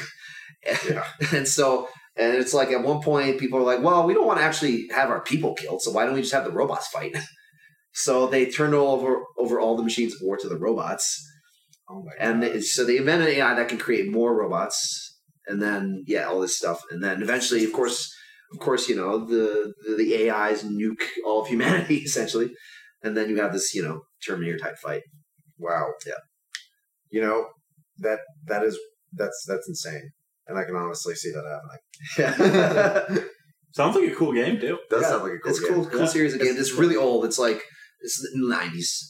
[SPEAKER 1] Yeah.
[SPEAKER 2] and so and it's like at one point people are like, well, we don't want to actually have our people killed, so why don't we just have the robots fight? so they turned over over all the machines of war to the robots.
[SPEAKER 1] Oh my
[SPEAKER 2] And they, so they invent an AI that can create more robots, and then yeah, all this stuff, and then eventually, of course, of course, you know the the, the AIs nuke all of humanity essentially, and then you have this you know Terminator type fight.
[SPEAKER 1] Wow.
[SPEAKER 2] Yeah.
[SPEAKER 1] You know that that is that's that's insane, and I can honestly see that happening.
[SPEAKER 2] Yeah,
[SPEAKER 4] sounds like a cool game too.
[SPEAKER 1] Does
[SPEAKER 2] Yeah,
[SPEAKER 1] sound like a cool
[SPEAKER 2] it's
[SPEAKER 1] game.
[SPEAKER 2] cool, cool
[SPEAKER 4] Yeah.
[SPEAKER 2] series again. It's really old. It's like it's the nineties.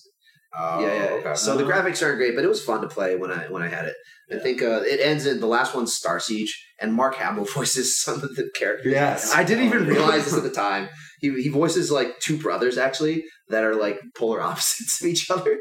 [SPEAKER 1] Oh,
[SPEAKER 2] yeah, yeah.
[SPEAKER 1] okay.
[SPEAKER 2] So the graphics aren't great, but it was fun to play when I when I had it. I
[SPEAKER 4] Yeah.
[SPEAKER 2] think uh, it ends in the last one's Star Siege, and Mark Hamill voices some of the characters.
[SPEAKER 5] Yes.
[SPEAKER 2] I didn't even
[SPEAKER 1] Oh, yeah.
[SPEAKER 2] realize this at the time. He, he voices like two brothers actually that are like polar opposites of each other.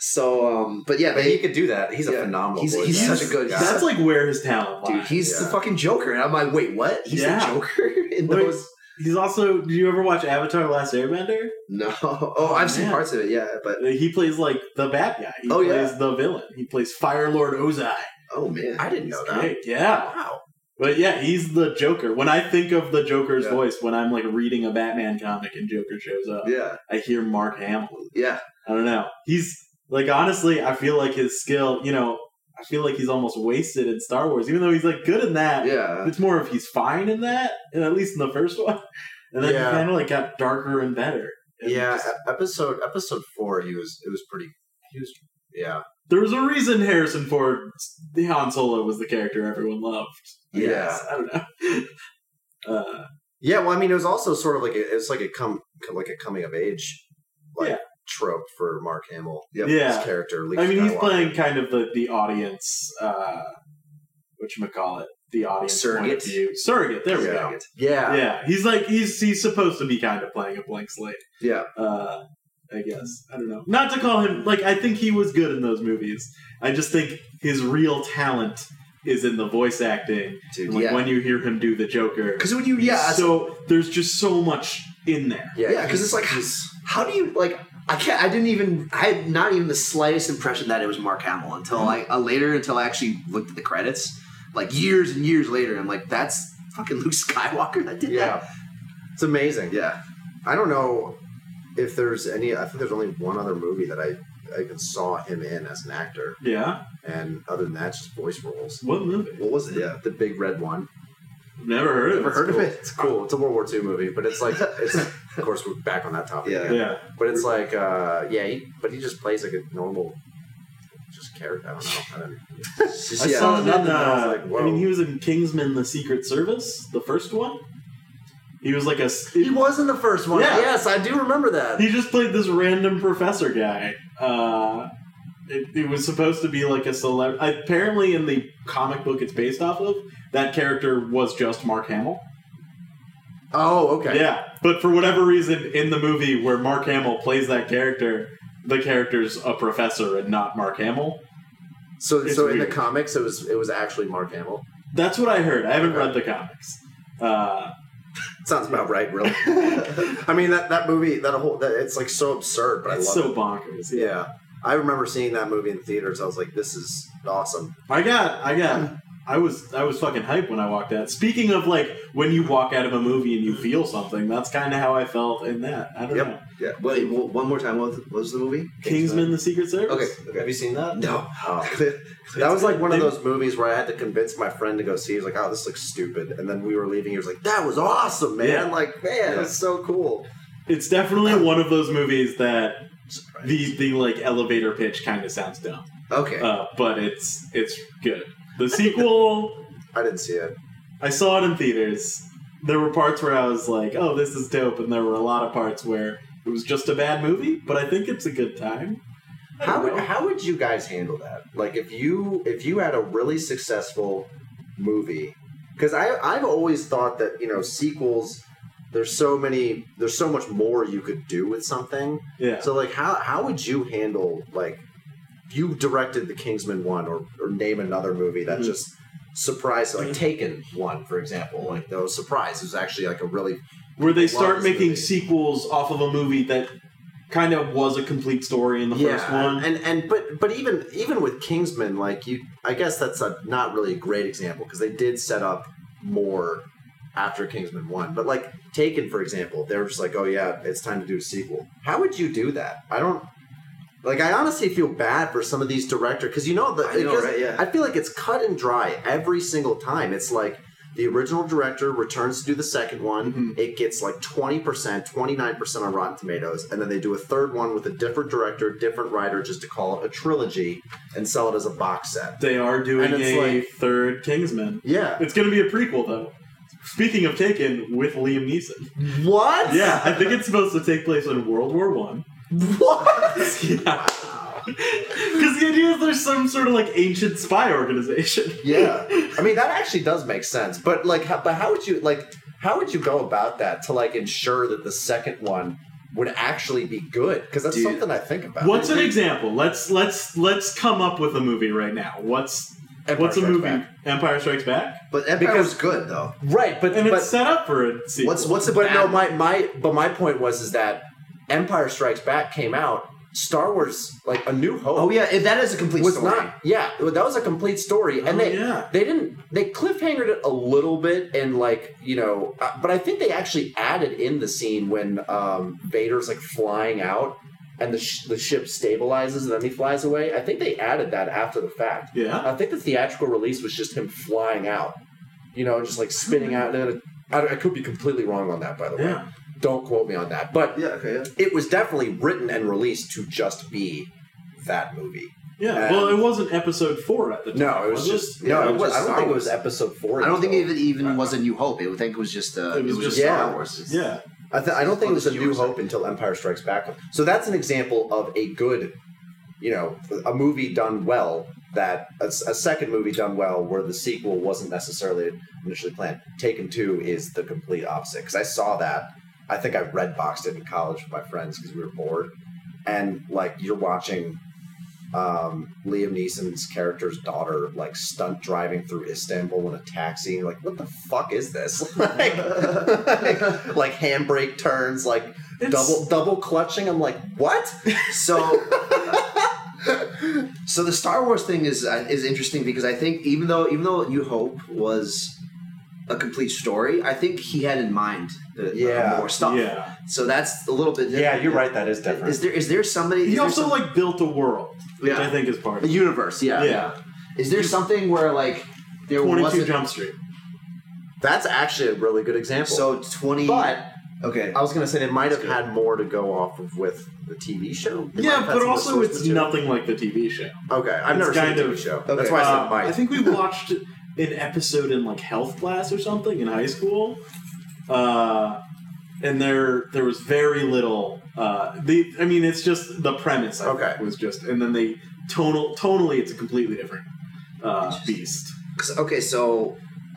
[SPEAKER 2] So, um, but yeah,
[SPEAKER 1] But he
[SPEAKER 2] they,
[SPEAKER 1] could do that. He's
[SPEAKER 2] Yeah.
[SPEAKER 1] a phenomenal.
[SPEAKER 2] He's-
[SPEAKER 1] voice
[SPEAKER 2] he's
[SPEAKER 1] actor.
[SPEAKER 2] such a good-
[SPEAKER 1] Yeah.
[SPEAKER 4] That's like where his talent
[SPEAKER 2] dude,
[SPEAKER 4] lies.
[SPEAKER 2] he's the
[SPEAKER 1] Yeah.
[SPEAKER 2] fucking Joker, and I'm like, wait, what? He's
[SPEAKER 4] Yeah.
[SPEAKER 2] the Joker in
[SPEAKER 4] Wait.
[SPEAKER 2] those?
[SPEAKER 4] he's also. Did you ever watch Avatar: Last Airbender?
[SPEAKER 2] No, oh, I've seen
[SPEAKER 4] man.
[SPEAKER 2] parts of it, yeah, but
[SPEAKER 4] He plays like the bad guy. He
[SPEAKER 2] Oh,
[SPEAKER 4] plays
[SPEAKER 2] yeah.
[SPEAKER 4] the villain. He plays Fire Lord Ozai.
[SPEAKER 2] oh man,
[SPEAKER 1] I didn't know
[SPEAKER 4] He's
[SPEAKER 1] that.
[SPEAKER 4] great, Yeah.
[SPEAKER 1] Wow.
[SPEAKER 4] But yeah, he's the Joker. When I think of the Joker's
[SPEAKER 2] Yeah.
[SPEAKER 4] voice, when I'm like reading a Batman comic and Joker shows up,
[SPEAKER 2] yeah,
[SPEAKER 4] I hear Mark Hamill.
[SPEAKER 2] yeah,
[SPEAKER 4] I don't know. He's like honestly, I feel like his skill, you know, I feel like he's almost wasted in Star Wars, even though he's like good in that.
[SPEAKER 2] yeah.
[SPEAKER 4] It's more of he's fine in that, and at least in the first one. And then
[SPEAKER 1] Yeah.
[SPEAKER 4] he kind of like got darker and better. And
[SPEAKER 1] Yeah.
[SPEAKER 4] just-
[SPEAKER 1] e- Episode episode four. He was it was pretty. He was yeah.
[SPEAKER 4] There was a reason Harrison Ford, Han Solo was the character everyone loved. I
[SPEAKER 1] Yeah.
[SPEAKER 4] guess. I don't know. Uh,
[SPEAKER 1] Yeah, well, I mean, it was also sort of like a, it's like a come like a coming of age like
[SPEAKER 4] Yeah.
[SPEAKER 1] trope for Mark Hamill.
[SPEAKER 2] Yep.
[SPEAKER 4] yeah,
[SPEAKER 1] His character. Luke
[SPEAKER 4] I mean, he's
[SPEAKER 1] Skywalker.
[SPEAKER 4] playing kind of the the audience, uh, which call it the audience point
[SPEAKER 2] Surrogate.
[SPEAKER 4] of view. Surrogate. There we
[SPEAKER 1] Yeah.
[SPEAKER 4] go.
[SPEAKER 1] Yeah.
[SPEAKER 4] Yeah, he's like he's he's supposed to be kind of playing a blank slate.
[SPEAKER 2] Yeah.
[SPEAKER 4] Uh, I guess I don't know. Not to call him like I think he was good in those movies. I just think his real talent is in the voice acting.
[SPEAKER 2] Dude,
[SPEAKER 4] like
[SPEAKER 2] yeah.
[SPEAKER 4] when you hear him do the Joker,
[SPEAKER 2] Because when you, yeah, that's-
[SPEAKER 4] so there's just so much in there.
[SPEAKER 1] Yeah.
[SPEAKER 2] Yeah, 'cause it's like-
[SPEAKER 1] he's-
[SPEAKER 2] how do you like? I can't. I didn't even. I had not even the slightest impression that it was Mark Hamill until like uh, later. Until I actually looked at the credits, like years and years later. I'm like, that's fucking Luke Skywalker that did that.
[SPEAKER 1] yeah. It's amazing.
[SPEAKER 2] Yeah,
[SPEAKER 1] I don't know if there's any. I think there's only one other movie that I I even saw him in as an actor,
[SPEAKER 4] Yeah.
[SPEAKER 1] and other than that, it's just voice roles.
[SPEAKER 4] What movie?
[SPEAKER 1] What was it? Yeah, the big red one.
[SPEAKER 4] Never heard of. it.
[SPEAKER 1] Never heard
[SPEAKER 4] It's
[SPEAKER 1] of it? It's cool. It's a World War II movie, but it's like it's of course we're back on that topic.
[SPEAKER 2] Yeah.
[SPEAKER 1] again.
[SPEAKER 4] cool. Yeah.
[SPEAKER 1] But it's like, uh, yeah, he, but he just plays like a normal, just character. I don't know. I don't,
[SPEAKER 4] I
[SPEAKER 2] Yeah,
[SPEAKER 4] saw him in.
[SPEAKER 1] nothing. I
[SPEAKER 4] Uh,
[SPEAKER 1] was like, whoa.
[SPEAKER 4] I mean, he was in Kingsman: The Secret Service, the first one. He was like a. s- He,
[SPEAKER 1] was in the first
[SPEAKER 4] one. Yeah.
[SPEAKER 1] Yes, I do remember that.
[SPEAKER 4] just played this random professor guy. Uh, it, it was supposed to be like a celeb. Apparently, in the comic book it's based off of, that character was just Mark Hamill.
[SPEAKER 1] oh, okay.
[SPEAKER 4] Yeah, but for whatever reason, in the movie where Mark Hamill plays that character, the character's a professor and not Mark Hamill.
[SPEAKER 1] So,
[SPEAKER 4] It's
[SPEAKER 1] so in the
[SPEAKER 4] weird.
[SPEAKER 1] comics, it was it was actually Mark Hamill.
[SPEAKER 4] That's what I heard. I haven't read the comics. Uh,
[SPEAKER 1] Sounds about right, really. I mean that that movie, that whole that, it's like so absurd, but
[SPEAKER 4] it's
[SPEAKER 1] I love
[SPEAKER 4] so bonkers.
[SPEAKER 1] it. Yeah, I remember seeing that movie in theaters. I was like, this is awesome.
[SPEAKER 4] I got, I got, I was, I was fucking hyped when I walked out. Speaking of like when you walk out of a movie and you feel something, that's kind of how I felt in that. I don't
[SPEAKER 1] Yep.
[SPEAKER 4] know.
[SPEAKER 2] yeah. Wait, well, one more time. What was, what was the movie?
[SPEAKER 4] Kingsman: The Secret Service.
[SPEAKER 2] Okay.
[SPEAKER 1] Have
[SPEAKER 2] Okay.
[SPEAKER 1] you seen that?
[SPEAKER 2] No.
[SPEAKER 1] Oh. That was like one of
[SPEAKER 4] They-
[SPEAKER 1] those movies where I had to convince my friend to go see. He was like, "Oh, this looks stupid," and then we were leaving. He was like, "That was awesome, man!
[SPEAKER 4] Yeah.
[SPEAKER 1] Like, man, it
[SPEAKER 2] Yeah.
[SPEAKER 1] was so cool."
[SPEAKER 4] It's definitely one of those movies that the the like elevator pitch kind of sounds dumb,
[SPEAKER 2] Okay.
[SPEAKER 4] uh, but it's it's good. The sequel,
[SPEAKER 1] I didn't see it.
[SPEAKER 4] I saw it in theaters. There were parts where I was like, "Oh, this is dope," and there were a lot of parts where it was just a bad movie. But I think it's a good time. I don't
[SPEAKER 1] How would,
[SPEAKER 4] know.
[SPEAKER 1] how would you guys handle that? Like, if you if you had a really successful movie, because I I've always thought that you know sequels. There's so many. There's so much more you could do with something.
[SPEAKER 4] yeah.
[SPEAKER 1] So like, how how would you handle like if you directed the Kingsman one or or name another movie that
[SPEAKER 4] Mhm.
[SPEAKER 1] just surprised like Taken one for example like the surprise was actually like a really
[SPEAKER 4] where they
[SPEAKER 1] Love
[SPEAKER 4] start
[SPEAKER 1] this
[SPEAKER 4] making
[SPEAKER 1] movie.
[SPEAKER 4] sequels off of a movie that kind of was a complete story in the first one.
[SPEAKER 1] and and but but even even with Kingsman like you I guess that's a not really a great example because they did set up more after Kingsman one but like Taken for example they were just like oh yeah it's time to do a sequel how would you do that I don't like I honestly feel bad for some of these directors because you know the
[SPEAKER 2] I know,
[SPEAKER 1] because-
[SPEAKER 2] right? Yeah.
[SPEAKER 1] I feel like it's cut and dry every single time. It's like the original director returns to do the second one.
[SPEAKER 4] Mhm.
[SPEAKER 1] It gets like 20%, 29% on Rotten Tomatoes. And then they do a third one with a different director, different writer, just to call it a trilogy and sell it as a box set.
[SPEAKER 4] They are doing
[SPEAKER 1] and it's
[SPEAKER 4] a
[SPEAKER 1] like-
[SPEAKER 4] third Kingsman.
[SPEAKER 1] Yeah.
[SPEAKER 4] It's going to be a prequel, though. Speaking of Taken, with Liam Neeson.
[SPEAKER 1] What?
[SPEAKER 4] Yeah, I think it's supposed to take place in World War One.
[SPEAKER 1] What?
[SPEAKER 4] Yeah. Because the idea is there's some sort of like ancient spy organization.
[SPEAKER 1] yeah. I mean, that actually does make sense. But like, how, but how would you, like, how would you go about that to like ensure that the second one would actually be good? Because that's
[SPEAKER 2] Dude.
[SPEAKER 1] something I think about.
[SPEAKER 4] What's an example? Let's let's let's come up with a movie right now. What's
[SPEAKER 1] Empire
[SPEAKER 4] what's a
[SPEAKER 1] Strikes
[SPEAKER 4] movie?
[SPEAKER 1] Back.
[SPEAKER 4] Empire Strikes Back.
[SPEAKER 2] but Empire
[SPEAKER 1] because-
[SPEAKER 2] was good though.
[SPEAKER 1] Right, but
[SPEAKER 4] And it's
[SPEAKER 1] but
[SPEAKER 4] set up for a sequel.
[SPEAKER 2] What's what's a
[SPEAKER 1] but
[SPEAKER 2] bad
[SPEAKER 1] no, my my but my point was is that Empire Strikes Back came out. Star Wars, like A New Hope,
[SPEAKER 2] Oh yeah, if that is a complete
[SPEAKER 1] was
[SPEAKER 2] story.
[SPEAKER 1] not. Yeah, well, that was a complete story,
[SPEAKER 4] Oh,
[SPEAKER 1] and they
[SPEAKER 4] yeah.
[SPEAKER 1] they didn't they cliffhangered it a little bit, and like you know, uh, but I think they actually added in the scene when um, Vader's like flying out. And the, sh- the ship stabilizes and then he flies away. I think they added that after the fact.
[SPEAKER 4] Yeah.
[SPEAKER 1] I think the theatrical release was just him flying out, you know, just like spinning out. And then I, I could be completely wrong on that, by the way.
[SPEAKER 4] Yeah.
[SPEAKER 1] Don't quote me on that. But
[SPEAKER 2] Yeah. Okay. Yeah.
[SPEAKER 1] it was definitely written and released to just be that movie.
[SPEAKER 4] Yeah.
[SPEAKER 1] And-
[SPEAKER 4] well, it wasn't episode four at the time.
[SPEAKER 1] No, it was just no.
[SPEAKER 2] Yeah,
[SPEAKER 1] it was,
[SPEAKER 2] just
[SPEAKER 1] I don't
[SPEAKER 2] Star
[SPEAKER 1] think it
[SPEAKER 2] Wars.
[SPEAKER 1] was episode four.
[SPEAKER 2] I don't think it
[SPEAKER 1] until-
[SPEAKER 2] even, even was a New Hope. I would think it was just uh, it was, just Star
[SPEAKER 1] yeah.
[SPEAKER 2] Wars. It's-
[SPEAKER 4] Yeah.
[SPEAKER 1] I, th- I don't think it was a
[SPEAKER 2] Well,
[SPEAKER 1] New
[SPEAKER 2] yours-
[SPEAKER 1] Hope until Empire Strikes Back. So that's an example of a good, you know, a movie done well. That a, s- a second movie done well, where the sequel wasn't necessarily initially planned. Taken Two is the complete opposite because I saw that. I think I red boxed it in college with my friends because we were bored, and like you're watching um, Liam Neeson's character's daughter like stunt driving through Istanbul in a taxi. And you're like, what the fuck is this? like, like, like handbrake turns, like
[SPEAKER 4] It's-
[SPEAKER 1] double double clutching. I'm like, what?
[SPEAKER 2] So, so the Star Wars thing is uh, is interesting because I think even though even though New Hope was a complete story, I think he had in mind the, the
[SPEAKER 1] Yeah.
[SPEAKER 2] more stuff.
[SPEAKER 4] Yeah.
[SPEAKER 2] So that's a little bit. Different.
[SPEAKER 1] Yeah, you're right. That is different.
[SPEAKER 2] Is there is there somebody? is
[SPEAKER 4] He
[SPEAKER 2] there
[SPEAKER 4] also
[SPEAKER 2] some-
[SPEAKER 4] like built a world, which
[SPEAKER 2] Yeah.
[SPEAKER 4] I think is part
[SPEAKER 2] the
[SPEAKER 4] of it.
[SPEAKER 2] universe. Yeah.
[SPEAKER 4] Yeah.
[SPEAKER 2] Is there something where like there
[SPEAKER 4] Twenty two
[SPEAKER 2] wasn't?
[SPEAKER 4] Jump Street.
[SPEAKER 1] That's actually a really good example.
[SPEAKER 2] So twenty.
[SPEAKER 1] but
[SPEAKER 2] okay.
[SPEAKER 1] I was gonna say they might have
[SPEAKER 2] That's good.
[SPEAKER 1] had more to go off of with the TV show. They might have
[SPEAKER 4] Yeah,
[SPEAKER 1] had
[SPEAKER 4] but
[SPEAKER 1] some more
[SPEAKER 4] also
[SPEAKER 1] source
[SPEAKER 4] it's
[SPEAKER 1] material.
[SPEAKER 4] nothing like the TV show.
[SPEAKER 1] Okay, I've
[SPEAKER 4] it's
[SPEAKER 1] never seen
[SPEAKER 4] kind
[SPEAKER 1] the TV
[SPEAKER 4] of-
[SPEAKER 1] show.
[SPEAKER 2] okay.
[SPEAKER 1] That's why I
[SPEAKER 4] Uh,
[SPEAKER 1] said might.
[SPEAKER 4] I think we watched an episode in like health class or something in high school, uh, and there there was very little. Uh, the I mean, it's just the premise. I think,
[SPEAKER 1] Okay.
[SPEAKER 4] was just and then they tonal tonally, it's a completely different uh, beast.
[SPEAKER 2] So- okay so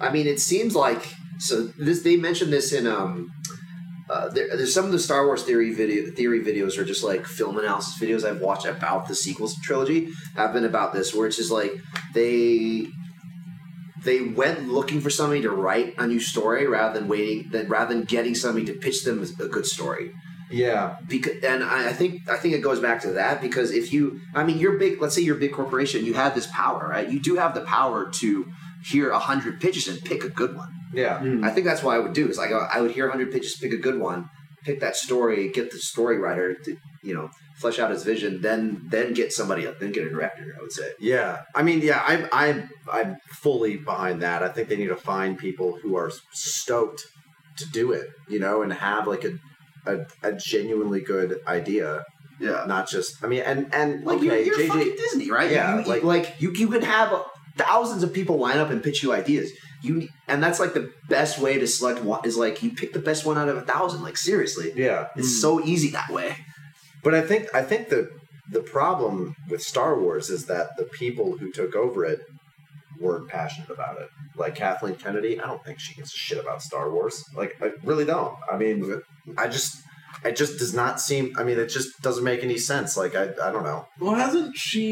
[SPEAKER 2] i mean it seems like so this they mentioned this in um uh, there, there's some of the Star Wars theory video theory videos or just like film analysis videos I've watched about the sequels trilogy have been about this where it's just like they they went looking for somebody to write a new story rather than waiting than rather than getting somebody to pitch them a good story
[SPEAKER 1] yeah,
[SPEAKER 2] because and I, I think I think it goes back to that because if you I mean you're big let's say you're a big corporation you have this power right you do have the power to hear a hundred pitches and pick a good one
[SPEAKER 1] yeah.
[SPEAKER 2] I think that's what I would do is like uh, I I would hear a hundred pitches pick a good one pick that story get the story writer to you know flesh out his vision then then get somebody up then get a director I would say
[SPEAKER 1] Yeah, I mean, yeah, I'm, I'm, I'm fully behind that. I think they need to find people who are stoked to do it, you know, and have like a, a, a genuinely good idea,
[SPEAKER 2] yeah
[SPEAKER 1] not just. I mean, and and
[SPEAKER 2] like
[SPEAKER 1] okay,
[SPEAKER 2] you're,
[SPEAKER 1] JJ,
[SPEAKER 2] you're fucking Disney right
[SPEAKER 1] Yeah,
[SPEAKER 2] You- you-
[SPEAKER 1] like-
[SPEAKER 2] like you you can have thousands of people line up and pitch you ideas you and that's like the best way to select one is like you pick the best one out of a thousand like seriously
[SPEAKER 1] yeah.
[SPEAKER 2] it's
[SPEAKER 4] Mm.
[SPEAKER 2] so easy that way
[SPEAKER 1] But I think I think the the problem with Star Wars is that the people who took over it weren't passionate about it. Like Kathleen Kennedy, I don't think she gives a shit about Star Wars. Like I really don't. I mean, I just it just does not seem. I mean, it just doesn't make any sense. Like I I don't know.
[SPEAKER 4] Well, hasn't she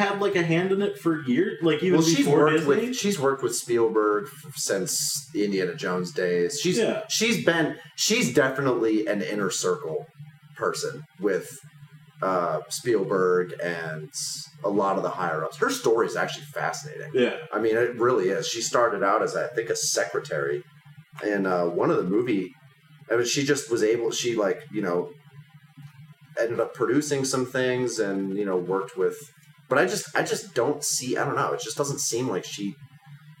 [SPEAKER 4] had like a hand in it for years? Like even
[SPEAKER 1] well, she's
[SPEAKER 4] before
[SPEAKER 1] worked
[SPEAKER 4] Disney.
[SPEAKER 1] with she's worked with Spielberg f- since the Indiana Jones days. She's
[SPEAKER 4] Yeah.
[SPEAKER 1] she's been she's definitely an inner circle person with uh, Spielberg and a lot of the higher ups. Her story is actually fascinating.
[SPEAKER 4] yeah.
[SPEAKER 1] I mean, it really is. She started out as I think a secretary in uh, one of the movie. I mean, she just was able. She like you know ended up producing some things and you know worked with. But I just I just don't see. I don't know. It just doesn't seem like she.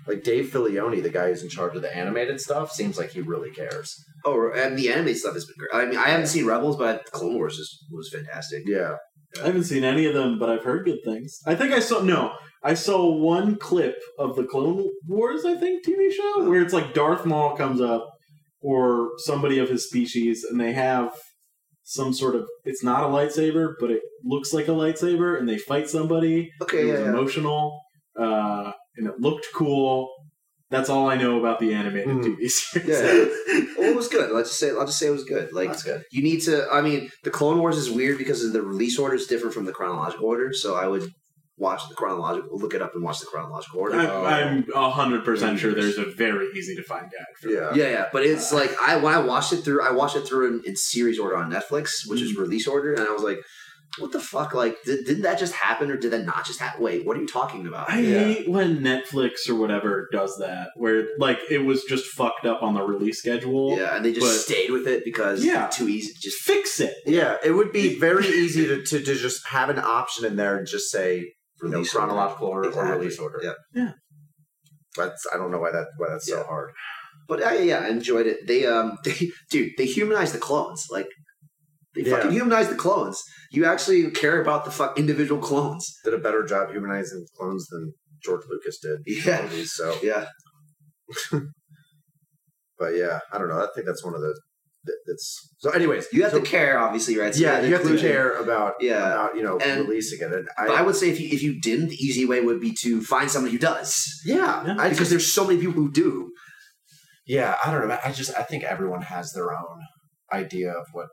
[SPEAKER 1] Like Dave Filioni, the guy who's in charge of the animated stuff, seems like he really cares.
[SPEAKER 2] oh and the anime stuff has been great I mean I haven't seen Rebels but Clone Wars just was fantastic
[SPEAKER 1] Yeah,
[SPEAKER 4] I haven't seen any of them, but I've heard good things. I think I saw no, I saw one clip of the Clone Wars, I think TV show where it's like Darth Maul comes up or somebody of his species, and they have some sort of it's not a lightsaber, but it looks like a lightsaber, and they fight somebody.
[SPEAKER 2] okay
[SPEAKER 4] it was
[SPEAKER 2] yeah, yeah.
[SPEAKER 4] emotional, uh, and it looked cool. That's all I know about the animated
[SPEAKER 1] Mm.
[SPEAKER 4] TV series.
[SPEAKER 2] well, it was good let's just say I'll just say it was good like
[SPEAKER 1] that's good.
[SPEAKER 2] you need to i mean the clone wars is weird because of the release order is different from the chronological order so i would watch the chronological look it up and watch the chronological order
[SPEAKER 4] I'm I'm hundred percent sure there's a very easy to find guide. For
[SPEAKER 1] Yeah,
[SPEAKER 2] yeah yeah but it's like i when i watched it through i watched it through in, in series order on netflix which is
[SPEAKER 1] Mm.
[SPEAKER 2] release order and i was like what the fuck like did, didn't that just happen or did that not just happen wait what are you talking about
[SPEAKER 4] I hate when Netflix or whatever does that, where like it was just fucked up on the release schedule.
[SPEAKER 2] yeah and they just
[SPEAKER 4] But-
[SPEAKER 2] stayed with it because
[SPEAKER 4] Yeah.
[SPEAKER 2] too easy to
[SPEAKER 4] Just
[SPEAKER 2] just
[SPEAKER 4] fix it.
[SPEAKER 1] yeah. It would be very easy to, to, to just have an option in there and just say you know,
[SPEAKER 2] Release order.
[SPEAKER 1] chronological order or
[SPEAKER 2] Exactly.
[SPEAKER 1] release order.
[SPEAKER 2] Yeah.
[SPEAKER 4] Yeah.
[SPEAKER 1] That's I don't know why that why that's so
[SPEAKER 2] Yeah.
[SPEAKER 1] hard.
[SPEAKER 2] uh, But I, yeah, I enjoyed it. They, um, they, dude, they humanized the clones. Like, They
[SPEAKER 1] Yeah.
[SPEAKER 2] fucking humanize the clones. You actually care about the fuck individual clones.
[SPEAKER 1] Did a better job humanizing clones than George Lucas did.
[SPEAKER 2] Yeah.
[SPEAKER 1] Movies, so,
[SPEAKER 2] Yeah.
[SPEAKER 1] but yeah, I don't know. I think that's one of the that- that's so. Anyways,
[SPEAKER 2] You have
[SPEAKER 1] so-
[SPEAKER 2] to care, obviously, right? So
[SPEAKER 1] Yeah, you have to
[SPEAKER 2] inclusion.
[SPEAKER 1] care about
[SPEAKER 2] Yeah.
[SPEAKER 1] about you know
[SPEAKER 2] And-
[SPEAKER 1] releasing it, and
[SPEAKER 2] But I would say if you if you didn't, the easy way would be to find someone who does.
[SPEAKER 1] yeah,
[SPEAKER 4] Yeah.
[SPEAKER 1] I
[SPEAKER 2] Because
[SPEAKER 1] just
[SPEAKER 2] there's so many people who do.
[SPEAKER 1] yeah, I don't know. I just I think everyone has their own idea of what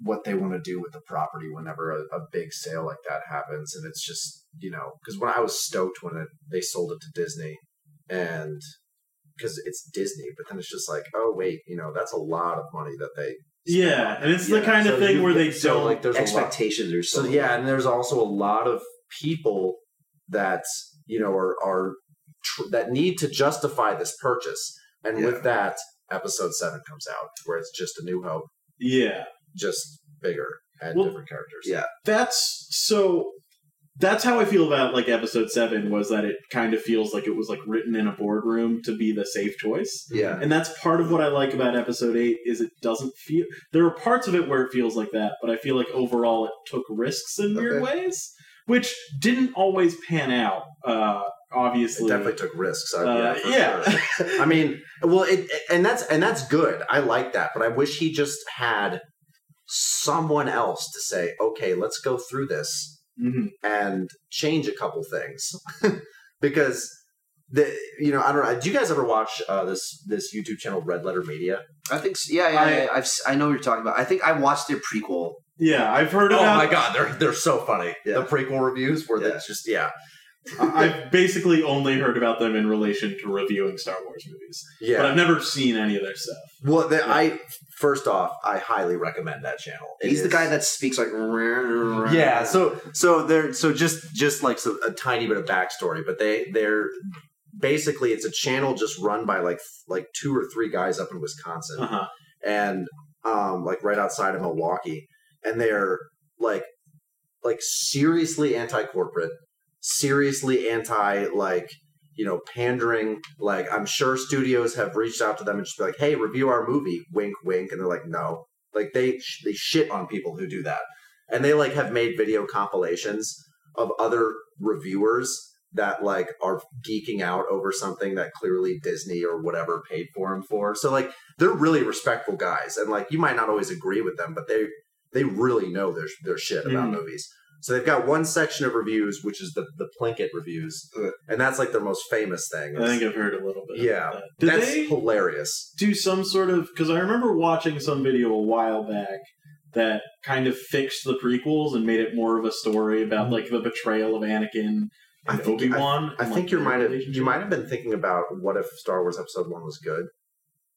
[SPEAKER 1] what they want to do with the property whenever a, a big sale like that happens, and it's just you know because when I was stoked when it, they sold it to Disney, and because it's Disney, but then it's just like oh wait, you know that's a lot of money that they
[SPEAKER 4] Yeah, and it's the
[SPEAKER 1] Yeah,
[SPEAKER 4] kind
[SPEAKER 1] so
[SPEAKER 4] of thing
[SPEAKER 1] you
[SPEAKER 4] where
[SPEAKER 1] get-
[SPEAKER 4] they
[SPEAKER 1] so,
[SPEAKER 4] don't.
[SPEAKER 1] like there's a lot
[SPEAKER 2] Expectations are
[SPEAKER 1] So
[SPEAKER 2] so
[SPEAKER 1] yeah, and there's also a lot of people that you know are are tr- that need to justify this purchase, and with that, episode seven comes out where it's just a new hope,
[SPEAKER 4] yeah,
[SPEAKER 1] just bigger and
[SPEAKER 4] Well,
[SPEAKER 1] different characters.
[SPEAKER 2] yeah.
[SPEAKER 4] that's so. That's how I feel about like episode seven was that it kind of feels like it was like written in a boardroom to be the safe choice.
[SPEAKER 2] Yeah.
[SPEAKER 4] And that's part of what I like about episode eight is it doesn't feel there are parts of it where it feels like that, but I feel like overall it took risks in weird ways, which didn't always pan out. Uh,
[SPEAKER 1] It
[SPEAKER 4] obviously,
[SPEAKER 1] definitely took risks. I,
[SPEAKER 4] Uh,
[SPEAKER 1] for
[SPEAKER 4] yeah.
[SPEAKER 1] sure. I mean, well, it, and that's and that's good. I like that, but I wish he just had someone else to say, "Okay, let's go through this
[SPEAKER 4] Mhm.
[SPEAKER 1] and change a couple things because the you know I don't know. Do you guys ever watch uh, this this YouTube channel Red Letter Media?
[SPEAKER 2] I think s- yeah, yeah,
[SPEAKER 4] I-
[SPEAKER 2] yeah. I've s- I know what you're talking about. I think I watched their prequel.
[SPEAKER 4] yeah, I've heard
[SPEAKER 1] Oh
[SPEAKER 4] about.
[SPEAKER 1] my god, they're they're so funny.
[SPEAKER 2] Yeah.
[SPEAKER 1] The prequel reviews where
[SPEAKER 2] Yeah.
[SPEAKER 1] they just yeah
[SPEAKER 4] I- I've basically only heard about them in relation to reviewing Star Wars movies, but
[SPEAKER 1] yeah.
[SPEAKER 4] I've never seen any of their stuff.
[SPEAKER 1] Well, the, I first off, I highly recommend that channel. It
[SPEAKER 2] He's the
[SPEAKER 1] is-
[SPEAKER 2] guy that speaks like
[SPEAKER 1] yeah so so they're so just just like so a tiny bit of backstory but they they're basically it's a channel just run by like like two or three guys up in
[SPEAKER 2] Uh-huh.
[SPEAKER 1] wisconsin
[SPEAKER 4] Uh huh.
[SPEAKER 1] and um, like right outside of Milwaukee, and they're like like seriously anti corporate, seriously anti like you know pandering. Like I'm sure studios have reached out to them and just be like, hey, review our movie, wink, wink, and they're like, no, like they sh- they shit on people who do that, and they like have made video compilations of other reviewers that like are geeking out over something that clearly Disney or whatever paid for them for. So like they're really respectful guys and like you might not always agree with them but they they really know their their shit about
[SPEAKER 4] Mhm.
[SPEAKER 1] movies so they've got one section of reviews which is the the plinkett reviews
[SPEAKER 2] Ugh.
[SPEAKER 1] and that's like their most famous thing
[SPEAKER 4] I think I've heard a little bit.
[SPEAKER 1] Yeah.
[SPEAKER 4] About that. Did
[SPEAKER 1] that's
[SPEAKER 4] they
[SPEAKER 1] hilarious
[SPEAKER 4] do some sort of? Because I remember watching some video a while back that kind of fixed the prequels and made it more of a story about like the betrayal of Anakin
[SPEAKER 1] Mm-hmm. I
[SPEAKER 4] and
[SPEAKER 1] think-
[SPEAKER 4] Obi Wan.
[SPEAKER 1] i think you might have you might have been thinking about what if star wars episode 1 was good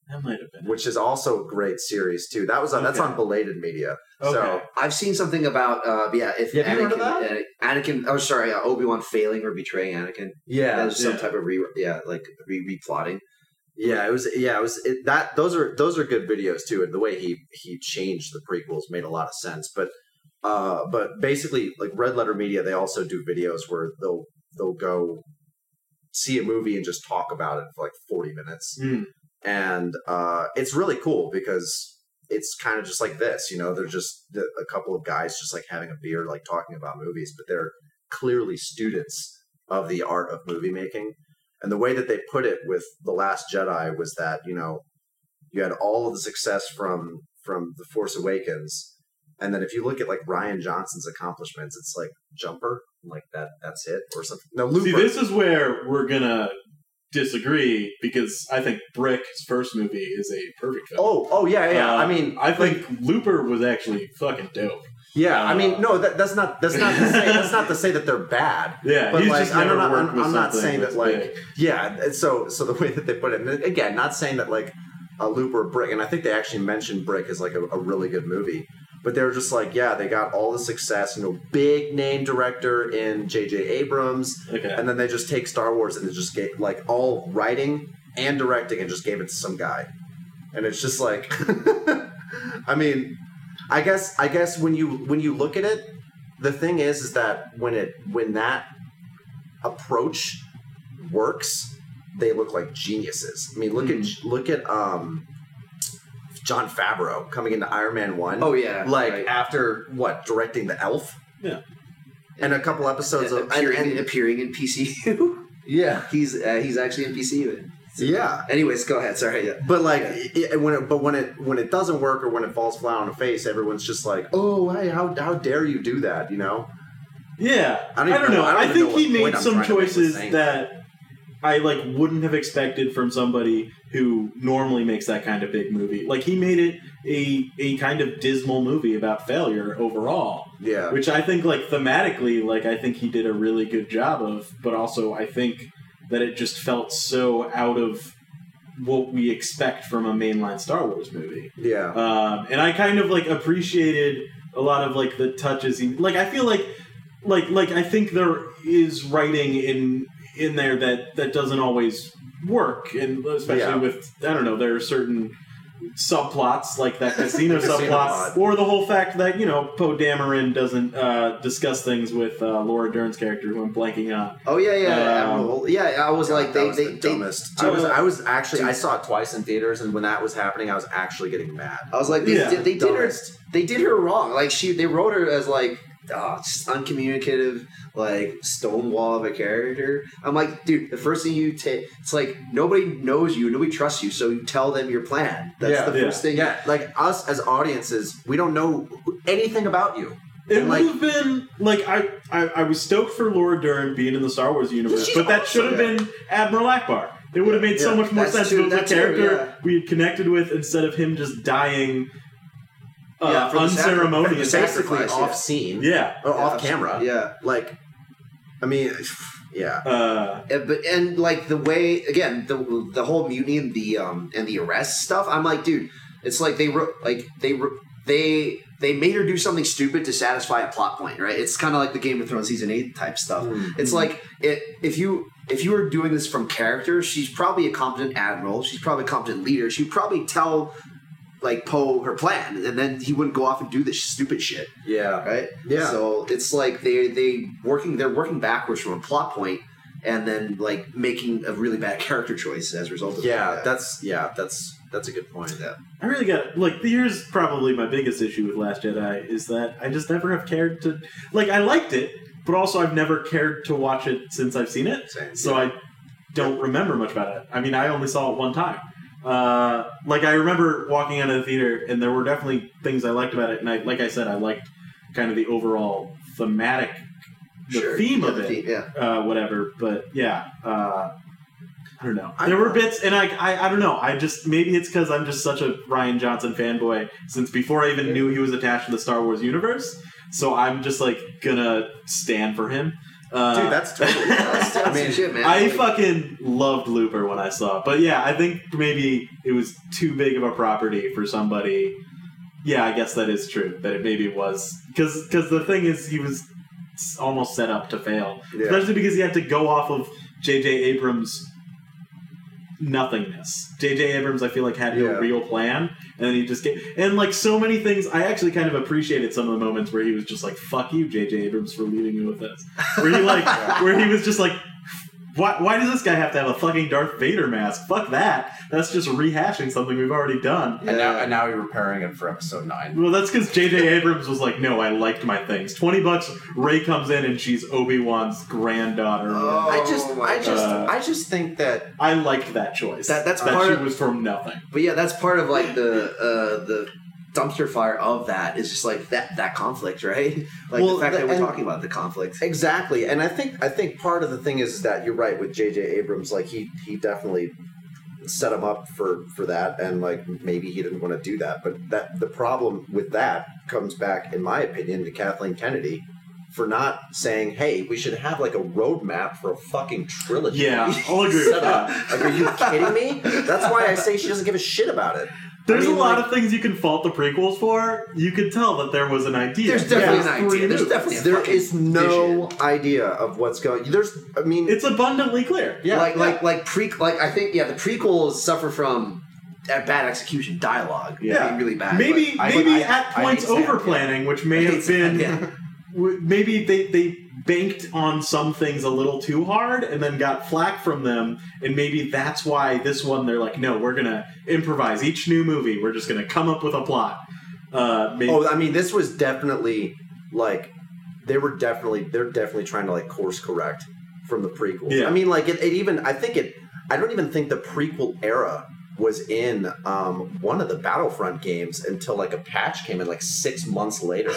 [SPEAKER 4] That might have been. it.
[SPEAKER 1] which is also a great series too that was on that's
[SPEAKER 4] Okay.
[SPEAKER 1] on belated media so
[SPEAKER 4] Okay.
[SPEAKER 2] I've seen something about uh yeah, if
[SPEAKER 1] Yeah, have you
[SPEAKER 2] Anakin,
[SPEAKER 1] heard of
[SPEAKER 2] Ana- Anakin oh sorry, uh, Obi-Wan failing or betraying Anakin.
[SPEAKER 1] yeah
[SPEAKER 2] There's some
[SPEAKER 4] yeah.
[SPEAKER 2] type of re yeah, like re replotting.
[SPEAKER 1] Yeah, it was. Yeah, it was. It, that those are those are good videos too, and the way he he changed the prequels made a lot of sense. But uh, but basically, like Red Letter Media, they also do videos where they'll they'll go see a movie and just talk about it for like forty minutes,
[SPEAKER 4] Hmm.
[SPEAKER 1] and uh, it's really cool because it's kind of just like this, you know. They're just the- a couple of guys just like having a beer, like talking about movies, but they're clearly students of the art of movie making. And the way that they put it with The Last Jedi was that, you know, you had all of the success from from The Force Awakens. And then if you look at like Ryan Johnson's accomplishments, it's like jumper, like that that's it or something. No, Looper.
[SPEAKER 4] See, this is where we're gonna disagree because I think Brick's first movie is a perfect film.
[SPEAKER 1] oh, oh yeah, yeah. yeah.
[SPEAKER 4] Uh,
[SPEAKER 1] I mean
[SPEAKER 4] I
[SPEAKER 1] like,
[SPEAKER 4] think Looper was actually fucking dope.
[SPEAKER 1] Yeah, I
[SPEAKER 4] uh,
[SPEAKER 1] mean no, that, that's not that's not to say that's not to say that they're bad.
[SPEAKER 4] Yeah,
[SPEAKER 1] But,
[SPEAKER 4] he's
[SPEAKER 1] like,
[SPEAKER 4] just
[SPEAKER 1] I'm
[SPEAKER 4] never
[SPEAKER 1] not-
[SPEAKER 4] worked
[SPEAKER 1] I'm-
[SPEAKER 4] with
[SPEAKER 1] I'm not
[SPEAKER 4] something
[SPEAKER 1] saying that,
[SPEAKER 4] that's
[SPEAKER 1] like,
[SPEAKER 4] big.
[SPEAKER 1] Yeah, and so so the way that they put it, and again, not saying that like a loop or brick, and I think they actually mentioned brick as like a, a really good movie, but they were just like, yeah, they got all the success, you know, big name director in J.J. Abrams,
[SPEAKER 4] okay,
[SPEAKER 1] and then they just take Star Wars and they just get like all writing and directing and just gave it to some guy, and it's just like, I mean, I guess I guess when you when you look at it, the thing is is that when it when that approach
[SPEAKER 2] Hmm.
[SPEAKER 1] works, they look like geniuses. I mean, look at look at um, John Favreau coming into Iron Man One.
[SPEAKER 2] Oh yeah,
[SPEAKER 1] like
[SPEAKER 2] right.
[SPEAKER 1] after what directing the Elf.
[SPEAKER 4] Yeah.
[SPEAKER 1] And a couple episodes of and,
[SPEAKER 2] appearing,
[SPEAKER 1] and-
[SPEAKER 2] appearing in PCU.
[SPEAKER 1] yeah,
[SPEAKER 2] he's uh, he's actually in PCU.
[SPEAKER 1] yeah.
[SPEAKER 2] Anyways, go ahead. Sorry. Yeah.
[SPEAKER 1] But like it, it- when it, but when it when it doesn't work or when it falls flat on the face, everyone's just like, "Oh, hey, how how dare you do that?" You know?
[SPEAKER 4] Yeah,
[SPEAKER 1] I
[SPEAKER 4] I
[SPEAKER 1] don't
[SPEAKER 4] don't,
[SPEAKER 1] even
[SPEAKER 4] know.
[SPEAKER 1] know- I don't
[SPEAKER 4] I,
[SPEAKER 1] even know
[SPEAKER 4] think
[SPEAKER 1] what
[SPEAKER 4] he made
[SPEAKER 1] point I'm
[SPEAKER 4] some
[SPEAKER 1] trying to make with
[SPEAKER 4] choices
[SPEAKER 1] saying
[SPEAKER 4] that I like wouldn't have expected from somebody who normally makes that kind of big movie. Like he made it a a kind of dismal movie about failure overall,
[SPEAKER 1] Yeah.
[SPEAKER 4] which I think like thematically, like I think he did a really good job of. But also, I think that it just felt so out of what we expect from a mainline Star Wars movie
[SPEAKER 1] Yeah.
[SPEAKER 4] um, and I kind of like appreciated a lot of like the touches. He like I feel like like like I think there is writing in in there that that doesn't always work, and especially
[SPEAKER 1] Yeah.
[SPEAKER 4] with I don't know there are certain subplots like that casino
[SPEAKER 1] Casino
[SPEAKER 4] subplot
[SPEAKER 1] plot.
[SPEAKER 4] or the whole fact that you know Poe Dameron doesn't uh, discuss things with uh, Laura Dern's character who I'm blanking on.
[SPEAKER 2] Oh yeah, yeah,
[SPEAKER 4] Um,
[SPEAKER 2] Admiral. Yeah, I was like
[SPEAKER 1] that
[SPEAKER 2] they
[SPEAKER 1] was
[SPEAKER 2] they,
[SPEAKER 1] the
[SPEAKER 2] they
[SPEAKER 1] dumbest. I was I was actually I saw it twice in theaters, and when that was happening, I was actually getting mad.
[SPEAKER 2] I was like Oh, they,
[SPEAKER 4] Yeah.
[SPEAKER 2] did, they did her
[SPEAKER 1] Dumbest.
[SPEAKER 2] they did her wrong. Like she they wrote her as like ah, just uncommunicative, like stonewall of a character. I'm like, dude, the first thing you take, it's like nobody knows you, nobody trusts you, so you tell them your plan. That's
[SPEAKER 1] Yeah.
[SPEAKER 2] the
[SPEAKER 4] Yeah.
[SPEAKER 2] first thing.
[SPEAKER 1] Yeah, like us as audiences, we don't know anything about you.
[SPEAKER 4] It
[SPEAKER 1] And,
[SPEAKER 4] would have been like I, I I was stoked for Laura Dern being in the Star Wars universe,
[SPEAKER 2] she's
[SPEAKER 4] but that
[SPEAKER 2] awesome,
[SPEAKER 4] should have been Admiral Akbar. It would have made so
[SPEAKER 1] Yeah,
[SPEAKER 4] much more
[SPEAKER 2] that's
[SPEAKER 4] sense
[SPEAKER 2] true,
[SPEAKER 4] if it
[SPEAKER 2] that's
[SPEAKER 4] was a
[SPEAKER 2] true,
[SPEAKER 4] character
[SPEAKER 2] yeah.
[SPEAKER 4] we had connected with instead of him just dying
[SPEAKER 2] Yeah,
[SPEAKER 4] uh,
[SPEAKER 2] for the sacri-
[SPEAKER 4] unceremoniously.
[SPEAKER 2] for the
[SPEAKER 1] Basically
[SPEAKER 2] Sacrifice,
[SPEAKER 1] off
[SPEAKER 2] yeah.
[SPEAKER 1] scene
[SPEAKER 4] yeah.
[SPEAKER 1] or
[SPEAKER 2] Yeah,
[SPEAKER 1] off camera.
[SPEAKER 2] Yeah.
[SPEAKER 1] Like, I mean, yeah,
[SPEAKER 4] Uh,
[SPEAKER 2] Uh, but and like the way again the the whole mutiny and the um and the arrest stuff i'm like dude it's like they wrote like they wrote they they made her do something stupid to satisfy a plot point right it's kind of like the game of thrones season 8 type stuff it's like it, if you if you were doing this from character she's probably a competent admiral she's probably a competent leader she'd probably tell like poe her plan and then he wouldn't go off and do this stupid shit
[SPEAKER 1] yeah,
[SPEAKER 2] right
[SPEAKER 1] yeah.
[SPEAKER 2] so it's like they they working they're working backwards from a plot point and then like making a really bad character choice as a result of
[SPEAKER 1] yeah,
[SPEAKER 2] that.
[SPEAKER 1] that's yeah, that's that's a good point.
[SPEAKER 4] I really got like here's probably my biggest issue with Last Jedi is that I just never have cared to like I liked it, but also I've never cared to watch it since I've seen it.
[SPEAKER 1] Same.
[SPEAKER 4] so I don't remember much about it. I mean, I only saw it one time. Uh, like I remember walking out of the theater, and there were definitely things I liked about it. And I, like I said, I liked kind of the overall thematic, the
[SPEAKER 2] Sure.
[SPEAKER 4] theme
[SPEAKER 2] Yeah,
[SPEAKER 4] of
[SPEAKER 2] the
[SPEAKER 4] it,
[SPEAKER 2] theme, yeah.
[SPEAKER 4] uh, whatever. But yeah, uh, I don't know.
[SPEAKER 1] I
[SPEAKER 4] there were
[SPEAKER 1] don't-
[SPEAKER 4] bits, and I, I, I don't know. I just maybe it's because I'm just such a Ryan Johnson fanboy since before I even knew he was attached to the Star Wars universe. So I'm just like gonna stand for him. Uh,
[SPEAKER 1] Dude, that's totally.
[SPEAKER 2] That's- that's
[SPEAKER 1] I mean,
[SPEAKER 2] some shit, man.
[SPEAKER 4] I
[SPEAKER 2] Like,
[SPEAKER 4] fucking loved Looper when I saw it. But yeah, I think maybe it was too big of a property for somebody. Yeah, I guess that is true. That it maybe was because the thing is he was s- almost set up to fail,
[SPEAKER 1] yeah.
[SPEAKER 4] especially because he had to go off of J.J. Abrams' nothingness. J.J. Abrams, I feel like had no
[SPEAKER 1] Yeah.
[SPEAKER 4] real plan, and then he just get and like so many things. I actually kind of appreciated some of the moments where he was just like, "Fuck you, J.J. Abrams, for leaving me with this." Where he like, where he was just like. Why, why does this guy have to have a fucking Darth Vader mask? Fuck that. That's just rehashing something we've already done.
[SPEAKER 2] And now- and
[SPEAKER 1] now you're repairing it for episode nine.
[SPEAKER 4] Well, that's because J.J. Abrams was like, no, I liked my things. 20 bucks, Ray comes in and she's Obi Wan's granddaughter.
[SPEAKER 2] Oh.
[SPEAKER 1] I just, I just,
[SPEAKER 4] God.
[SPEAKER 1] I just think that
[SPEAKER 4] I liked that choice.
[SPEAKER 2] That- that's
[SPEAKER 4] that
[SPEAKER 2] part
[SPEAKER 4] she
[SPEAKER 2] of-
[SPEAKER 4] was from nothing.
[SPEAKER 2] but yeah that's part of like the uh the dumpster fire of that is just like that that conflict right like
[SPEAKER 1] Well,
[SPEAKER 2] the fact
[SPEAKER 1] the-
[SPEAKER 2] that we're
[SPEAKER 1] and-
[SPEAKER 2] talking about the conflict
[SPEAKER 1] exactly, and I think, I think part of the thing is that you're right with J.J. Abrams. Like he, he definitely set him up for for that, and like maybe he didn't want to do that. But that the problem with that comes back, in my opinion, to Kathleen Kennedy for not saying, "Hey, we should have like a roadmap for a fucking trilogy."
[SPEAKER 4] Yeah, I'll agree with
[SPEAKER 1] Set up.
[SPEAKER 4] that.
[SPEAKER 1] Like, are you kidding me? That's why I say she doesn't give a shit about it.
[SPEAKER 4] There's
[SPEAKER 1] I mean,
[SPEAKER 4] a lot
[SPEAKER 1] like-
[SPEAKER 4] of things you can fault the prequels for. You could tell that there was an idea.
[SPEAKER 2] There's definitely
[SPEAKER 4] Yeah.
[SPEAKER 2] an idea. There's definitely a
[SPEAKER 1] There
[SPEAKER 2] fucking
[SPEAKER 1] is no idea of what's going. There's, I mean,
[SPEAKER 4] It's abundantly clear.
[SPEAKER 1] yeah,
[SPEAKER 2] like
[SPEAKER 1] yeah.
[SPEAKER 2] like like pre like I think yeah the prequels suffer from uh, bad execution dialogue
[SPEAKER 4] Yeah.
[SPEAKER 2] being really bad
[SPEAKER 4] maybe
[SPEAKER 1] I-
[SPEAKER 4] maybe
[SPEAKER 1] I-
[SPEAKER 4] at
[SPEAKER 1] I
[SPEAKER 4] points
[SPEAKER 1] hate Sam,
[SPEAKER 4] over planning, which may have
[SPEAKER 2] but-
[SPEAKER 4] been
[SPEAKER 2] yeah.
[SPEAKER 4] w- maybe they they banked on some things a little too hard and then got flack from them and maybe that's why this one they're like no we're gonna improvise each new movie we're just gonna come up with a plot uh maybe
[SPEAKER 1] Oh, I mean, this was definitely like they were definitely they're definitely trying to like course correct from the prequel.
[SPEAKER 4] Yeah.
[SPEAKER 1] I mean, like it, it even I think it I don't even think the prequel era was in um, one of the Battlefront games until like a patch came in like six months later.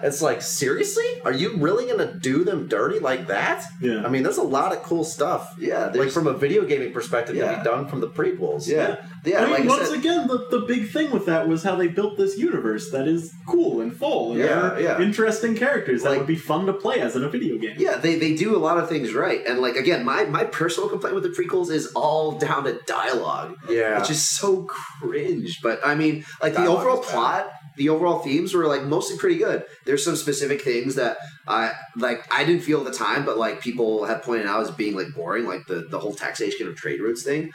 [SPEAKER 1] it's like seriously, are you really gonna do them dirty like that?
[SPEAKER 4] yeah
[SPEAKER 1] I mean, there's a lot of cool stuff.
[SPEAKER 2] Yeah,
[SPEAKER 1] Like
[SPEAKER 2] there's,
[SPEAKER 1] from a video gaming perspective, to
[SPEAKER 2] Yeah.
[SPEAKER 1] be done from the prequels.
[SPEAKER 2] yeah, yeah.
[SPEAKER 4] I mean,
[SPEAKER 2] like I
[SPEAKER 4] once
[SPEAKER 2] said,
[SPEAKER 4] again, the, the big thing with that was how they built this universe that is cool and full and
[SPEAKER 2] Yeah,
[SPEAKER 4] there are
[SPEAKER 2] yeah.
[SPEAKER 4] interesting characters that
[SPEAKER 2] Like-
[SPEAKER 4] would be fun to play as in a video game.
[SPEAKER 2] yeah, they, they do a lot of things right. And like again, my my personal complaint with the prequels is all down to dialogue.
[SPEAKER 1] yeah.
[SPEAKER 2] which is so cringe. But I mean, like the
[SPEAKER 1] Dialogue
[SPEAKER 2] overall
[SPEAKER 1] is bad.
[SPEAKER 2] plot, the overall themes were like mostly pretty good. There's some specific things that I like. I didn't feel at the time, but like people had pointed out as being like boring, like the the whole taxation of trade routes thing.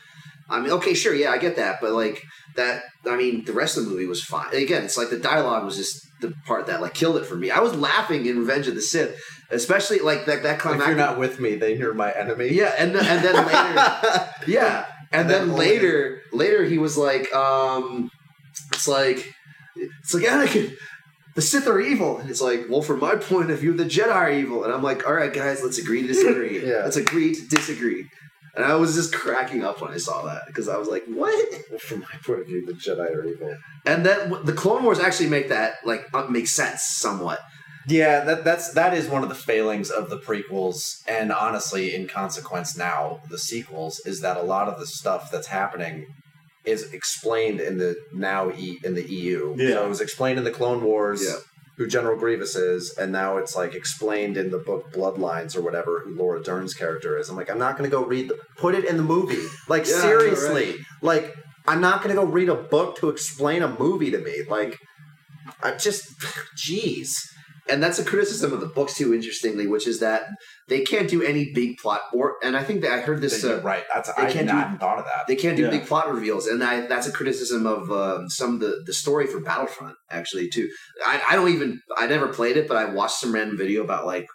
[SPEAKER 2] I mean, okay, sure, yeah, I get that, but like that. I mean, the rest of the movie was fine. Again, it's like the dialogue was just the part that like killed it for me. I was laughing in Revenge of the Sith, especially like that that
[SPEAKER 1] If
[SPEAKER 2] climactic.
[SPEAKER 1] you're not with me, then you're my enemy.
[SPEAKER 2] yeah, and and then later. Yeah. And,
[SPEAKER 1] And
[SPEAKER 2] then,
[SPEAKER 1] then only-
[SPEAKER 2] later, later he was like, um, it's like, it's like Anakin, the Sith are evil. And it's like, well, from my point of view, the Jedi are evil. And I'm like, all right, guys, let's agree to disagree.
[SPEAKER 1] Yeah.
[SPEAKER 2] Let's agree to disagree. And I was just cracking up when I saw that because I was like, what?
[SPEAKER 1] From my point of view, the Jedi are evil.
[SPEAKER 2] And then the Clone Wars actually make that like uh, make sense somewhat.
[SPEAKER 1] Yeah, that that's that is one of the failings of the prequels, and honestly, in consequence, now the sequels is that a lot of the stuff that's happening is explained in the now e, in the EU.
[SPEAKER 4] Yeah.
[SPEAKER 1] So it was explained in the Clone Wars,
[SPEAKER 2] Yeah.
[SPEAKER 1] who General Grievous is, and now it's like explained in the book Bloodlines or whatever who Laura Dern's character is. I'm like, I'm not gonna go read the put it in the movie. Like
[SPEAKER 2] Yeah, I know,
[SPEAKER 1] seriously, like I'm not gonna go read a book to explain a movie to me. Like, I just, jeez.
[SPEAKER 2] and that's a criticism of the books too. Interestingly, which is that they can't do any big plot or. And I think that I heard this.
[SPEAKER 1] You're
[SPEAKER 2] uh,
[SPEAKER 1] right. That's
[SPEAKER 2] they
[SPEAKER 1] I
[SPEAKER 2] can't
[SPEAKER 1] had
[SPEAKER 2] do-
[SPEAKER 1] not even thought of that.
[SPEAKER 2] They can't do
[SPEAKER 4] Yeah.
[SPEAKER 2] big plot reveals, and I, that's a criticism of um, some of the, the story for Battlefront actually too. I, I don't even I never played it, but I watched some random video about like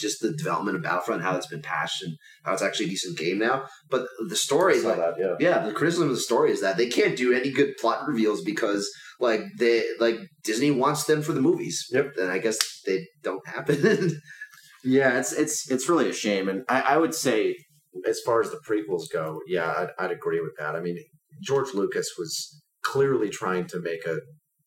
[SPEAKER 2] just the development of Battlefront, how it's been patched, and how it's actually a decent game now. But the story, like,
[SPEAKER 1] that, yeah.
[SPEAKER 2] yeah, the criticism of the story is that they can't do any good plot reveals because like they like Disney wants them for the movies.
[SPEAKER 1] Yep.
[SPEAKER 2] and I guess they don't happen.
[SPEAKER 5] yeah, it's it's it's really a shame, and I, I would say
[SPEAKER 1] As far as the prequels go, yeah, I'd, I'd agree with that. I mean, George Lucas was clearly trying to make a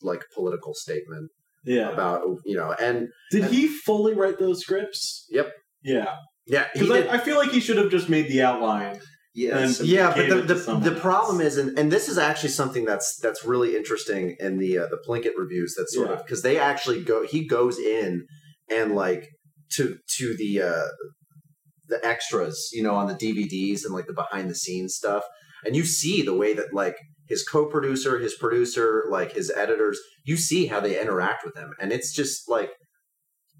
[SPEAKER 1] like political statement
[SPEAKER 4] Yeah.
[SPEAKER 1] about you know, and
[SPEAKER 4] Did he fully write those scripts?
[SPEAKER 1] Yep.
[SPEAKER 4] Yeah.
[SPEAKER 1] yeah, he
[SPEAKER 4] Because
[SPEAKER 1] did.
[SPEAKER 4] I, I feel like he should have just made the outline.
[SPEAKER 2] yes,
[SPEAKER 4] And-
[SPEAKER 1] yeah, but
[SPEAKER 4] gave it
[SPEAKER 1] the,
[SPEAKER 4] to
[SPEAKER 1] the,
[SPEAKER 4] someone
[SPEAKER 1] the
[SPEAKER 4] else.
[SPEAKER 1] problem is, and, and this is actually something that's that's really interesting in the uh, the Plinkett reviews. That sort of because they actually go, he goes in and like to to the uh, the extras, you know, on the DVDs and like the behind the scenes stuff, and you see the way that like his co-producer, his producer, like his editors, you see how they interact with him, and it's just like,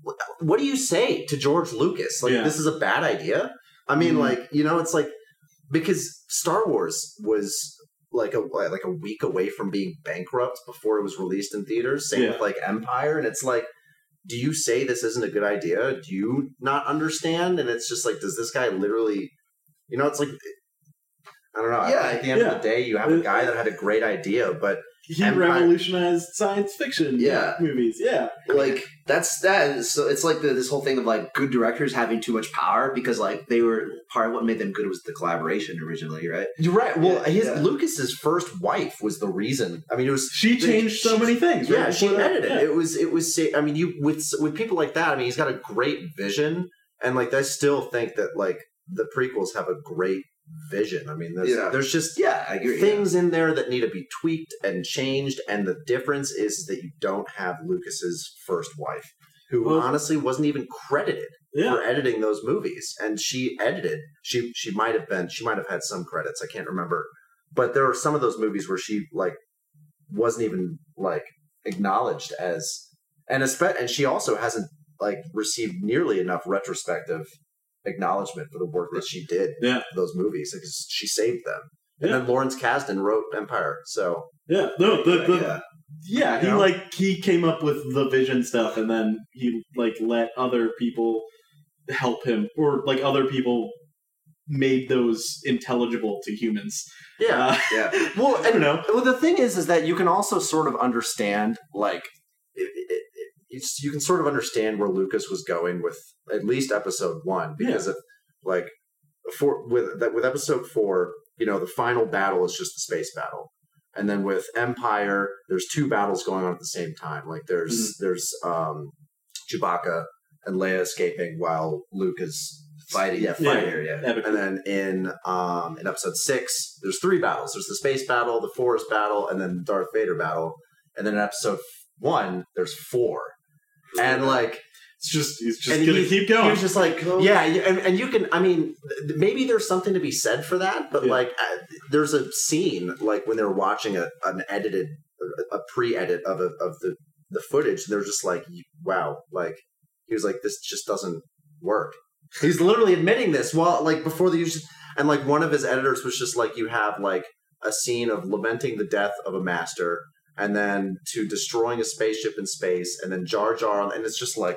[SPEAKER 1] what, what do you say to George Lucas? Like
[SPEAKER 4] Yeah.
[SPEAKER 1] this is a bad idea. I mean,
[SPEAKER 4] Mhm.
[SPEAKER 1] like you know, it's like because Star Wars was like a like a week away from being bankrupt before it was released in theaters. Same
[SPEAKER 4] Yeah.
[SPEAKER 1] with like Empire, and it's like, do you say this isn't a good idea? Do you not understand? And it's just like, does this guy literally, you know, it's like. I don't know.
[SPEAKER 2] Yeah,
[SPEAKER 1] at the end
[SPEAKER 4] yeah.
[SPEAKER 1] of the day, you have a guy that had a great idea, but
[SPEAKER 4] He
[SPEAKER 1] And I-
[SPEAKER 4] revolutionized science fiction
[SPEAKER 2] Yeah.
[SPEAKER 4] movies. Yeah.
[SPEAKER 2] like that's that is so it's like the, this whole thing of like good directors having too much power because like they were part of what made them good was the collaboration originally right
[SPEAKER 1] you're right. Well,
[SPEAKER 2] Yeah,
[SPEAKER 1] his
[SPEAKER 2] yeah.
[SPEAKER 1] Lucas's first wife was the reason. I mean, it was
[SPEAKER 4] She changed so
[SPEAKER 1] she-
[SPEAKER 4] many things. right?
[SPEAKER 1] Yeah, she
[SPEAKER 4] Before that-
[SPEAKER 1] edited it.
[SPEAKER 4] yeah.
[SPEAKER 1] It was it was. sa- I mean, you with with people like that. I mean, he's got a great vision, and like I still think that like the prequels have a great vision. I mean, there's
[SPEAKER 2] Yeah.
[SPEAKER 1] there's just
[SPEAKER 2] yeah i agree yeah.
[SPEAKER 1] things in there that need to be tweaked and changed, and the difference is that you don't have Lucas's first wife, who
[SPEAKER 4] Well-
[SPEAKER 1] honestly wasn't even credited
[SPEAKER 4] Yeah.
[SPEAKER 1] for editing those movies, and she edited. She she might have been she might have had some credits. I can't remember, but there are some of those movies where she like wasn't even like acknowledged as and espe- and she also hasn't like received nearly enough retrospective acknowledgement for the work that she did
[SPEAKER 4] Yeah.
[SPEAKER 1] for those movies because she saved them. And
[SPEAKER 4] Yeah.
[SPEAKER 1] then Lawrence Kasdan wrote Empire, so
[SPEAKER 4] Yeah. No, the, the,
[SPEAKER 2] yeah
[SPEAKER 4] Yeah, he
[SPEAKER 1] You know?
[SPEAKER 4] like he came up with the vision stuff, and then he like let other people help him, or like other people made those intelligible to humans.
[SPEAKER 5] Yeah.
[SPEAKER 4] Uh,
[SPEAKER 1] Yeah.
[SPEAKER 5] Well,
[SPEAKER 4] I
[SPEAKER 5] and
[SPEAKER 4] don't know.
[SPEAKER 5] Well, the thing is, is that you can also sort of understand, like, it, it, it,
[SPEAKER 1] it's, you can sort of understand where Lucas was going with at least episode one because of like for with that with episode four, you know, the final battle is just the space battle, and then with Empire, there's two battles going on at the same time. Like there's there's um Chewbacca and Leia escaping while Luke is
[SPEAKER 2] fighting.
[SPEAKER 1] yeah
[SPEAKER 4] Yeah.
[SPEAKER 1] fighting her, yeah.
[SPEAKER 4] Epic.
[SPEAKER 1] And then in um, in episode six, there's three battles. There's the space battle, the forest battle, and then the Darth Vader battle. And then in episode f- one, there's four. And like,
[SPEAKER 4] It's just he's just
[SPEAKER 1] And
[SPEAKER 4] gonna
[SPEAKER 1] he-
[SPEAKER 4] keep
[SPEAKER 1] he
[SPEAKER 4] going.
[SPEAKER 1] was just like, yeah, you- and, and you can. I mean, th- maybe there's something to be said for that. But
[SPEAKER 4] Yeah.
[SPEAKER 1] like, uh, there's a scene like when they're watching a, an edited, a a pre-edit of a, of the the footage. They're just like, wow, like he was like, this just doesn't work. He's literally admitting this while like before the use, and like one of his editors was just like, you have like a scene of lamenting the death of a master. And then to destroying a spaceship in space, and then Jar Jar, and it's just like,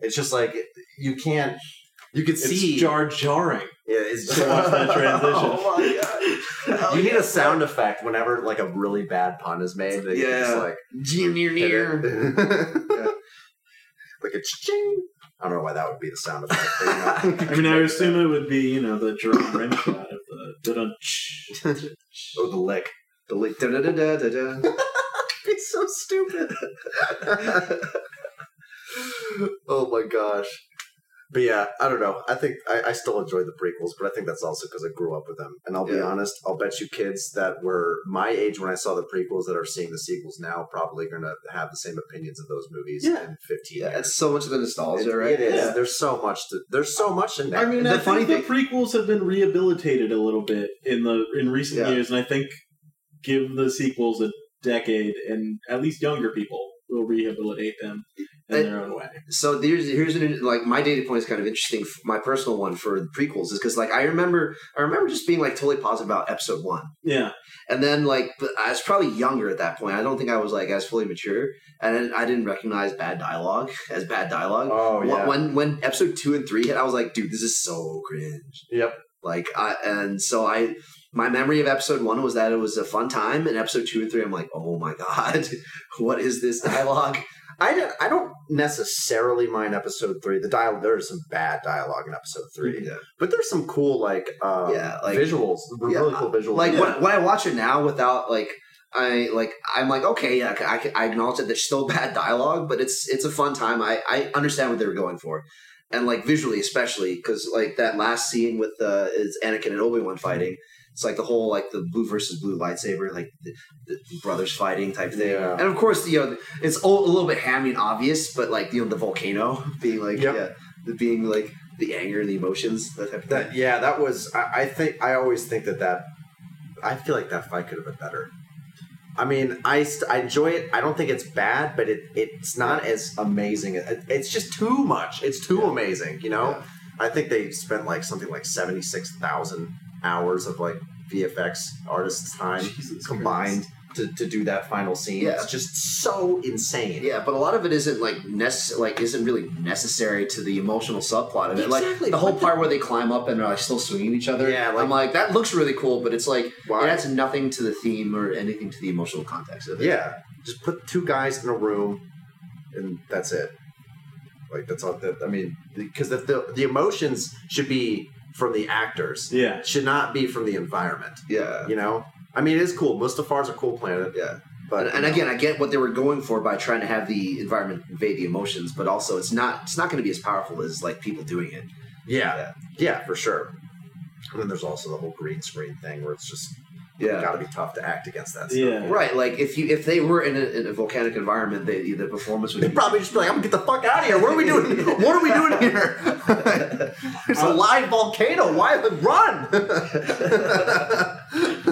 [SPEAKER 1] it's just like you can't. You could
[SPEAKER 4] it's
[SPEAKER 1] see.
[SPEAKER 4] jar jarring.
[SPEAKER 1] yeah, it's
[SPEAKER 4] So watch that transition.
[SPEAKER 1] Oh my god! you need a sound effect whenever like a really bad pun is made. That yeah, just,
[SPEAKER 2] Yeah.
[SPEAKER 1] like
[SPEAKER 2] Junior
[SPEAKER 1] hit
[SPEAKER 2] near.
[SPEAKER 1] it. like a ching. I don't know why that would be the sound effect. but, you know.
[SPEAKER 4] I mean, I assume it would be you know the Jerome Wrench shot of the da-dun-tsh.
[SPEAKER 1] oh, the lick.
[SPEAKER 2] The lick. Da da da da da da.
[SPEAKER 1] Be so stupid. oh my gosh. But yeah, I don't know. I think I, I still enjoy the prequels, but I think that's also because I grew up with them. And I'll be
[SPEAKER 2] Yeah.
[SPEAKER 1] honest, I'll bet you kids that were my age when I saw the prequels that are seeing the sequels now probably going to have the same opinions of those movies
[SPEAKER 4] Yeah.
[SPEAKER 1] in 15
[SPEAKER 2] Yeah,
[SPEAKER 1] years.
[SPEAKER 2] it's so much of the
[SPEAKER 1] It-
[SPEAKER 2] nostalgia, right?
[SPEAKER 1] It is.
[SPEAKER 4] Yeah.
[SPEAKER 1] There's so much. To, there's so much in there.
[SPEAKER 4] I mean, uh,
[SPEAKER 2] The
[SPEAKER 4] I
[SPEAKER 2] funny
[SPEAKER 4] think the prequels have been rehabilitated a little bit in the in recent
[SPEAKER 2] Yeah.
[SPEAKER 4] years, and I think give the sequels a decade, and at least younger people will rehabilitate them in
[SPEAKER 2] I-
[SPEAKER 4] their own way.
[SPEAKER 2] so here's here's an like my data point is kind of interesting. My personal one for the prequels is because like I remember I remember just being like totally positive about episode one,
[SPEAKER 4] Yeah,
[SPEAKER 2] and then like but I was probably younger at that point. I don't think I was like as fully mature, and I didn't- I didn't recognize bad dialogue as bad dialogue.
[SPEAKER 1] oh
[SPEAKER 2] When-
[SPEAKER 1] yeah.
[SPEAKER 2] When when episode two and three hit, I was like, dude, this is so cringe.
[SPEAKER 1] Yep.
[SPEAKER 2] Like I and so I my memory of episode one was that it was a fun time, and episode two and three, I'm like, oh my god, what is this dialogue?
[SPEAKER 1] I don't, I don't necessarily mind episode three. The dial there is some bad dialogue in episode three,
[SPEAKER 2] Yeah.
[SPEAKER 1] but there's some cool like um,
[SPEAKER 2] Yeah, like-
[SPEAKER 1] visuals, really
[SPEAKER 2] Yeah,
[SPEAKER 1] cool visuals.
[SPEAKER 2] like
[SPEAKER 1] Yeah.
[SPEAKER 2] when, when I watch it now without like I like I'm like okay yeah I, can- I acknowledge that there's still bad dialogue but it's it's a fun time I I understand what they were going for and like visually especially because like that last scene with uh is Anakin and Obi Wan fighting it's like the whole like the blue versus blue lightsaber like the, the brothers fighting type thing
[SPEAKER 1] Yeah.
[SPEAKER 2] and of course you know it's all, a little bit hammy and obvious but like you know the volcano being like
[SPEAKER 1] Yep.
[SPEAKER 2] yeah the being like the anger and the emotions that type of thing.
[SPEAKER 1] that, yeah, that was. I, I think I always think that that. I feel like that fight could have been better. I mean, I, st- I enjoy it. I don't think it's bad, but it it's not as amazing. It- It's just too much. It's too amazing. You know,
[SPEAKER 2] Yeah.
[SPEAKER 1] I think they spent like something like seventy six thousand hours of like VFX artists' time
[SPEAKER 4] Jesus
[SPEAKER 1] combined to, to do that final scene.
[SPEAKER 2] Yeah.
[SPEAKER 1] It's just so insane.
[SPEAKER 2] Yeah, but a lot of it isn't like necess- like isn't really necessary to the emotional subplot of it.
[SPEAKER 1] Exactly,
[SPEAKER 2] Like the whole
[SPEAKER 1] but
[SPEAKER 2] part where they climb up and are like, still swinging each other.
[SPEAKER 1] Yeah, like-
[SPEAKER 2] I'm like that looks really cool, but it's like
[SPEAKER 1] Why?
[SPEAKER 2] it adds nothing to the theme or anything to the emotional context of it.
[SPEAKER 1] Yeah. Just put two guys in a room and that's it. Like that's all that I mean because the, the the emotions should be from the actors.
[SPEAKER 4] Yeah,
[SPEAKER 1] It should not be from the environment,
[SPEAKER 2] yeah,
[SPEAKER 1] you know? I mean, it is cool. Mustafar's a cool planet,
[SPEAKER 2] yeah.
[SPEAKER 1] but
[SPEAKER 2] And, and again, I get what they were going for by trying to have the environment invade the emotions, but also it's not it's not going to be as powerful as like people doing it.
[SPEAKER 1] yeah, yeah, for sure. And then there's also the whole green screen thing where it's just got to be tough to act against that. Stuff.
[SPEAKER 4] yeah.
[SPEAKER 2] Right, like if you if they were in a, in a volcanic environment, they, the performance would
[SPEAKER 1] They
[SPEAKER 2] be
[SPEAKER 1] probably just be like, "I'm gonna get the fuck out of here. What are we doing? What are we doing here? There's a live volcano. Why run?"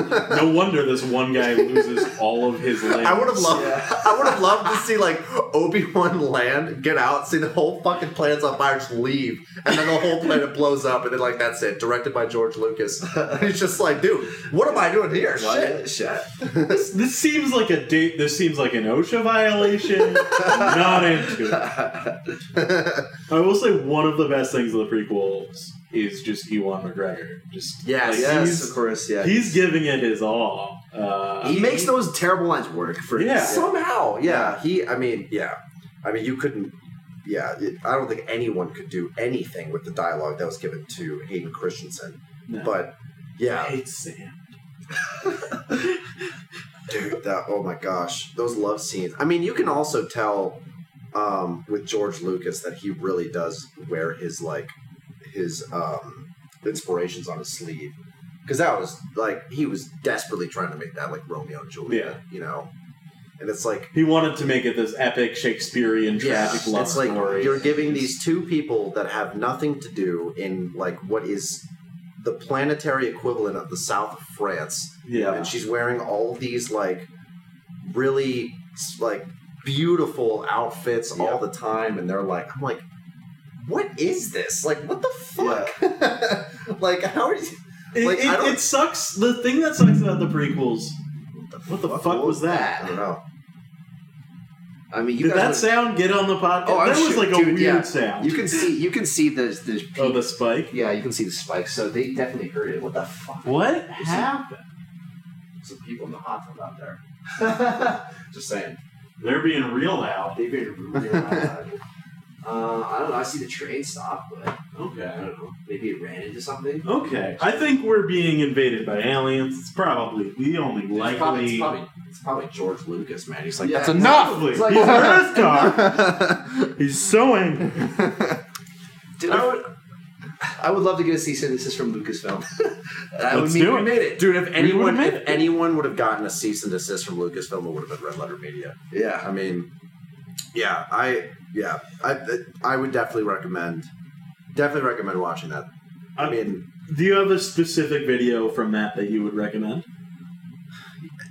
[SPEAKER 4] No wonder this one guy loses all of his legs.
[SPEAKER 1] I would have loved.
[SPEAKER 2] Yeah.
[SPEAKER 1] I would have loved to see like Obi Wan land, get out, see the whole fucking planet's on fire, just leave, and then the whole planet blows up, and then like that's it. Directed by George Lucas. And he's just like, dude, what am I doing here? Shit.
[SPEAKER 2] What? Shit.
[SPEAKER 4] This, this seems like a date. This seems like an OSHA violation. Not into it. I will say one of the best things of the prequels is just Ewan McGregor. Just
[SPEAKER 1] Yes,
[SPEAKER 4] like,
[SPEAKER 2] yes,
[SPEAKER 4] he's,
[SPEAKER 2] of course. Yeah.
[SPEAKER 4] he's giving it his all. Uh,
[SPEAKER 2] He makes those terrible lines work for
[SPEAKER 4] Yeah.
[SPEAKER 1] Somehow, yeah. He, I mean, yeah. I mean, you couldn't. Yeah, it, I don't think anyone could do anything with the dialogue that was given to Hayden Christensen.
[SPEAKER 4] No.
[SPEAKER 1] But
[SPEAKER 4] I
[SPEAKER 1] yeah,
[SPEAKER 4] hate Sam.
[SPEAKER 1] dude that oh my gosh those love scenes i mean you can also tell um, with george lucas that he really does wear his like his um, inspirations on his sleeve because that was like he was desperately trying to make that like romeo and juliet you know and it's like
[SPEAKER 4] He wanted to make it this epic Shakespearean tragic
[SPEAKER 1] yeah,
[SPEAKER 4] love
[SPEAKER 1] it's like
[SPEAKER 4] story.
[SPEAKER 1] you're giving these two people that have nothing to do in like what is the planetary equivalent of the south of france
[SPEAKER 4] yeah.
[SPEAKER 1] and she's wearing all these like really like beautiful outfits all the time and they're like i'm like what is this like what the fuck like how are you
[SPEAKER 4] It,
[SPEAKER 1] Like,
[SPEAKER 4] it-
[SPEAKER 1] I don't-
[SPEAKER 4] it sucks. The thing that sucks about the prequels. What the fuck, was
[SPEAKER 1] i
[SPEAKER 4] that?
[SPEAKER 1] don't know
[SPEAKER 2] I mean, you
[SPEAKER 4] Did
[SPEAKER 2] guys.
[SPEAKER 4] that
[SPEAKER 2] would-
[SPEAKER 4] sound get on the podcast?
[SPEAKER 2] Oh, I'm
[SPEAKER 4] that was
[SPEAKER 2] sure-
[SPEAKER 4] like a
[SPEAKER 2] dude,
[SPEAKER 4] weird
[SPEAKER 2] yeah.
[SPEAKER 4] sound.
[SPEAKER 2] you can see. You can see the the.
[SPEAKER 4] oh, the spike.
[SPEAKER 2] yeah, you can see the spikes. So they definitely heard it. What the fuck?
[SPEAKER 4] What happened?
[SPEAKER 3] Some people in the hot tub out there. Just saying.
[SPEAKER 4] They're being real loud.
[SPEAKER 3] They've been really loud. Uh, I don't know. I see the train stop, but I
[SPEAKER 4] Okay.
[SPEAKER 3] don't know. Maybe it ran into something.
[SPEAKER 4] Okay. I think we're being invaded by aliens. It's probably the only
[SPEAKER 3] It's probably, it's
[SPEAKER 4] likely.
[SPEAKER 3] probably it's probably George Lucas, man. He's like,
[SPEAKER 2] Yeah.
[SPEAKER 5] That's enough.
[SPEAKER 4] Probably.
[SPEAKER 2] It's like-
[SPEAKER 4] He's heard us talk. He's so angry.
[SPEAKER 2] Dude, I would. I would love to get a cease and desist from Lucasfilm. that
[SPEAKER 4] Let's
[SPEAKER 2] would mean
[SPEAKER 4] do
[SPEAKER 2] we
[SPEAKER 4] it.
[SPEAKER 2] made it.
[SPEAKER 1] dude if anyone
[SPEAKER 4] would've made
[SPEAKER 1] if
[SPEAKER 4] it.
[SPEAKER 1] anyone would have gotten a cease and desist from lucasfilm it would have been red letter media
[SPEAKER 2] Yeah.
[SPEAKER 1] i mean yeah i yeah i i would definitely recommend definitely recommend watching that i mean
[SPEAKER 4] Do you have a specific video from that that you would recommend?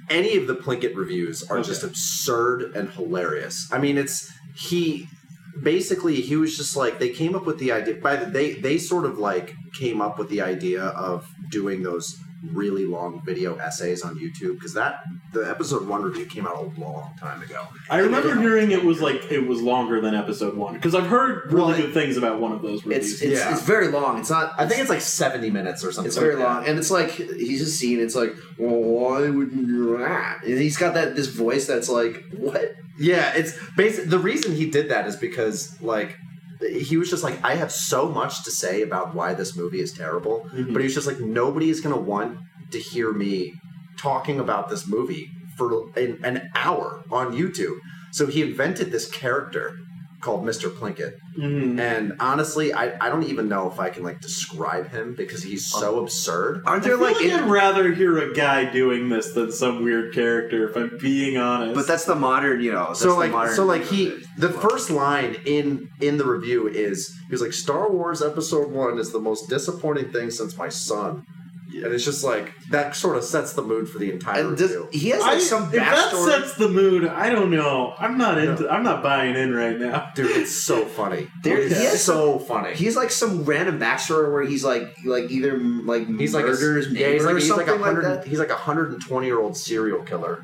[SPEAKER 1] any of the Plinkett reviews are
[SPEAKER 4] Okay.
[SPEAKER 1] just absurd and hilarious. I mean, it's he basically he was just like they came up with the idea by the they they sort of like came up with the idea of doing those really long video essays on YouTube because that the episode one review came out a long time ago.
[SPEAKER 4] I remember hearing it was like it was longer than episode one because I've heard really
[SPEAKER 2] Well, it-
[SPEAKER 4] good things about one of those reviews.
[SPEAKER 2] It's it's,
[SPEAKER 1] Yeah.
[SPEAKER 2] it's very long. It's not.
[SPEAKER 1] I think it's like seventy minutes or something.
[SPEAKER 2] It's very
[SPEAKER 1] like that.
[SPEAKER 2] long, and it's like he's just seen. It's like, well, why wouldn't you do that? And he's got that this voice that's like, what?
[SPEAKER 1] Yeah, it's basic. The reason he did that is because like he was just like, I have so much to say about why this movie is terrible,
[SPEAKER 4] Mhm.
[SPEAKER 2] Hmm.
[SPEAKER 1] but he was just like, nobody is gonna want to hear me talking about this movie for an, an hour on YouTube. So he invented this character called Mr. Plinkett,
[SPEAKER 4] Mhm.
[SPEAKER 1] and honestly, I, I don't even know if I can like describe him because he's so absurd.
[SPEAKER 2] Aren't
[SPEAKER 4] I
[SPEAKER 2] there
[SPEAKER 4] feel
[SPEAKER 2] like?
[SPEAKER 4] like,
[SPEAKER 2] in-
[SPEAKER 4] I'd rather hear a guy doing this than some weird character. If I'm being honest,
[SPEAKER 2] but that's the modern, you know. That's the
[SPEAKER 1] so like
[SPEAKER 2] modern
[SPEAKER 1] so like he the
[SPEAKER 2] Well,
[SPEAKER 1] first line in in the review is he was like star wars episode one is the most disappointing thing since my son and it's just like that sort of sets the mood for the entire
[SPEAKER 2] And does,
[SPEAKER 1] review
[SPEAKER 2] he has like
[SPEAKER 4] I-
[SPEAKER 2] some
[SPEAKER 4] if that
[SPEAKER 2] backstory.
[SPEAKER 4] sets the mood, I don't know. I'm not into. I'm not buying in right now.
[SPEAKER 1] dude it's so funny
[SPEAKER 2] There-
[SPEAKER 1] it's
[SPEAKER 2] he has-
[SPEAKER 1] so funny
[SPEAKER 2] He has like some random backstory where he's like, like either mm, like
[SPEAKER 1] he's like a,
[SPEAKER 2] murders
[SPEAKER 1] yeah,
[SPEAKER 2] neighbor
[SPEAKER 1] he's like,
[SPEAKER 2] or
[SPEAKER 1] he's like a
[SPEAKER 2] something like
[SPEAKER 1] hundred
[SPEAKER 2] that.
[SPEAKER 1] he's like a hundred and twenty year old serial killer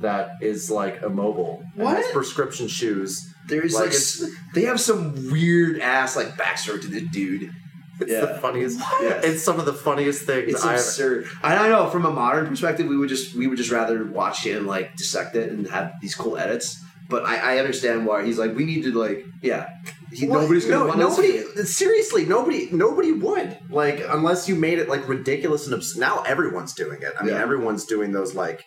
[SPEAKER 1] that is like immobile and has
[SPEAKER 2] What?
[SPEAKER 1] prescription shoes
[SPEAKER 2] There's
[SPEAKER 1] Like,
[SPEAKER 2] like, s they have some weird ass like backstory to the dude.
[SPEAKER 1] it's the
[SPEAKER 2] Yeah.
[SPEAKER 1] funniest
[SPEAKER 2] Yes.
[SPEAKER 1] it's some of the funniest things
[SPEAKER 2] It's
[SPEAKER 1] I've
[SPEAKER 2] absurd. I don't know. From a modern perspective, we would just we would just rather watch it and like dissect it and have these cool edits. But I, I understand why he's like, we need to like, yeah, he,
[SPEAKER 1] Well,
[SPEAKER 2] nobody's gonna
[SPEAKER 1] no,
[SPEAKER 2] want
[SPEAKER 1] nobody.
[SPEAKER 2] to.
[SPEAKER 1] Seriously, nobody. Nobody would like unless you made it like ridiculous and obs- now everyone's doing it. I mean,
[SPEAKER 2] Yeah.
[SPEAKER 1] everyone's doing those like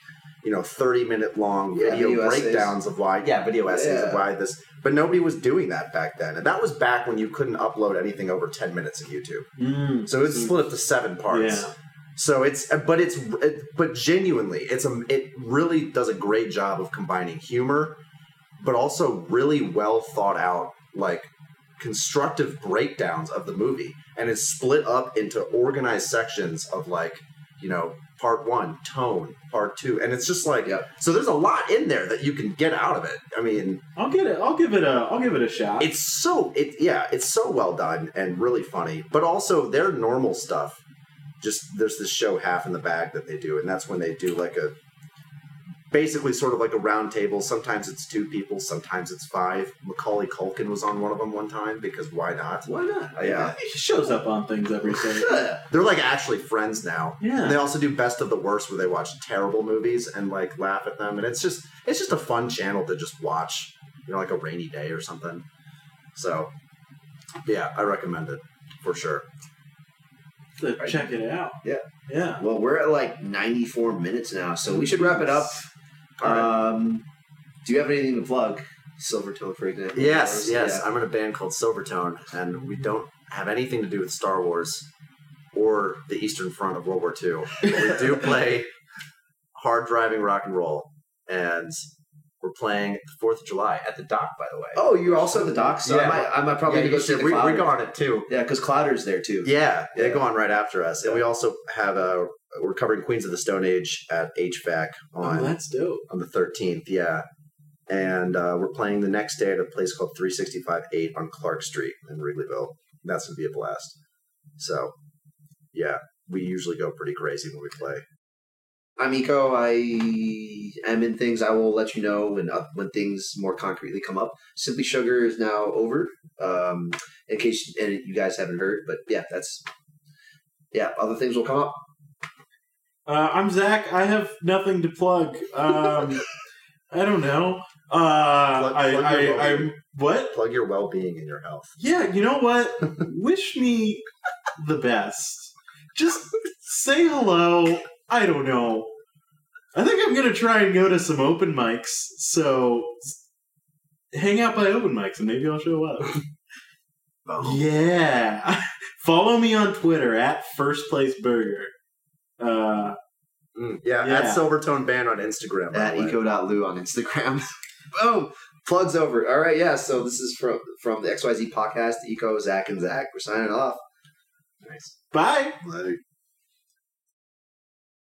[SPEAKER 1] you know thirty minute long
[SPEAKER 2] Yeah,
[SPEAKER 1] video,
[SPEAKER 2] video essays.
[SPEAKER 1] breakdowns of why. Yeah, video essays of
[SPEAKER 2] Yeah.
[SPEAKER 1] why this. But nobody was doing that back then, and that was back when you couldn't upload anything over ten minutes in YouTube.
[SPEAKER 4] Mm.
[SPEAKER 1] So it's split up to seven parts.
[SPEAKER 4] Yeah.
[SPEAKER 1] So it's, uh, but it's, it, but genuinely, it's a, it really does a great job of combining humor, but also really well thought out, like constructive breakdowns of the movie, and it's split up into organized sections of like you know, part one, tone, part two. And it's just like,
[SPEAKER 2] Yep.
[SPEAKER 1] so there's a lot in there that you can get out of it. I mean,
[SPEAKER 4] I'll get it. I'll give it a. I'll give it a shot.
[SPEAKER 1] it's so, it, yeah, it's so well done and really funny. But also their normal stuff, just there's this show half in the bag that they do. And that's when they do like a, basically sort of like a round table. Sometimes it's two people, sometimes it's five. Macaulay Culkin was on one of them one time because why not?
[SPEAKER 2] Why not?
[SPEAKER 1] Yeah.
[SPEAKER 4] he shows up on things every day.
[SPEAKER 2] Yeah.
[SPEAKER 1] They're like actually friends now. And
[SPEAKER 4] Yeah.
[SPEAKER 1] they also do best of the worst where they watch terrible movies and like laugh at them and it's just it's just a fun channel to just watch you know like a rainy day or something so yeah i recommend it for sure
[SPEAKER 4] So check it out.
[SPEAKER 2] Yeah.
[SPEAKER 4] Yeah.
[SPEAKER 2] Well, we're at like 94 minutes now, so we should wrap it up.
[SPEAKER 1] All right.
[SPEAKER 2] Um, do you have anything to plug? Silvertone, for example.
[SPEAKER 1] yes
[SPEAKER 2] Or-
[SPEAKER 1] yes
[SPEAKER 2] yeah.
[SPEAKER 1] i'm in a band called silvertone and we don't have anything to do with star wars or the eastern front of world war ii we do play hard driving rock and roll and we're playing the fourth of july at the dock by the way
[SPEAKER 2] Oh, you're also at the doc, so
[SPEAKER 1] Yeah.
[SPEAKER 2] I might, I might probably
[SPEAKER 1] Yeah,
[SPEAKER 2] go
[SPEAKER 1] you
[SPEAKER 2] see
[SPEAKER 1] should-
[SPEAKER 2] the
[SPEAKER 1] we, we
[SPEAKER 2] Clowder.
[SPEAKER 1] go on it too
[SPEAKER 2] Yeah, because Clowder's there too.
[SPEAKER 1] Yeah, they
[SPEAKER 2] Yeah.
[SPEAKER 1] go on right after us, and
[SPEAKER 2] Yeah.
[SPEAKER 1] we also have a we're covering Queens of the Stone Age at HVAC on
[SPEAKER 4] Oh, that's dope.
[SPEAKER 1] on the thirteenth. Yeah, and uh, we're playing the next day at a place called Three Sixty Five Eight on Clark Street in Wrigleyville. That's gonna be a blast. So, yeah, we usually go pretty crazy when we play.
[SPEAKER 2] I'm Eco. I am in things. I will let you know when uh, when things more concretely come up. Simply Sugar is now over. Um, in case and you guys haven't heard, but yeah, that's yeah. Other things will come up.
[SPEAKER 4] Uh, I'm Zach. I have nothing to plug. Um, I don't know. Uh,
[SPEAKER 1] Plug- plug
[SPEAKER 4] I,
[SPEAKER 1] your
[SPEAKER 4] I,
[SPEAKER 1] volume.
[SPEAKER 4] I'm what?
[SPEAKER 1] Plug your well being and your health.
[SPEAKER 4] Yeah, you know what? Wish me the best. Just say hello. I don't know. I think I'm gonna try and go to some open mics. So hang out by open mics and maybe I'll show up. Yeah. Follow me on Twitter at First Place Burger. Uh,
[SPEAKER 1] Mm, yeah,
[SPEAKER 4] Yeah.
[SPEAKER 1] at Silvertone Band on Instagram. by
[SPEAKER 2] at
[SPEAKER 1] the way.
[SPEAKER 2] eco.lu on Instagram. Boom. Plugs over. All right, yeah. So this is from from the XYZ podcast, Eco, Zach, and Zach. We're signing off.
[SPEAKER 1] Nice.
[SPEAKER 4] bye.
[SPEAKER 1] Like-